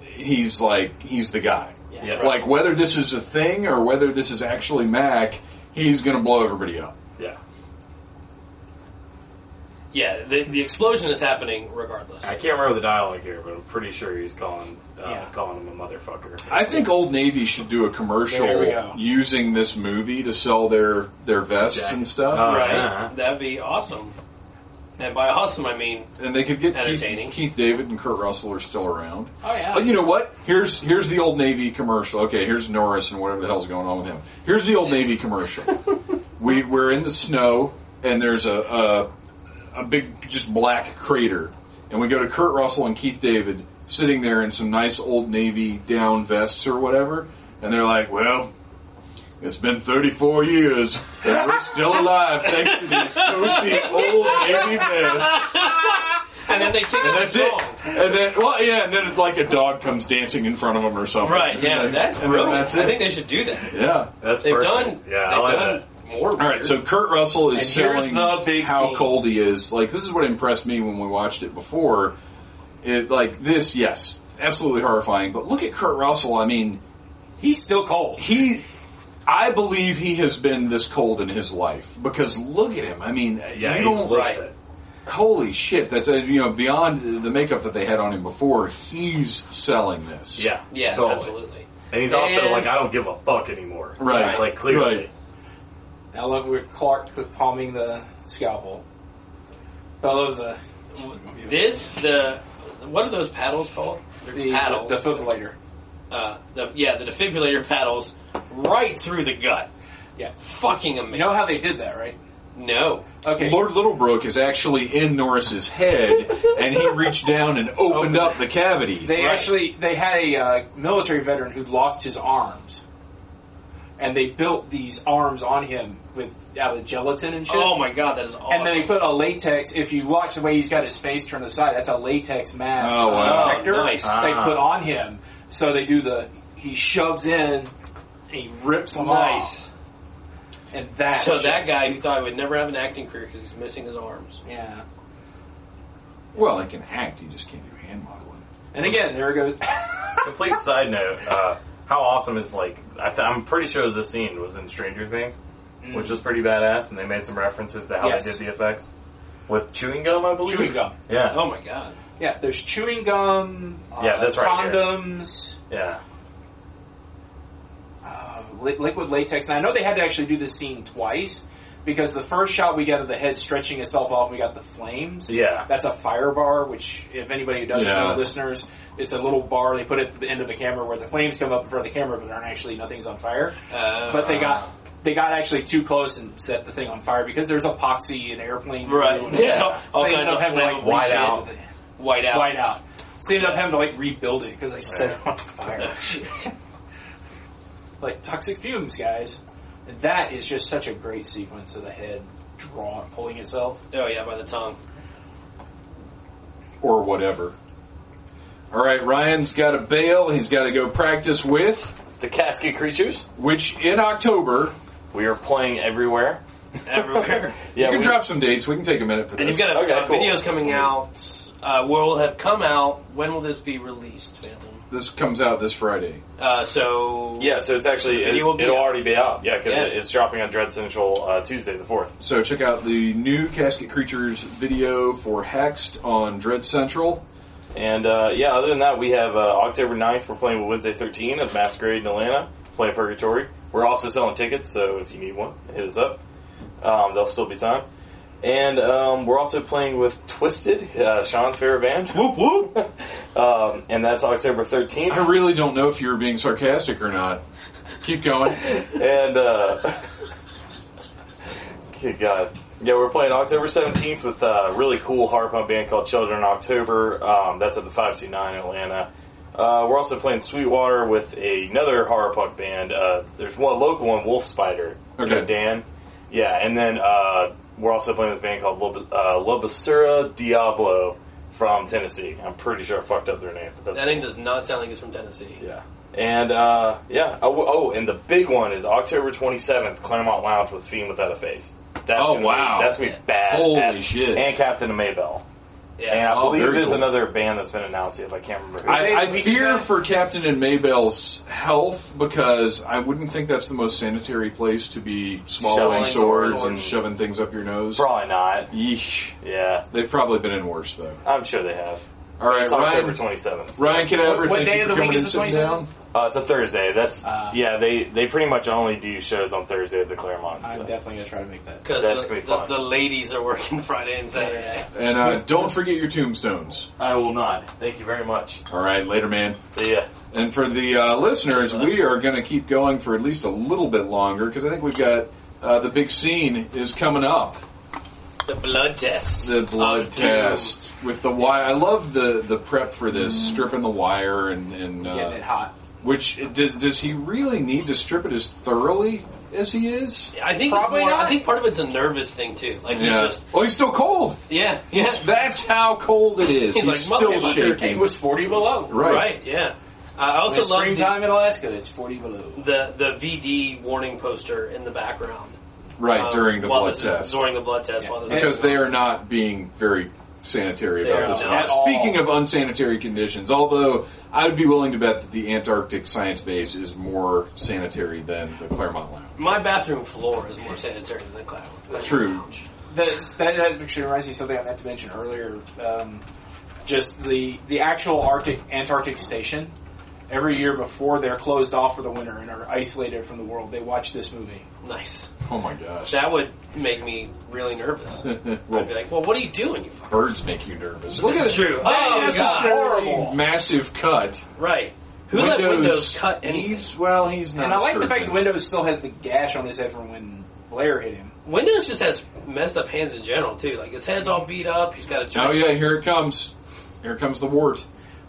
A: he's like he's the guy.
F: Yeah.
A: Like whether this is a thing or whether this is actually Mac, he's going to blow everybody up.
F: Yeah.
C: Yeah, the, the explosion is happening regardless.
F: I can't remember the dialogue here, but I'm pretty sure he's calling uh,
D: Yeah.
F: calling him a motherfucker.
A: I think Old Navy should do a
D: There we
A: commercial
D: go.
A: using this movie to sell their their vests
F: Jacket.
A: and stuff,
D: Uh,
F: Oh,
C: right?
F: yeah.
C: That'd be awesome. And by awesome, I mean
A: and they could get Keith,
C: Entertaining.
A: Keith David and Kurt Russell are still around.
D: Oh, yeah.
A: But you know what? Here's here's the Old Navy commercial. Okay, here's Norris and whatever the hell's going on with him. Here's the Old Navy commercial. we we're in the snow and there's a, a a big just black crater, and we go to Kurt Russell and Keith David sitting there in some nice Old Navy down vests or whatever, and they're like, well. It's been 34 years, and we're still alive thanks to these toasty old navy vests.
C: And then they sing
A: And
C: that
A: that's
C: song.
A: it. And then, well, yeah, and then it's like a dog comes dancing in front of them or something.
C: Right, yeah,
A: And
C: that's
A: then
C: brilliant.
A: that's
C: I think
A: it.
C: they should do that.
A: Yeah.
F: That's
C: They've
F: perfect.
C: done,
F: Yeah, I
C: they've
F: like
C: done
F: that.
C: more.
A: All right, so Kurt Russell is
D: And here's
A: selling
D: the big
A: how
D: scene.
A: cold he is. Like this is what impressed me when we watched it before. It like this, yes, absolutely horrifying. But look at Kurt Russell. I mean,
D: He's still cold.
A: he, I believe he has been this cold in his life because look at him. I mean,
F: Yeah,
A: you
F: he
A: don't like.
F: looks it.
A: Holy shit! That's a, you know beyond the makeup that they had on him before. He's selling this.
F: Yeah,
C: Yeah,
F: totally.
C: absolutely.
F: And he's also
D: And-
F: like, I don't give a fuck anymore.
A: Right.
F: like clearly.
A: Right.
D: I love where Clark palming the scalpel. I love the
C: This, the, what are those paddles called? They're
D: the
C: paddles.
D: the defibrillator.
C: uh, the, yeah, the defibrillator paddles right through the gut.
D: Yeah.
C: Fucking
D: You
C: amazing.
D: know how they did that, right?
C: no.
D: Okay.
A: Lord Littlebrook is actually in Norris's head, and he reached down and opened up the cavity.
D: They
C: Right.
D: actually they had a uh, military veteran who lost his arms, and they built these arms on him with out of gelatin and shit.
C: Oh my god, that is awesome.
D: And then they put a latex. If you watch the way he's got his face turned aside, that's a latex mask.
A: Oh, wow. Ah.
D: uh, protector
C: Oh, nice.
D: They put on him. So they do the. He shoves in. and He rips them
C: nice.
D: off, and that.
C: So that guy who thought he would never have an acting career because he's missing his arms.
D: Yeah.
A: well, he can act, he just can't do hand modeling.
D: And again, there it goes.
F: [LAUGHS]
D: [LAUGHS]
F: Complete side note: uh, How awesome is like? I th- I'm pretty sure this scene was in Stranger Things, which was pretty badass, and they made some references to how
D: Yes.
F: they did the effects with chewing gum, I believe.
D: chewing gum.
F: Yeah.
C: Oh my god.
D: Yeah, there's chewing gum. Uh,
F: Yeah, that's right here.
D: Condoms.
F: Yeah.
D: li- liquid latex. And I know they had to actually do this scene twice because the first shot we got of the head stretching itself off, we got the flames.
F: Yeah.
D: That's a fire bar, which if anybody who doesn't
A: Yeah.
D: know, listeners, it's a little bar they put at the end of the camera where the flames come up in front of the camera, but aren't actually nothing's on fire.
C: Uh,
D: But they got they got actually too close and set the thing on fire because there's epoxy and airplane
C: Right.
D: glue and
C: Yeah.
D: all that. So
C: All
D: they ended
C: kinds
D: up
C: of
D: having to like
C: flammable
F: shit.
D: white out. The,
C: white out.
D: white out. So they ended up having to like rebuild it because they set it on fire [LAUGHS] like toxic fumes, guys. And that is just such a great sequence of the head drawing, pulling itself.
C: Oh yeah, by the tongue.
A: Or whatever. Alright, Ryan's got a bail, he's got to go practice with,
F: The casket creatures.
A: which in October,
F: We are playing everywhere.
D: [LAUGHS]
C: Everywhere.
F: Yeah.
A: you can
F: we-
A: drop some dates, we can take a minute for
C: and
A: this.
C: you've got a,
F: Okay,
C: uh,
F: cool.
C: videos coming out. Uh, will have come out. When will this be released, Phantom?
A: this comes out this Friday.
C: Uh, so
F: Yeah, so it's actually it,
C: Video
F: will
C: will be out.
F: already be out. Yeah, because
C: Yeah.
F: it's dropping on Dread Central uh, Tuesday the fourth.
A: So check out the new Casket Creatures video for Hexed on Dread Central.
F: And uh, yeah, other than that, we have uh, October 9th, we're playing with Wednesday 13 of Masquerade in Atlanta, playing Purgatory. We're also selling tickets, so if you need one, hit us up. Um, there'll still be time. And um, we're also playing with Twisted, uh, Sean's favorite band. Whoop whoop! [LAUGHS] um, and that's October 13th.
A: I really don't know if you were being sarcastic or not. Keep going.
F: and uh, Good God. Yeah, we're playing October 17th with a really cool hard punk band called Children in October. Um, that's at the 529 in Atlanta. Uh, we're also playing Sweetwater with another horror punk band. Uh, there's one local one, Wolf Spider. You know
A: Okay.
F: Dan. Yeah, and then uh, we're also playing this band called Lob- uh, Lobosura Diablo from Tennessee. I'm pretty sure I fucked up their name, but that's
C: That name does not sound like it's from Tennessee.
F: yeah. And, uh, yeah. Oh, oh, and the big one is October 27th, Claremont Lounge with Fiend Without a Face. That's
A: Oh,
F: gonna
A: wow.
F: Be, that's going to be bad.
A: Holy shit.
F: And Captain Maybell.
C: Yeah.
F: And I
A: Oh,
F: believe
A: very
F: there's
A: cool.
F: another band that's been announced yet, but I can't remember who.
A: I,
D: We
A: I
D: could
A: fear
D: say-
A: for Captain and Maybell's health because I wouldn't think that's the most sanitary place to be swallowing
F: Shoveling
A: swords
F: swords.
A: and shoving things up your nose.
F: Probably not.
A: Yeesh.
F: Yeah.
A: They've probably been in worse though.
F: I'm sure they have.
A: All right,
F: It's October
A: Ryan.
F: 27th.
A: Ryan, can I ever
D: What- what
A: thank
D: day
A: you
D: of
A: for
D: the week
A: coming
D: is
A: and
D: the
A: sitting
D: 27th?
A: down?
F: Uh, it's a Thursday. That's,
A: Uh,
D: Ah.
F: yeah, they, they pretty much only do shows on Thursday at the Claremont.
D: I'm
F: so.
D: definitely gonna try to make that.
C: Because
F: That's
C: the,
F: gonna be
C: the-
F: fun.
C: the ladies are working [LAUGHS] Friday and Saturday.
A: And uh, don't forget your tombstones.
F: I will not. Thank you very much.
A: All right, later, man.
F: See ya.
A: And for the uh, listeners, we are going to keep going for at least a little bit longer because I think we've got uh, the big scene is coming up.
C: The blood test.
A: The blood
C: of doom.
A: test with the wire. I love the, the prep for this,
C: Mm.
A: stripping the wire and and
D: Getting it
A: uh,
D: hot.
A: which does, does he really need to strip it as thoroughly as he is?
C: I think
D: Probably
C: it's more,
D: not.
C: I think part of it's a nervous thing too. Like he's just
A: Oh, he's still cold.
C: yeah, [LAUGHS] yeah,
A: That's how cold it is. He's,
C: He's like,
A: still
C: "Motherfucker."
A: shaking.
D: It was 40 below.
A: Right.
C: right. yeah. I
D: In
C: also love the,
D: springtime in Alaska, it's 40 below.
C: the the VD warning poster in the background
A: right
C: um,
A: during the
C: while
A: blood
C: this is-
A: test.
C: During the blood test,
D: Yeah.
C: while this is
A: because
C: going
A: they are not being very sanitary
C: They
A: about
C: are
A: this.
C: not
A: Now,
D: at all.
A: Speaking of unsanitary conditions, although I would be willing to bet that the Antarctic science base is more sanitary than the Claremont Lounge.
C: on. my bathroom floor is more sanitary than the cloud.
A: True.
D: That, that, that actually reminds me of something I meant to mention earlier. Um, just the the actual Arctic Antarctic station. Every year before they're closed off for the winter and are isolated from the world, they watch this movie.
C: Nice.
A: Oh my gosh.
C: That would make me
A: [LAUGHS]
C: really nervous.
A: Well,
C: I'd be like, well, what are you doing? You fuck?
A: birds make you nervous.
C: This is true. Oh,
D: is
C: God.
D: true.
A: Horrible. Massive cut.
C: Right. Who let Windows cut anything?
A: He's, well, he's not.
D: And I like the fact
A: Sturgeon.
D: that Windows still has the gash on his head from when Blair hit him.
C: Windows just has messed up hands in general too. Like his head's all beat up. He's got a
A: Oh
C: giant.
A: yeah, here it comes. Here comes the wart.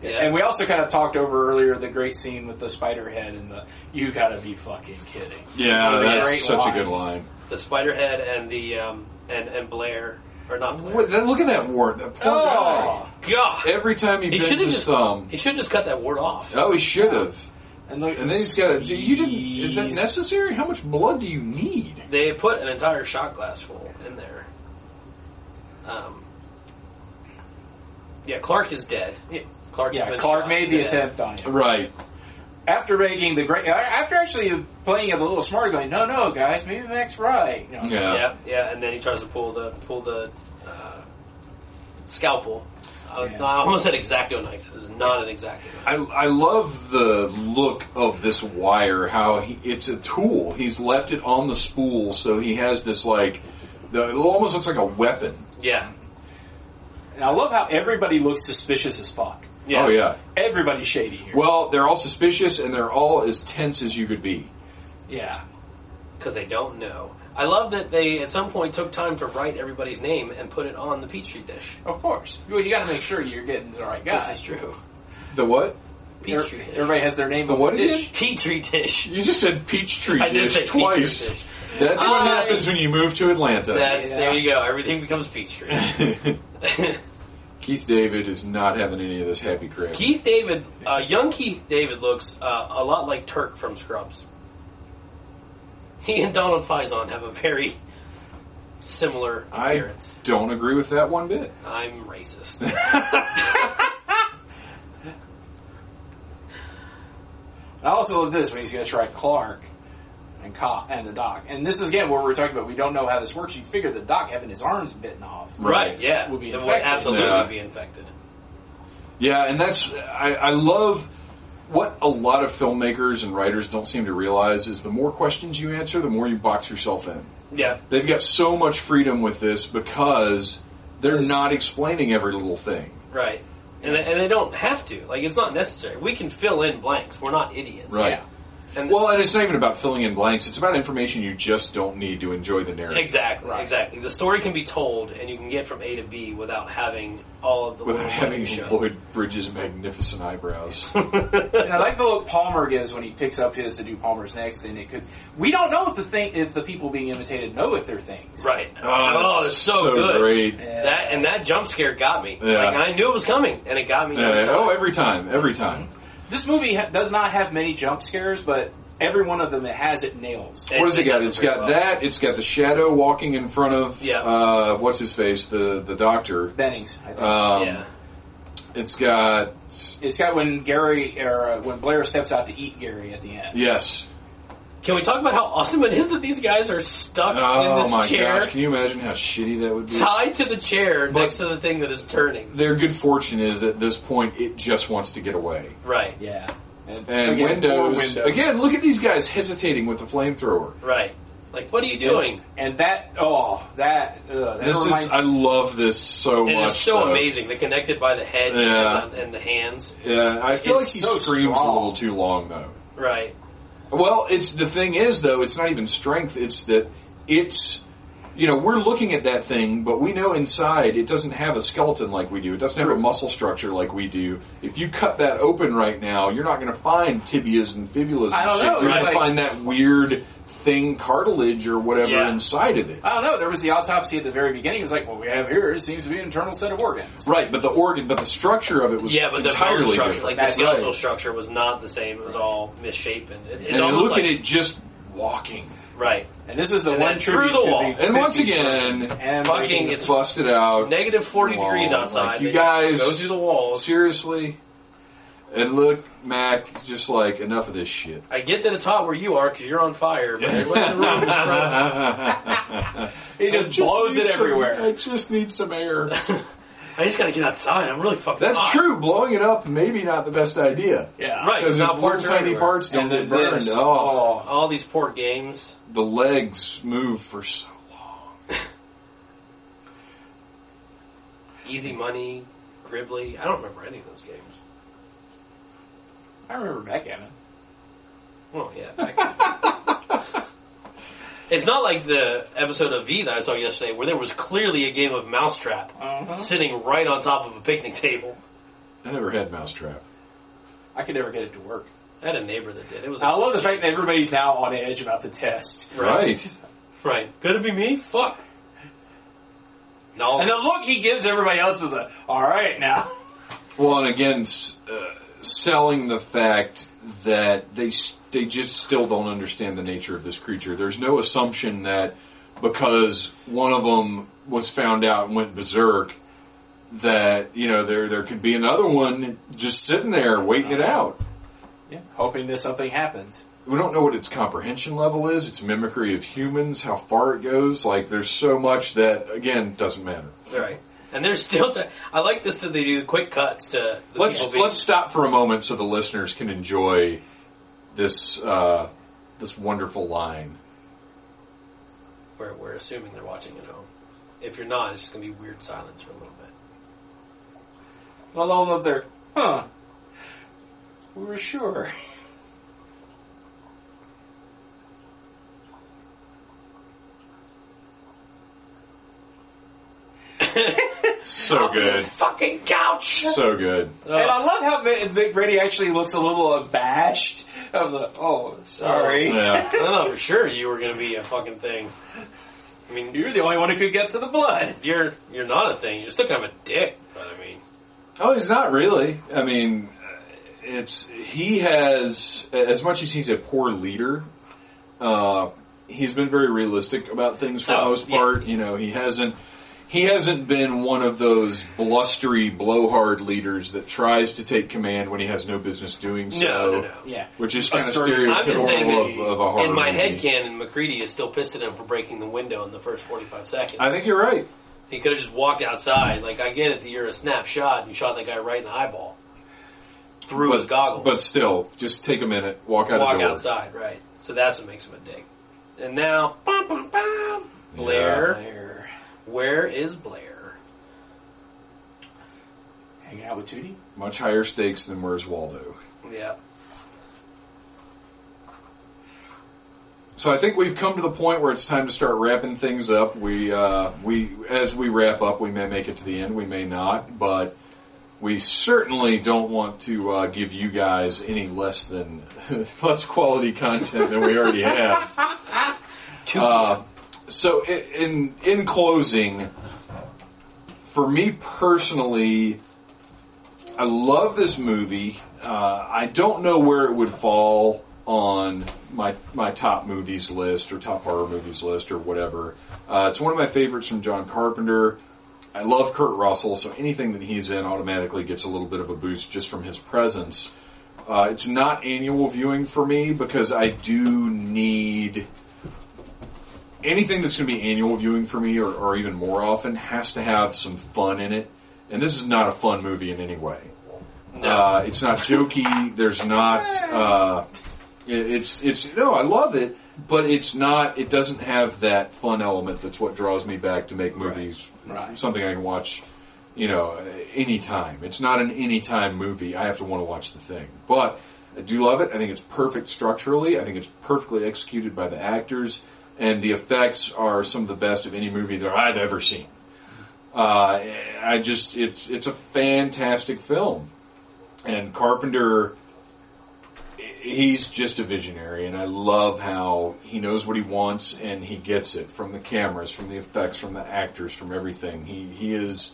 C: yeah.
D: And we also kind of talked over earlier the great scene with the spider head and the "You gotta be fucking kidding." It's one
A: Yeah,
D: of the great
A: that's such a good
D: lines.
A: line.
C: the spider head and the um and and Blair or not Blair.
A: What, that- look at that wart. That poor
D: Oh.
A: guy.
C: God,
A: Every time he,
C: he should
A: bends
C: have
A: his
C: just
A: thumb.
D: um,
C: he should just cut that word off.
A: Oh, he should have.
D: And, look,
A: And then he's got to. You didn't. Is that necessary? How much blood do you need?
C: They put an entire shot glass full in there. Um, yeah, Clark is dead. Clark,
D: Yeah, Clark made the attempt on him
A: Right.
D: after making the great. After actually playing it a little smart, going, "No, no, guys, maybe Mac's right." You know,
A: Yeah.
C: Yeah. yeah, and then he tries to pull the pull the uh, scalpel. I,
D: Yeah.
C: I almost said exacto knife. It was not an exacto knife.
A: I, I love the look of this wire. How he, it's a tool. He's left it on the spool, so he has this like. The, it almost looks like a weapon.
C: Yeah,
D: And I love how everybody looks suspicious as fuck.
C: yeah,
A: Oh yeah.
D: Everybody's shady here.
A: Well, they're all suspicious and they're all as tense as you could be.
D: yeah,
C: because they don't know. I love that they at some point took time to write everybody's name and put it on the petri dish.
D: of course. Well, you got to make sure you're getting the right guy.
C: This is true.
A: The what?
C: Petri dish.
D: Everybody has their name
A: The
D: on
A: what
D: the dish.
A: again?
C: Petri dish.
A: You just said peach tree
C: I did
A: dish
C: say petri
A: twice.
C: dish.
A: That's what
C: I-
A: happens when you move to Atlanta.
C: That's
D: Yeah.
C: there you go. Everything becomes Petri.
A: [LAUGHS] Keith David is not having any of this happy crap.
C: Keith David, uh, young Keith David looks uh, a lot like Turk from Scrubs. He and Donald Faison have a very similar
A: I
C: appearance.
A: don't agree with that one bit.
C: I'm
A: [LAUGHS]
C: racist.
D: And I also love this when he's going to try Clark and Co- and the doc. And this is again where we're talking about we don't know how this works. You figure the doc having his arms bitten off.
C: right, yeah.
D: Would be
C: It
D: infected.
C: absolutely
A: Yeah.
C: be infected.
A: Yeah, and that's I, I love what a lot of filmmakers and writers don't seem to realize is the more questions you answer, the more you box yourself in.
C: Yeah.
A: They've got so much freedom with this because they're
D: Yes.
A: not explaining every little thing.
C: Right. And they, and they don't have to. Like, it's not necessary. We can fill in blanks. We're not idiots.
A: Right.
D: Yeah.
C: And
A: Well, and it's not even about filling in blanks. It's about information you just don't need to enjoy the narrative.
C: exactly, exactly. The story can be told, and you can get from A to B without having all of the
A: Without
C: little
A: having
C: minutia.
A: Lloyd Bridges' magnificent eyebrows.
D: And I like the look Palmer gives when he picks up his to do Palmer's next, and it could. We don't know if the thing, if the people being imitated know if they're things.
C: Right. [LAUGHS] Oh, it's so, good.
A: great.
C: That and that jump scare got me.
A: Yeah.
C: Like I knew it was coming, and it got me. every
A: Yeah,
C: time.
A: oh, every time, every time.
D: This movie ha- does not have many jump scares, but every one of them that has it nails.
C: It-
A: What has it got?
C: does
A: It's
C: pretty
A: got
C: well.
A: that. It's got the shadow walking in front of
C: Yeah.
A: uh, what's his face, the the doctor.
D: Bennings, I think.
A: Um,
C: yeah.
A: It's got
D: it's got when Gary or uh, when Blair steps out to eat Gary at the end.
A: yes.
C: Can we talk about how awesome it is that these guys are stuck in
A: Oh
C: this
A: my
C: chair,
A: gosh! Can you imagine how shitty that would be?
C: tied to the chair next to the thing that is turning?
A: Their good fortune is at this point it just wants to get away.
C: Right.
D: Yeah, and,
A: And
D: again, poor
A: windows, again. Look at these guys hesitating with the flamethrower.
C: Right. Like, what are you doing?
D: And that oh that uh, that
A: This is
D: reminds
A: I love this so
C: And
A: much.
C: it's so
A: though.
C: amazing. They're connected by the head
A: Yeah.
C: and, the, and the hands.
A: Yeah, I feel
D: It's
A: like he
D: so
A: screams
D: strong.
A: a little too long though.
C: Right.
A: Well, it's the thing is though, it's not even strength. It's that it's you know we're looking at that thing, but we know inside it doesn't have a skeleton like we do. It doesn't have a muscle structure like we do. If you cut that open right now, you're not going to find tibias and fibulas. And
D: I don't
A: shit.
D: know,
A: You're
D: it's
A: going
D: like-
A: to find that weird thing cartilage or whatever
C: Yeah.
A: inside of it.
D: I don't know. There was the autopsy at the very beginning. It was like, what we have here seems to be an internal set of organs.
A: Right, but the organ, but the structure of it was
C: Yeah, but the bone
A: entirely
C: structure,
A: different.
C: like the
D: That's
C: skeletal
A: right.
C: structure, was not the same. It was all misshapen. It, it's
A: and you
C: almost
A: look
C: like,
A: at it just walking.
C: Right.
D: And this is the
C: And
D: one
C: then
D: tribute
C: through the
D: to
C: wall.
D: the
A: And once
D: 50s
A: again,
D: version. and
C: fucking
D: breaking
C: it's-
A: busted out.
C: Negative 40
A: wall.
C: degrees outside.
A: Like, you
C: They just
A: guys
C: go through the walls.
A: Seriously. And look, Mac, just like enough of this shit.
C: I get that it's hot where you are because you're on fire, but look at
A: [LAUGHS]
C: the room in front.
D: the- it
A: I
D: just blows
A: need
D: it
A: some- I
D: everywhere.
A: just need some
C: [LAUGHS]
A: air.
C: I just gotta get outside. I'm really fucking
A: That's
C: hot.
A: true. Blowing it up, maybe not the best idea.
D: Yeah,
C: Right.
A: Because if
C: not
A: little
C: parts are
A: tiny
C: everywhere.
A: parts don't
D: And
A: get
D: then
A: burned.
D: this.
A: Oh,
D: Oh,
C: All these poor games.
A: the legs move for so
C: Easy Money, Gribbly. I don't remember any of those games.
D: I remember backgammon.
C: Well, Oh, yeah. actually. it's not like the episode of V that I saw yesterday where there was clearly a game of mousetrap sitting right on top of a picnic table.
A: I never had mousetrap.
D: I could never get it to work.
C: I had a neighbor that did. It was
D: I love the fact that everybody's now on edge about the test.
A: Right.
C: right. Could it be me? Fuck. No.
D: And the look he gives everybody else is a, all right now.
A: Well, and again, s- uh, selling the fact that they s- they just still don't understand the nature of this creature. There's no assumption that because one of them was found out and went berserk, that you know there there could be another one just sitting there waiting it out.
D: Yeah, hoping that something happens.
A: We don't know what its comprehension level is, its mimicry of humans, how far it goes. Like there's so much that again doesn't matter.
C: Right. And they're still. T- I like this that they do quick cuts to the people
A: let's
C: being-
A: let's stop for a moment so the listeners can enjoy this uh, this wonderful line.
C: We're, we're assuming they're watching at home. If you're not, it's just going to be weird silence for a little bit.
D: Well, all of their, huh. We were sure.
A: So
C: Oh,
A: good,
C: Fucking
A: [LAUGHS]
C: couch!
A: so good.
D: And I love how Mick Mick Brady actually looks a little abashed of the, oh, sorry.
A: Yeah.
C: I thought for sure you were going to be a fucking thing. I mean,
D: You're the only one who could get to the blood.
C: you're you're not a thing. You're still kind of a dick, but I mean,
A: Oh, he's not really. I mean, it's he has as much as he's a poor leader. Uh, he's been very realistic about things for the
C: Oh,
A: most
C: yeah.
A: part. You know, he hasn't he hasn't been one of those blustery blowhard leaders that tries to take command when he has no business doing so.
C: no, no, no.
D: Yeah.
A: Which is kind of
D: Assertive.
C: I'm just saying
A: stereotypical of, of a horror
C: in my
A: movie.
C: head canon, McCready is still pissed at him for breaking the window in the first 45 seconds.
A: I think you're right.
C: he could have just walked outside. Like, I get it that you're a snapshot and you shot that guy right in the eyeball. Through his
A: But,
C: goggles.
A: but still, just take a minute, walk out
C: walk
A: the door.
C: outside, right. So that's what makes him a dick. And now, bum, bum, bum, Blair.
D: There.
C: Where is Blair?
D: Hanging out with Tootie?
A: Much higher stakes than Where's Waldo.
C: Yeah.
A: So I think we've come to the point where it's time to start wrapping things up. We uh, we as we wrap up, we may make it to the end, we may not, but we certainly don't want to uh, give you guys any less than [LAUGHS] less quality content than we already have. Uh, so i- in in closing, for me personally, I love this movie. Uh, I don't know where it would fall on my my top movies list or top horror movies list or whatever. Uh, it's one of my favorites from John Carpenter. I love Kurt Russell, so anything that he's in automatically gets a little bit of a boost just from his presence. Uh, it's not annual viewing for me because I do need anything that's going to be annual viewing for me or, or even more often has to have some fun in it. And this is not a fun movie in any way. Uh, it's not jokey. There's not, uh, it- it's, it's, no, I love it, but it's not, it doesn't have that fun element that's what draws me back to make movies,
D: Right.
A: something I can watch, you know, anytime. It's not an anytime movie. I have to want to watch the thing. But I do love it. I think it's perfect structurally. I think it's perfectly executed by the actors. And the effects are some of the best of any movie that I've ever seen. Uh, I just, it's, it's a fantastic film. And Carpenter, he's just a visionary, and I love how he knows what he wants and he gets it from the cameras, from the effects, from the actors, from everything. He he is,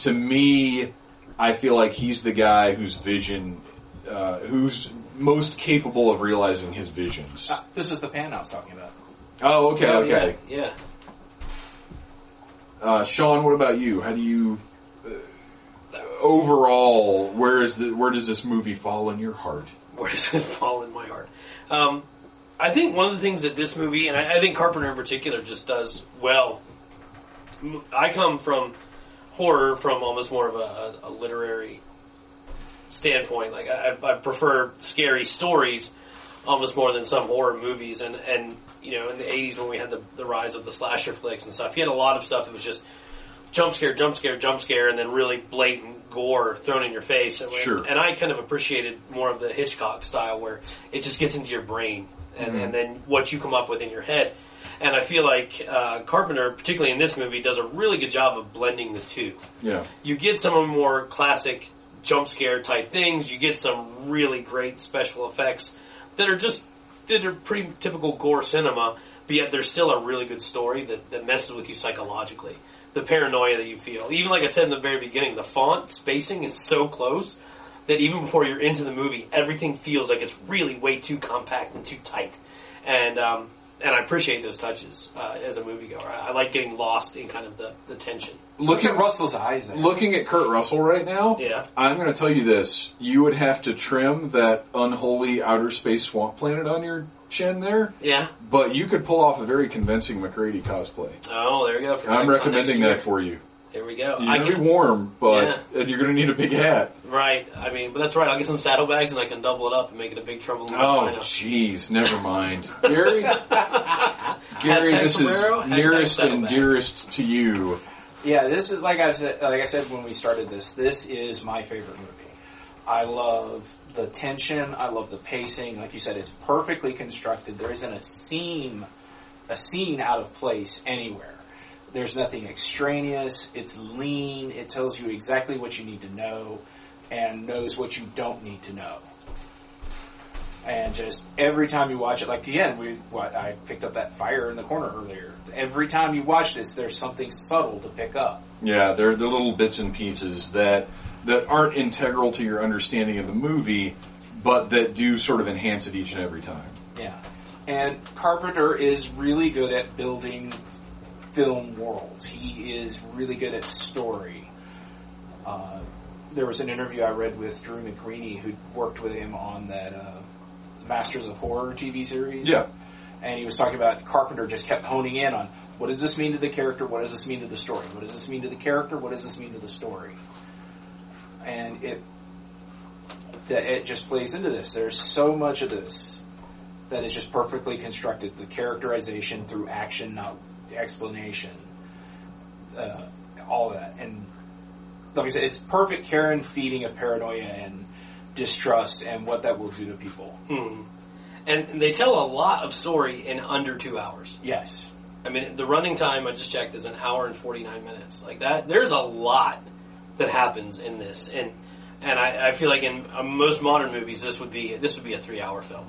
A: to me, I feel like he's the guy whose vision, uh, who's most capable of realizing his visions.
D: Uh, this is the pan I was talking about.
A: Oh, okay,
C: Oh,
A: okay.
C: Yeah. yeah.
A: Uh, Sean, what about you? How do you? Uh, overall, where is the where does this movie fall in your heart?
C: where does this fall in my heart? Um, I think one of the things that this movie, and I, I think Carpenter in particular, just does well. M- I come from horror from almost more of a, a, a literary standpoint. Like I, I I prefer scary stories almost more than some horror movies. And and you know, in the '80s when we had the, the rise of the slasher flicks and stuff, you had a lot of stuff that was just jump scare, jump scare, jump scare, and then really blatant gore thrown in your face. And,
A: Sure.
C: and I kind of appreciated more of the Hitchcock style where it just gets into your brain and, and then what you come up with in your head. And I feel like uh, Carpenter, particularly in this movie, does a really good job of blending the two
A: Yeah,
C: you get some of the more classic jump scare type things. You get some really great special effects that are just that are pretty typical gore cinema, but yet there's still a really good story that, that messes with you psychologically. The paranoia that you feel. Even like I said in the very beginning, the font spacing is so close that even before you're into the movie, everything feels like it's really way too compact and too tight. And um, and I appreciate those touches uh, as a moviegoer. I, I like getting lost in kind of the, the tension.
D: Look at Russell's eyes there.
A: looking at Kurt Russell right now,
C: Yeah.
A: I'm going to tell you this: you would have to trim that unholy outer space swamp planet on your chin there,
C: Yeah.
A: but you could pull off a very convincing McCready cosplay.
C: Oh, there you go. For
A: I'm
C: next- on
A: recommending
C: next
A: that for you.
C: year. There we go.
A: You're
C: I
A: going to be
C: can,
A: warm, but and you're going to need a big hat.
C: right. I mean, but that's right. I'll get some saddlebags and I can double it up and make it a big trouble in Little
A: Oh,
C: China.
A: jeez,
G: [LAUGHS]
A: never mind, Gary. Gary,
C: Hashtag
A: this is
C: sombrero, hashtag
A: nearest and
C: saddlebags.
A: dearest to you.
D: Yeah, this is like I said. Like I said when we started this, this is my favorite movie. I love the tension. I love the pacing. Like you said, it's perfectly constructed. There isn't a seam, a scene out of place anywhere. There's nothing extraneous. It's lean. It tells you exactly what you need to know, and knows what you don't need to know. And just every time you watch it, like again, we what, I picked up that fire in the corner earlier. Every time you watch this, there's something subtle to pick up.
A: Yeah, they're they're little bits and pieces that that aren't integral to your understanding of the movie, but that do sort of enhance it each and every time.
D: Yeah. And Carpenter is really good at building film worlds. He is really good at story. Uh, there was an interview I read with Drew McReaney who worked with him on that uh, Masters of Horror TV series.
A: Yeah.
D: and he was talking about Carpenter just kept honing in on what does this mean to the character, what does this mean to the story, what does this mean to the character, what does this mean to the story, and it that it just plays into this. There's so much of this that is just perfectly constructed. The characterization through action, not explanation, uh, all that, and like I said, it's perfect Karen feeding of paranoia and distrust and what that will do to people.
C: and, and they tell a lot of story in under two hours.
D: Yes.
C: I mean, the running time I just checked is an hour and forty nine minutes. Like that, there's a lot that happens in this, and and I, I feel like in uh, most modern movies, this would be this would be a three hour film.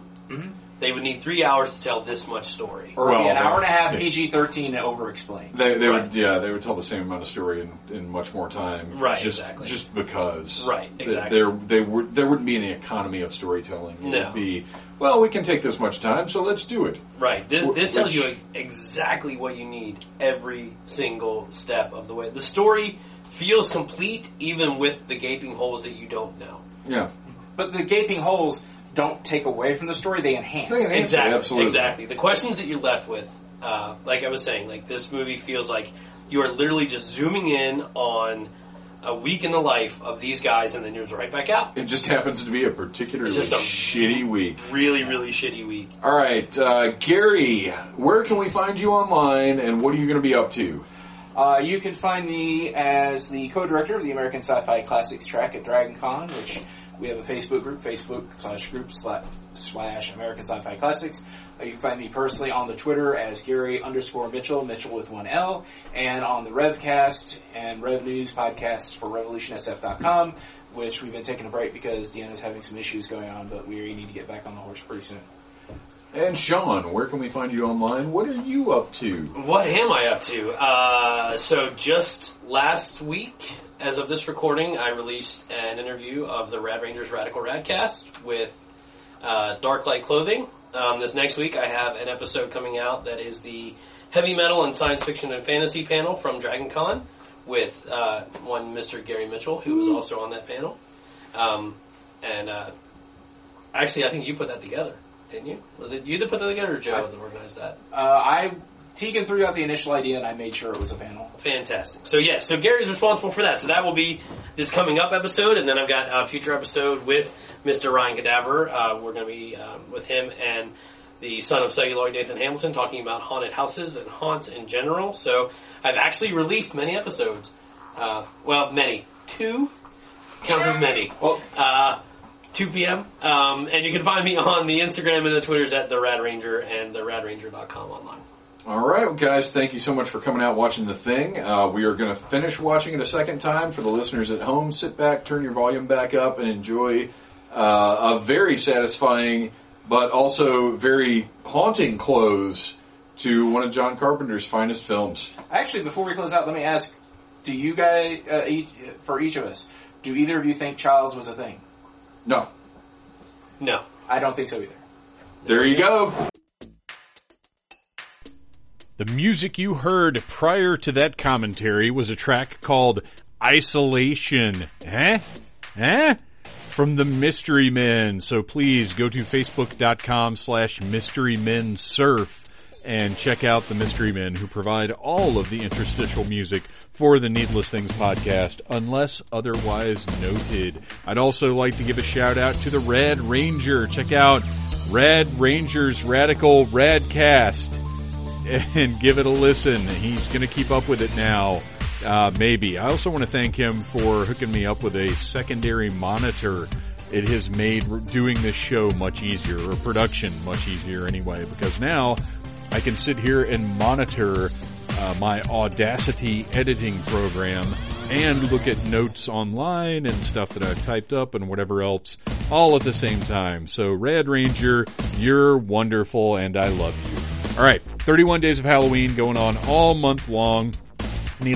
C: They would need three hours to tell this much story.
D: Or it'd be
G: Well,
D: an hour and a half
G: yeah.
D: PG thirteen to over explain.
G: They, they
C: Right.
G: would, yeah, they would tell the same amount of story in, in much more time,
C: Right,
G: Just,
C: exactly.
G: just because,
C: Right,
G: Th-
C: exactly.
G: There, they were, there wouldn't be any economy of storytelling. It
C: No.
G: would be, well, we can take this much time, so let's do it.
C: Right. This
G: Wh-
C: this tells
G: which-
C: you exactly what you need every single step of the way. The story feels complete even with the gaping holes that you don't know.
G: Yeah,
D: But the gaping holes don't take away from the story; they enhance.
G: They enhance.
C: Exactly.
G: absolutely.
C: Exactly. The questions that you're left with, uh, like I was saying, like this movie feels like you are literally just zooming in on a week in the life of these guys, and then you're right back out.
G: it just happens to be a particularly
C: It's just a-
G: shitty week.
C: Really, really shitty week.
G: All right, uh, Gary, where can we find you online, and what are you going to be up to?
D: Uh, you can find me as the co-director of the American Sci-Fi Classics track at Dragon Con, which we have a Facebook group, Facebook slash group slash, slash American Sci-Fi Classics. Uh, you can find me personally on the Twitter as Gary underscore Mitchell, Mitchell with one L, and on the Revcast and Rev News podcasts for RevolutionSF.com, which we've been taking a break because Deanna's having some issues going on, but we need to get back on the horse pretty soon.
G: And Sean, where can we find you online? What are you up to?
C: What am I up to? Uh, so just last week, as of this recording, I released an interview of the Rad Rangers Radical Radcast with uh, Dark Light Clothing. Um, this next week, I have an episode coming out that is the heavy metal and science fiction and fantasy panel from Dragon Con with uh, one Mr. Gary Mitchell, who was also on that panel. Um, and uh, actually, I think you put that together, didn't you? Was it you that put that together, or Joe that organized that?
D: Uh, I, Tegan threw out the initial idea and I made sure it was a panel.
C: Fantastic. So yeah, so Gary's responsible for that. So that will be this coming up episode, and then I've got a future episode with Mr. Ryan Cadaver. Uh, we're going to be um, with him and the son of celluloid Nathan Hamilton talking about haunted houses and haunts in general. So I've actually released many episodes. Uh, well, many two counts as many.
D: Well,
C: Uh, 2 p.m. Um, and you can find me on the Instagram and the Twitters at the Rad Ranger and the RadRanger.com online.
G: All right, well, guys, thank you so much for coming out and watching the thing. Uh, we are going to finish watching it a second time for the listeners at home. Sit back, turn your volume back up, and enjoy uh, a very satisfying but also very haunting close to one of John Carpenter's finest films.
D: Actually, before we close out, let me ask: Do you guys, uh, each, for each of us, do either of you think Childs was a thing?
G: No,
C: No.
D: I don't think so either.
G: there you go.
A: The music you heard prior to that commentary was a track called Isolation. Eh? Eh? From the Mystery Men. So please go to facebook.com slash mystery men surf and check out the Mystery Men who provide all of the interstitial music for the Needless Things podcast unless otherwise noted. I'd also like to give a shout out to the Red Ranger. Check out Red Ranger's Radical Radcast [LAUGHS] and give it a listen. He's going to keep up with it now. Uh, maybe. I also want to thank him for hooking me up with a secondary monitor. It has made r- doing this show much easier, or production much easier anyway, because now I can sit here and monitor uh, my Audacity editing program and look at notes online and stuff that I've typed up and whatever else all at the same time. So Rad Ranger, you're wonderful and I love you. All right. 31 days of Halloween going on all month long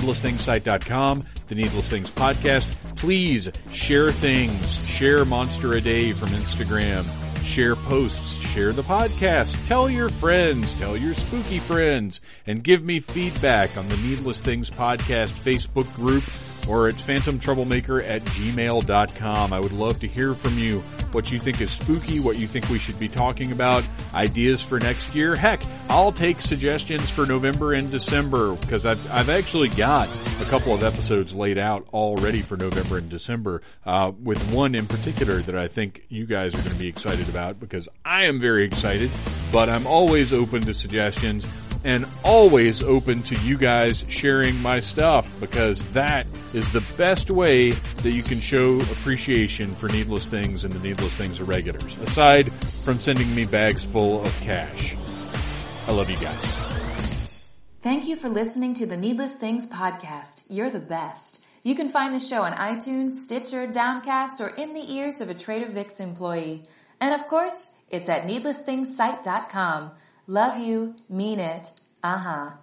A: needlessthingssite.com, the Needless Things podcast. Please share things, share Monster a Day from Instagram, share posts, share the podcast, tell your friends, tell your spooky friends, and give me feedback on the Needless Things podcast Facebook group or at phantomtroublemaker at gmail.com. I would love to hear from you what you think is spooky, what you think we should be talking about, ideas for next year. Heck, I'll take suggestions for November and December because I've, I've actually got a couple of episodes laid out already for November and December, uh, with one in particular that I think you guys are going to be excited about because I am very excited, but I'm always open to suggestions. and always open to you guys sharing my stuff because that is the best way that you can show appreciation for Needless Things and the Needless Things Irregulars, aside from sending me bags full of cash. I love you guys.
H: Thank you for listening to the Needless Things podcast. You're the best. You can find the show on iTunes, Stitcher, Downcast, or in the ears of a Trader Vic's employee. And of course, it's at needlessthingssite.com. Love you, mean it. Uh huh.